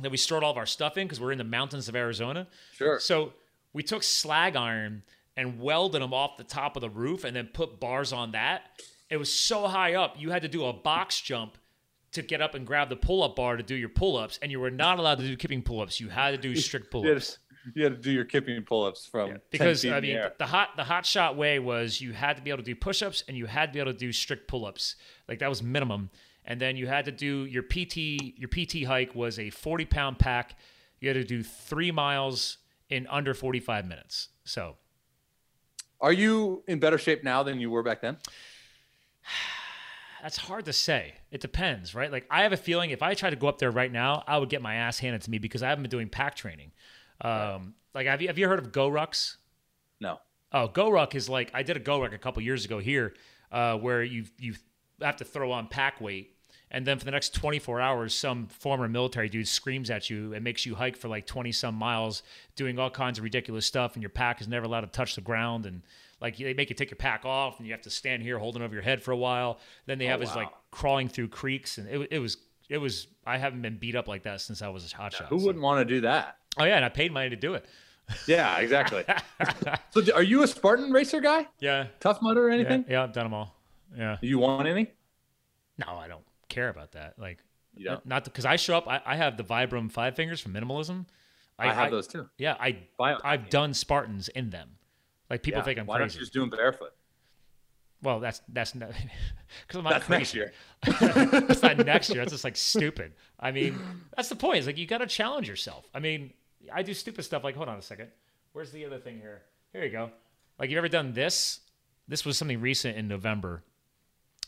S2: that we stored all of our stuff in because we're in the mountains of Arizona.
S3: sure.
S2: So we took slag iron and welded them off the top of the roof and then put bars on that. It was so high up, you had to do a box jump to get up and grab the pull up bar to do your pull ups, and you were not allowed to do kipping pull ups. You had to do strict pull ups.
S3: you had to do your kipping pull-ups from 10
S2: because
S3: feet
S2: I
S3: in the
S2: mean
S3: air.
S2: the hot the hot shot way was you had to be able to do push-ups and you had to be able to do strict pull-ups like that was minimum and then you had to do your PT your PT hike was a 40 pound pack you had to do three miles in under 45 minutes so
S3: Are you in better shape now than you were back then?
S2: that's hard to say it depends right like I have a feeling if I tried to go up there right now I would get my ass handed to me because I haven't been doing pack training um, like have you have you heard of Go Rucks
S3: No.
S2: Oh, GoRuck is like I did a GoRuck a couple years ago here, uh, where you you have to throw on pack weight, and then for the next 24 hours, some former military dude screams at you and makes you hike for like 20 some miles, doing all kinds of ridiculous stuff, and your pack is never allowed to touch the ground, and like they make you take your pack off, and you have to stand here holding over your head for a while. Then they
S3: Oh,
S2: have us like crawling through creeks, and it, wa- it was it was I haven't been beat up like that since I was a hotshot.
S3: Who
S2: so-
S3: wouldn't want to do that?
S2: Oh yeah, and I paid money to
S3: <laughs>
S2: do it. <laughs>
S3: Yeah, exactly. so, d- are you a Spartan racer guy?
S2: Yeah,
S3: Tough Mudder or
S2: yeah,
S3: anything?
S2: yeah, I've done them all. Yeah.
S3: You want any?
S2: No, I don't care about that. Like,
S3: You don't?
S2: not because I show up. I, I have the Vibram five fingers from minimalism.
S3: I, have those too.
S2: Yeah, I
S3: Why-
S2: I've done Spartans in them. Like people
S3: Yeah.
S2: think I'm
S3: Why don't
S2: crazy.
S3: you just do them barefoot?
S2: Well, that's that's <laughs> because I'm not
S3: That's
S2: crazy.
S3: next year.
S2: that's not next year. That's just like stupid. I mean, that's the point. Is like you got to challenge yourself. I mean, I do stupid stuff. Like, hold on a second. Where's the other thing here? Here you go. Like, you ever done this? This was something recent in November.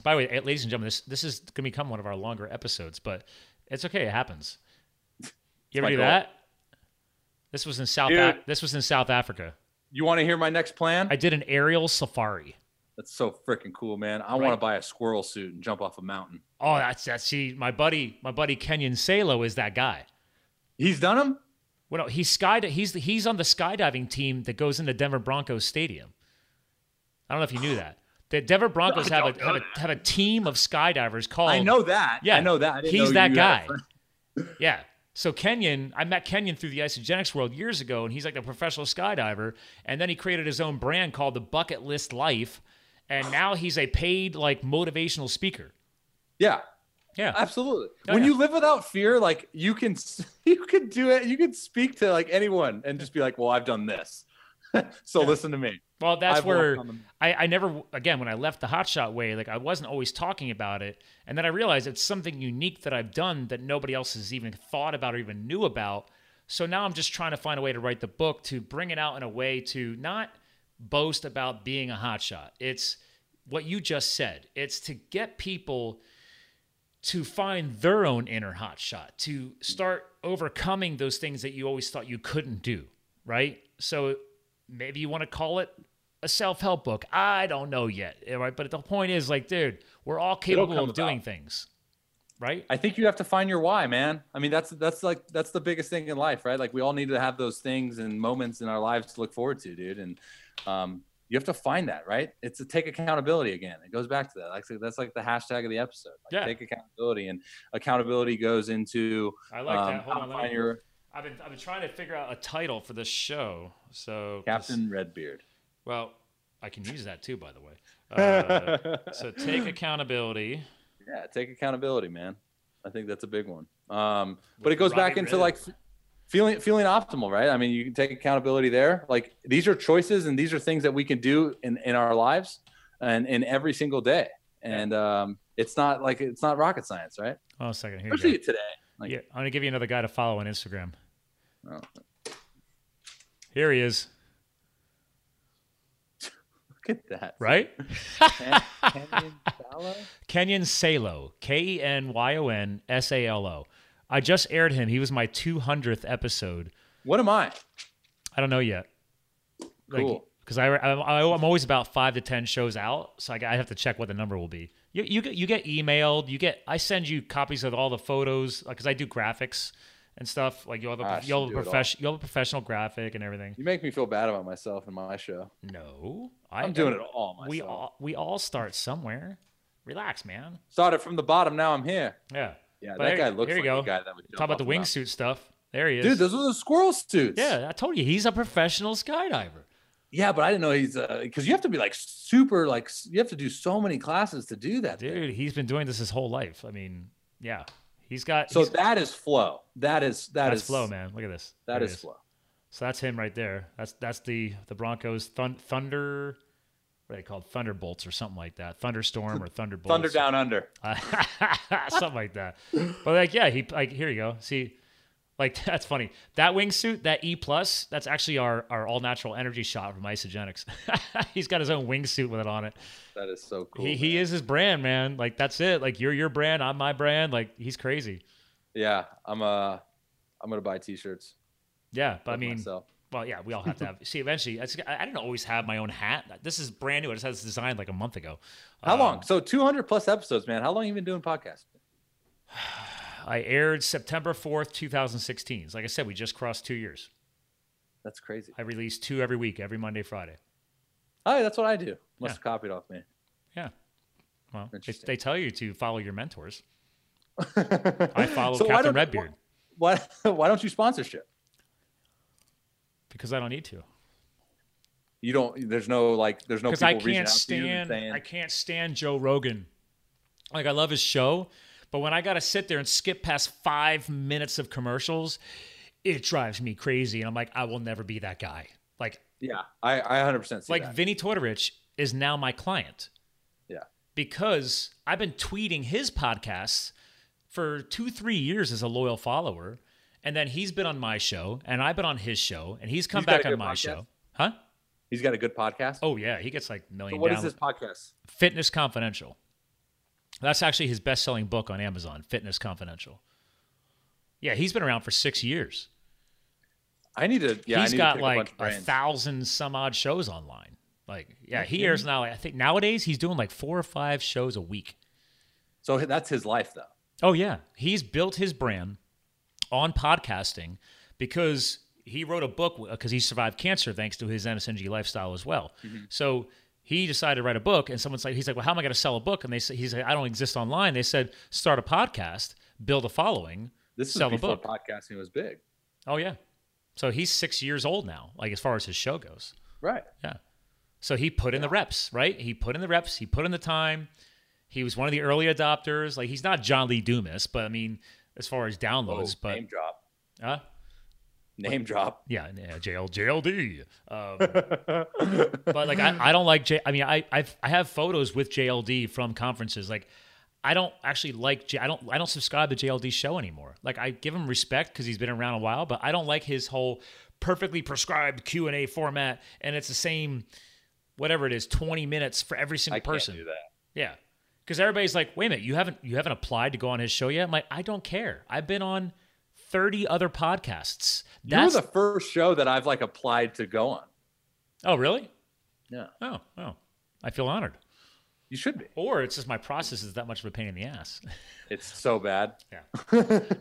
S2: By the way, eh, ladies and gentlemen, this this is gonna become one of our longer episodes, but it's okay. It happens. You ever
S3: my
S2: do
S3: goal.
S2: that? This was in South.
S3: Dude.
S2: Af this was in South Africa.
S3: You want to hear my next plan?
S2: I did an aerial safari.
S3: That's so freaking cool, man. I want to buy a squirrel suit and jump off a mountain.
S2: Oh, that's that's see, my buddy, my buddy Kenyon Salo is that guy.
S3: He's done them?
S2: Well, no, he's sky. He's he's on the skydiving team that goes into Denver Broncos stadium. I don't know if you knew
S3: <sighs>
S2: that. The Denver Broncos have a have, a have a team of skydivers called.
S3: I know that.
S2: Oh. Yeah,
S3: I know that. I didn't
S2: he's
S3: know
S2: that
S3: you had a
S2: guy.
S3: friend.
S2: <laughs> Yeah. So Kenyon, I met Kenyon through the isogenics world years ago, and he's like a professional skydiver. And then he created his own brand called the Bucket List Life, and now he's a paid like motivational speaker.
S3: Yeah,
S2: Yeah.
S3: absolutely.
S2: Oh,
S3: when
S2: yeah.
S3: you live without fear, like you can, s- <laughs> you can do it. You can speak to like anyone and just be like, "Well, I've done this, <laughs> so listen to me."
S2: Well, that's
S3: I've
S2: where
S3: walked on them.
S2: I, I never again when I left the hotshot way, like I wasn't always talking about it, and then I realized it's something unique that I've done that nobody else has even thought about or even knew about. So now I'm just trying to find a way to write the book to bring it out in a way to not boast about being a hotshot. It's what you just said. It's to get people to find their own inner hot shot, to start overcoming those things that you always thought you couldn't do, right? So maybe you want to call it a self-help book. I don't know yet, eh, right? But the point is like, dude, we're all capable
S3: come
S2: of doing
S3: about.
S2: things, right?
S3: I think you have to find your why, man. I mean, that's that's like that's the biggest thing in life, right? Like we all need to have those things and moments in our lives to look forward to, dude. And um, you have to find that, right? It's to take accountability again. It goes back to that. Like that's like the hashtag of the episode. Like,
S2: Yeah.
S3: Take accountability, and accountability goes into
S2: I like
S3: um,
S2: that. Hold
S3: how
S2: on,
S3: to
S2: let me-
S3: find your
S2: I've been I've been trying to figure out a title for this show. So
S3: Captain Redbeard.
S2: well, I can use that too, by the
S3: <laughs>
S2: way. Uh, so take accountability.
S3: Yeah, take accountability, man. I think that's a big one. Um, but it goes back
S2: Robbie
S3: into
S2: Ray.
S3: like f- feeling feeling optimal, right? I mean, you can take accountability there. Like these are choices, and these are things that we can do in in our lives and in every single day. And um, it's not like it's not rocket science, right?
S2: Oh, a second here.
S3: Especially
S2: You
S3: today.
S2: go.
S3: Like,
S2: Yeah, I'm gonna give you another guy to follow on Instagram.
S3: oh,
S2: Here he is.
S3: look at that. <laughs>
S2: Right?
S3: Kenyon Salo?
S2: Kenyon Salo, K E N Y O N S A L O. I just aired him. He was my 200th episode.
S3: what am I?
S2: I don't know yet.
S3: Cool.
S2: Because I, I, I'm always about five to 10 shows out. So I, I have to check what the number will be. You, you, get, you get emailed. You get, I send you copies of all the photos because I do graphics and stuff. Like you'll have
S3: Ah,
S2: a,
S3: she
S2: you'll have
S3: do it
S2: a,
S3: all.
S2: profession, you'll have a professional graphic and everything.
S3: You make me feel bad about myself and my show.
S2: No. I,
S3: I'm doing it all myself.
S2: We all, we all start somewhere. Relax, man.
S3: Started from the bottom. Now I'm here.
S2: Yeah.
S3: Yeah,
S2: But
S3: that
S2: here-
S3: guy looks
S2: here
S3: like
S2: you go.
S3: the guy that would jump
S2: Talk about
S3: off
S2: the
S3: a mountain.
S2: wingsuit stuff. There he is.
S3: Dude, those are the squirrel suits.
S2: Yeah, I told you he's a professional skydiver.
S3: Yeah, but I didn't know he's because you have to be like super like s- you have to do so many classes to do that. thing.
S2: Dude, he's been doing this his whole life. I mean, yeah. He's got
S3: So
S2: he's-
S3: that is flow. That is that
S2: that's
S3: is
S2: flow, man. Look at this.
S3: That
S2: There it
S3: is flow.
S2: So that's him right there. That's that's the the Broncos thun- Thunder. What are they called? Thunderbolts or something like that. Thunderstorm or Thunderbolts.
S3: <laughs> Thunder down under.
S2: Uh, <laughs> something like that. But like, yeah, he like here you go. See, like <laughs> that's funny. That wingsuit, that E plus, that's actually our our all natural energy shot from Isogenics. <laughs> He's got his own wingsuit with it on it.
S3: That is so cool.
S2: he he
S3: man.
S2: is his brand, man. Like that's it. Like you're your brand, I'm my brand. Like he's crazy.
S3: Yeah, I'm uh I'm gonna buy T-shirts.
S2: Yeah, but I
S3: of
S2: mean,
S3: myself.
S2: well, yeah, we all have to have. see, eventually, it's, I I didn't always have my own hat. This is brand new. I just had this designed like a month ago.
S3: how
S2: Um,
S3: long? So 200 plus episodes, man. How long you been doing podcast?
S2: I aired September fourth, two thousand sixteen. Like I said, we just crossed two years.
S3: That's crazy.
S2: I release two every week, every Monday, Friday.
S3: Oh, that's what I do. Must
S2: Yeah.
S3: have copied off me.
S2: Yeah. Well, they,
S3: Interesting.
S2: they tell you to follow your
S3: <laughs>
S2: mentors. I follow
S3: So why
S2: Captain
S3: don't-
S2: Redbeard
S3: Why <laughs> why don't you sponsorship?
S2: because I don't need to.
S3: You don't. There's no like. There's no
S2: Because
S3: people
S2: I
S3: reaching out
S2: can't
S3: to you and
S2: stand.
S3: saying,
S2: I can't stand Joe Rogan. Like I love his show, but when I got to sit there and skip past five minutes of commercials, it drives me crazy. And I'm like, I will never be that guy. Like,
S3: yeah, I I 100 percent see
S2: like
S3: that.
S2: Vinny Tortorich is now my client.
S3: yeah,
S2: because I've been tweeting his podcasts for two, three years as a loyal follower. And then he's been on my show and I've been on his show and he's come
S3: He's got
S2: back
S3: a
S2: on
S3: good
S2: my
S3: podcast?
S2: show. Huh?
S3: he's got a good podcast.
S2: Oh yeah, he gets like million
S3: so what is
S2: downloads.
S3: this podcast?
S2: Fitness Confidential. That's actually his best selling book on Amazon, Fitness Confidential. Yeah, he's been around for six years.
S3: I need to. Yeah, I
S2: he's
S3: need
S2: got
S3: to pick a, bunch
S2: like
S3: of
S2: a,
S3: brands. Mm,
S2: thousand some odd shows online. Like, yeah, he airs now. Like, I think nowadays he's doing like four or five shows a week.
S3: So that's his life, though.
S2: Oh yeah, he's built his brand on podcasting because he wrote a book because he survived cancer thanks to his NSNG lifestyle as well.
S3: Mm-hmm.
S2: So he decided to write a book, and someone's like, he's like, well, how am I going to sell a book? And they said, he's like, I don't exist online. They said, start a podcast, build a following,
S3: This is
S2: sell a
S3: before
S2: book.
S3: podcasting was big,
S2: oh yeah, so he's six years old now, like as far as his show goes.
S3: right?
S2: Yeah. So he put in the reps, right? He put in the reps. He put in the time. He was one of the early adopters. Like he's not John Lee Dumas, but I mean, as far as downloads, but
S3: Oh, name drop,
S2: uh,
S3: name drop.
S2: yeah, uh, yeah, JL, JLD.
S3: <laughs>
S2: Um, but like, I, I don't like J. I mean, I I've, I have photos with JLD from conferences. Like, I don't actually like J. I don't I don't subscribe to JLD's show anymore. Like, I give him respect because he's been around a while, but I don't like his whole perfectly prescribed Q and A format, and it's the same whatever it is, twenty minutes for every single
S3: I
S2: person.
S3: can't do that.
S2: Yeah. Because everybody's like, wait a minute, you haven't you haven't applied to go on his show yet? I'm like, I don't care. I've been on 30 other podcasts. That's
S3: you were the first show that I've like applied to go on.
S2: Oh, really?
S3: Yeah,
S2: Oh, oh. I feel honored.
S3: you should be.
S2: Or it's just my process is that much of a pain in the ass. <laughs>
S3: It's so bad.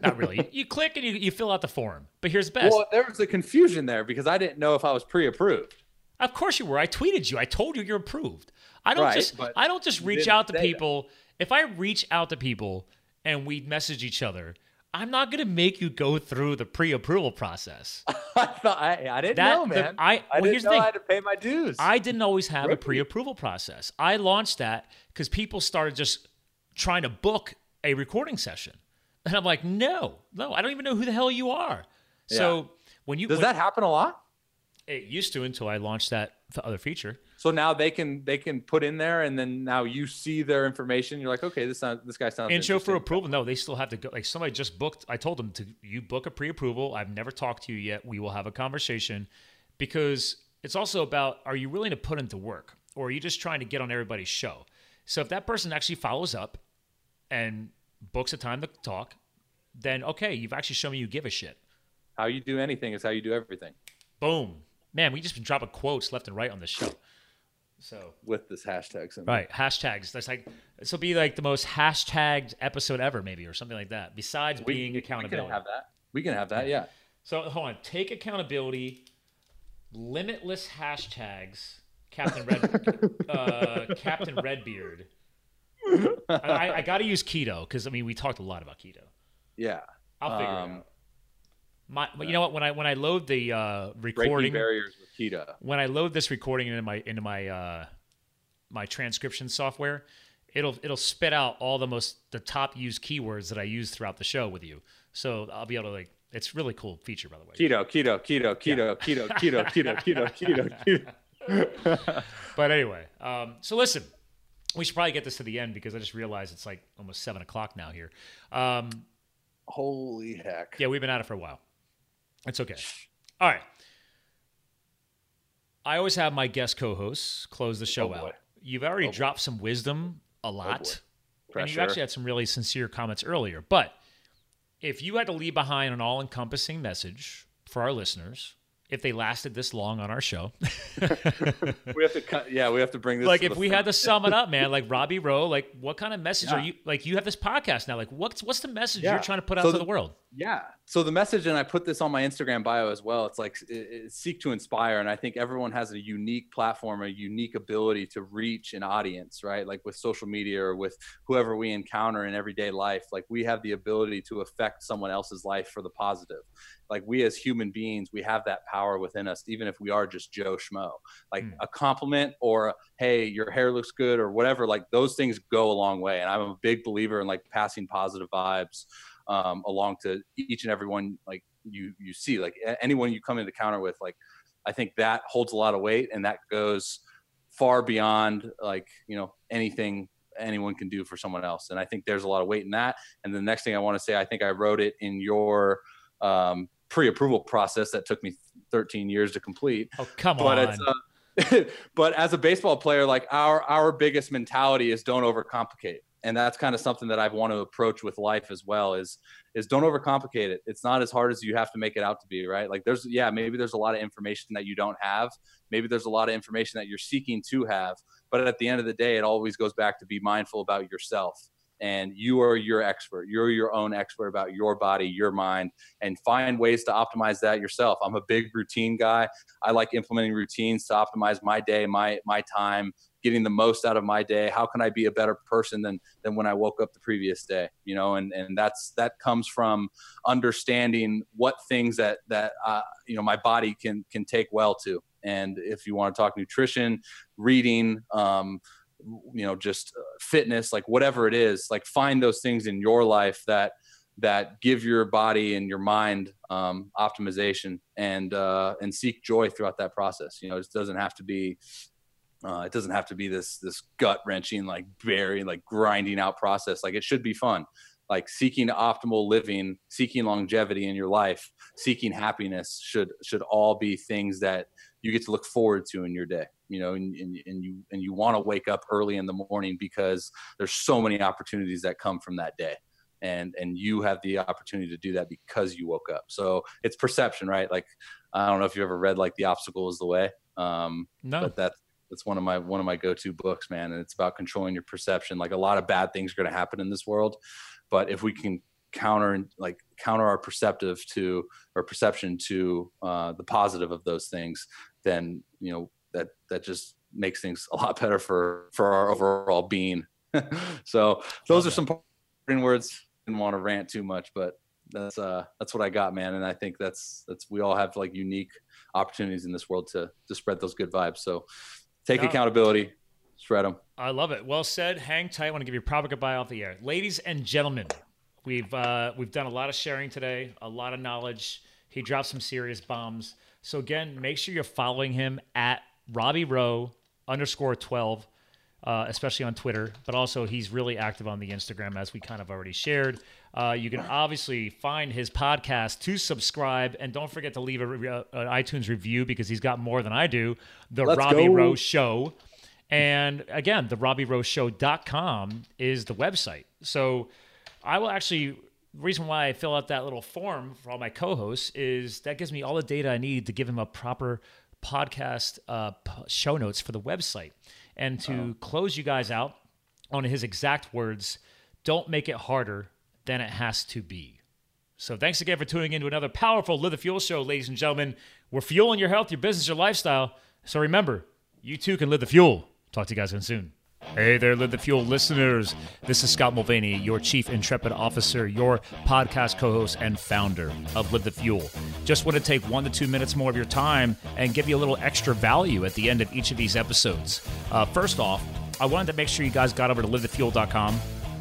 S2: Not really. You, you click and you, you fill out the form. But here's the best.
S3: Well, there was a confusion there because I didn't know if I was pre-approved. <laughs>
S2: Of course you were. I tweeted you. I told you you're approved. I don't
S3: Right,
S2: just
S3: but
S2: I don't just
S3: you
S2: reach
S3: didn't
S2: out to
S3: say that.
S2: people. If I reach out to people and we message each other, I'm not going to make you go through the pre-approval process.
S3: I thought I, I didn't
S2: That-
S3: know,
S2: the-
S3: man.
S2: I- well,
S3: didn't
S2: here's the
S3: know
S2: thing.
S3: I had to pay my dues.
S2: I didn't always have a pre-approval process. I launched that because people started just trying to book a recording session, and I'm like, no, no, I don't even know who the hell you are.
S3: Yeah.
S2: So when you
S3: Does
S2: when-
S3: that happen a lot?
S2: it used to until I launched that f- other feature.
S3: So now they can they can put in there, and then now you see their information. You're like, okay, this sounds this guy sounds
S2: intro for
S3: interesting.
S2: approval. No, they still have to go. Like somebody just booked. I told them to you book a pre-approval. I've never talked to you yet. We will have a conversation because it's also about are you willing to put into work or are you just trying to get on everybody's show? So if that person actually follows up and books a time to talk, then okay, you've actually shown me you give a shit.
S3: How you do anything is how you do everything.
S2: Boom, man. We just been dropping quotes left and right on this show. So
S3: With this hashtag symbol.
S2: Right. Hashtags. That's like this will be like the most hashtagged episode ever, maybe, or something like that. Besides
S3: We,
S2: being
S3: we
S2: accountability.
S3: can have that. We can have that. Yeah.
S2: So hold on. Take accountability. Limitless hashtags. Captain Red. uh, Captain Redbeard. I, I, I got to use keto because I mean we talked a lot about keto.
S3: Yeah.
S2: I'll figure
S3: Um,
S2: it out. My, but you know what? When I when I load the uh,
S3: Breaking
S2: recording,
S3: barriers with keto.
S2: when I load this recording into my into my uh, my transcription software, it'll it'll spit out all the most the top used keywords that I use throughout the show with you. So I'll be able to like It's really cool feature, by the way.
S3: Keto, keto, keto, keto, keto, keto, keto,
S2: <laughs>
S3: keto, keto, keto.
S2: But anyway, um, so listen, we should probably get this to the end because I just realized it's like almost seven o'clock now here. Um,
S3: Holy heck.
S2: yeah, we've been at it for a while. It's okay. All right. I always have my guest co-hosts close the show
S3: Oh, boy.
S2: out. You've already
S3: Oh, boy. Oh,
S2: dropped some wisdom a lot, and you
S3: Pressure.
S2: actually had some really sincere comments earlier. But if you had to leave behind an all-encompassing message for our listeners, if they lasted this long on our show,
S3: we have to cut. Yeah, we have to bring this.
S2: like
S3: to
S2: if
S3: the
S2: we had
S3: front.
S2: to sum it up,
S3: <laughs>
S2: man, like Robbie Rowe, like what kind of message are
S3: Yeah.
S2: you like you have this podcast now? Like what's what's the message
S3: Yeah.
S2: you're trying to put out
S3: So
S2: to
S3: the-
S2: the world?
S3: Yeah. So the message, and I put this on my Instagram bio as well. It's like it, it- seek to inspire, and I think everyone has a unique platform, a unique ability to reach an audience, right? Like with social media or with whoever we encounter in everyday life, like we have the ability to affect someone else's life for the positive. Like we as human beings, we have that power within us, even if we are just Joe Schmo. Like
S2: Mm.
S3: a compliment or hey, your hair looks good or whatever. Like those things go a long way, and I'm a big believer in like passing positive vibes um, along to each and everyone like you you see like a- anyone you come into counter with like i think that holds a lot of weight and that goes far beyond like you know anything anyone can do for someone else and i think there's a lot of weight in that and the next thing i want to say i think i wrote it in your um, pre-approval process that took me 13 years to complete
S2: Oh come
S3: but
S2: on.
S3: it's uh, <laughs> but as a baseball player like our our biggest mentality is don't overcomplicate and that's kind of something that i've want to approach with life as well is is don't overcomplicate it it's not as hard as you have to make it out to be right like there's yeah maybe there's a lot of information that you don't have maybe there's a lot of information that you're seeking to have but at the end of the day it always goes back to be mindful about yourself and you are your expert you're your own expert about your body your mind and find ways to optimize that yourself i'm a big routine guy I like implementing routines to optimize my day, my my time, getting the most out of my day. How can I be a better person than than when I woke up the previous day? You know, and and that's that comes from understanding what things that that uh, you know my body can can take well to. And if you want to talk nutrition, reading, um, you know, just uh, fitness, like whatever it is, like find those things in your life that that give your body and your mind um, optimization and uh, and seek joy throughout that process. You know, it doesn't have to be uh, it doesn't have to be this this gut wrenching like very like grinding out process. Like it should be fun. Like seeking optimal living, seeking longevity in your life, seeking happiness should should all be things that you get to look forward to in your day. You know, and, and, and you and you want to wake up early in the morning because there's so many opportunities that come from that day and and you have the opportunity to do that because you woke up so it's perception right like i don't know if you ever read like the obstacle is the way um
S2: no.
S3: but that's that's one of my one of my go-to books man and it's about controlling your perception like a lot of bad things are going to happen in this world but if we can counter and like counter our perceptive to or perception to uh, the positive of those things then you know that that just makes things a lot better for for our overall being <laughs> so those are some parting words didn't want to rant too much but that's uh that's what i got man and i think that's that's we all have like unique opportunities in this world to to spread those good vibes. So take
S2: Yeah.
S3: accountability, spread them.
S2: I love it. Well said. Hang tight. I want to give you a proper goodbye off the air, ladies and gentlemen. We've uh, we've done a lot of sharing today, a lot of knowledge. He dropped some serious bombs. So again, make sure you're following him at Robbie Rowe underscore twelve, uh, especially on Twitter. But also, he's really active on the Instagram, as we kind of already shared. Uh, you can obviously find his podcast to subscribe, and don't forget to leave a, re- uh, an iTunes review because he's got more than I do. The
S3: Let's
S2: Robbie
S3: go.
S2: Rowe Show. And again, the RobbieRoseShow.com is the website. So I will actually, the reason why I fill out that little form for all my co hosts is that gives me all the data I need to give them a proper podcast uh, p- show notes for the website. And to close you guys out on his exact words, don't make it harder than it has to be. So thanks again for tuning in to another powerful Live the Fuel show, ladies and gentlemen. We're fueling your health, your business, your lifestyle. So remember, you too can live the fuel. Talk to you guys again soon. Hey there, Live the Fuel listeners. This is Scott Mulvaney, your Chief Intrepid Officer, your podcast co host, and founder of Live the Fuel. Just want to take one to two minutes more of your time and give you a little extra value at the end of each of these episodes. Uh, first off, I wanted to make sure you guys got over to livethefuel.com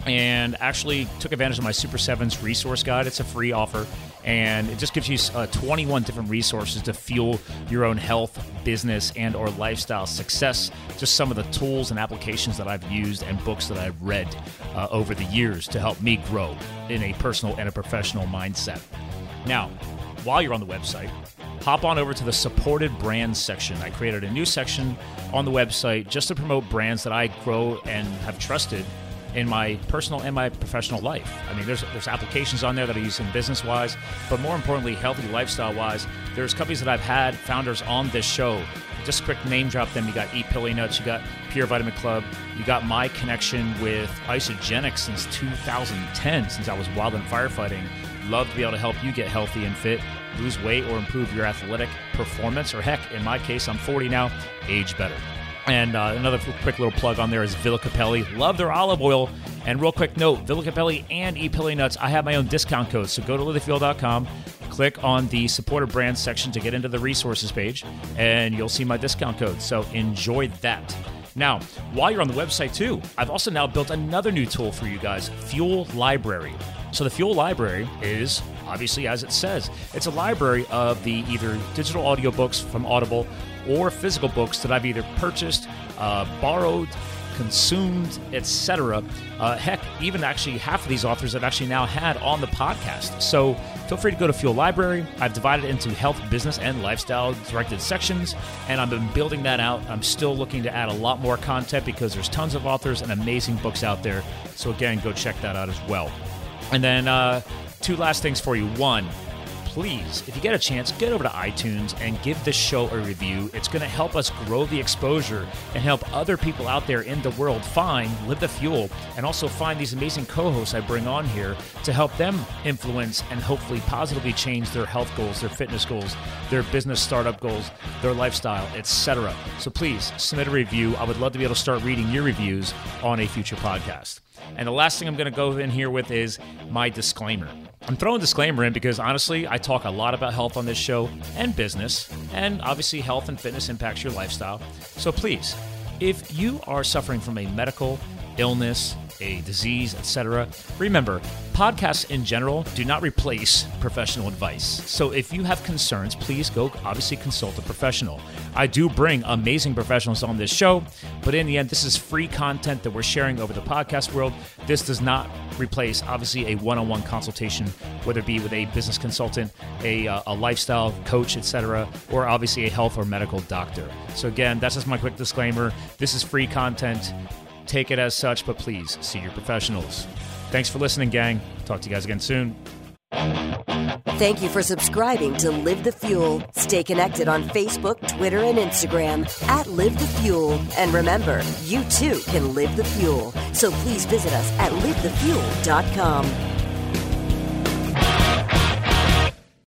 S2: and actually took advantage of my Super Sevens resource guide. It's a free offer, and it just gives you uh, 21 different resources to fuel your own health, business, and/or lifestyle success. Just some of the tools and applications that I've used and books that I've read uh, over the years to help me grow in a personal and a professional mindset. Now, while you're on the website, hop on over to the supported brands section. I created a new section on the website just to promote brands that I grow and have trusted in my personal and my professional life. I mean, there's there's applications on there that I use in business wise, but more importantly, healthy lifestyle wise. There's companies that I've had founders on this show. Just quick name drop them. You got Eat Pilly Nuts, you got Pure Vitamin Club, you got my connection with Isogenics since 2010, since I was wild and firefighting. Love to be able to help you get healthy and fit, lose weight, or improve your athletic performance. Or heck, in my case, I'm 40 now, age better. And uh, another quick little plug on there is Villa Capelli. Love their olive oil. And real quick note Villa Capelli and ePilly Nuts, I have my own discount code. So go to litherfield.com, click on the supporter brands section to get into the resources page, and you'll see my discount code. So enjoy that. Now, while you're on the website too, I've also now built another new tool for you guys Fuel Library. So the Fuel Library is obviously, as it says, it's a library of the either digital audiobooks from Audible or physical books that I've either purchased, uh, borrowed, consumed, etc. Uh, heck, even actually half of these authors I've actually now had on the podcast. So feel free to go to Fuel Library. I've divided it into health, business, and lifestyle directed sections, and I've been building that out. I'm still looking to add a lot more content because there's tons of authors and amazing books out there. So again, go check that out as well. And then uh, two last things for you. One, please, if you get a chance, get over to iTunes and give this show a review. It's going to help us grow the exposure and help other people out there in the world find Live the Fuel and also find these amazing co hosts I bring on here to help them influence and hopefully positively change their health goals, their fitness goals, their business startup goals, their lifestyle, etc. So please submit a review. I would love to be able to start reading your reviews on a future podcast. And the last thing I'm going to go in here with is my disclaimer. I'm throwing disclaimer in because honestly, I talk a lot about health on this show and business, and obviously, health and fitness impacts your lifestyle. So please, if you are suffering from a medical illness, a disease, etc., remember, podcasts in general do not replace professional advice. So if you have concerns, please go obviously consult a professional. I do bring amazing professionals on this show, but in the end, this is free content that we're sharing over the podcast world. This does not replace, obviously, a one on one consultation, whether it be with a business consultant, a, uh, a lifestyle coach, etc., or obviously a health or medical doctor. So, again, that's just my quick disclaimer. This is free content. Take it as such, but please see your professionals. Thanks for listening, gang. Talk to you guys again soon.
S1: Thank you for subscribing to Live the Fuel. Stay connected on Facebook, Twitter, and Instagram at Live the Fuel. And remember, you too can live the fuel. So please visit us at livethefuel.com.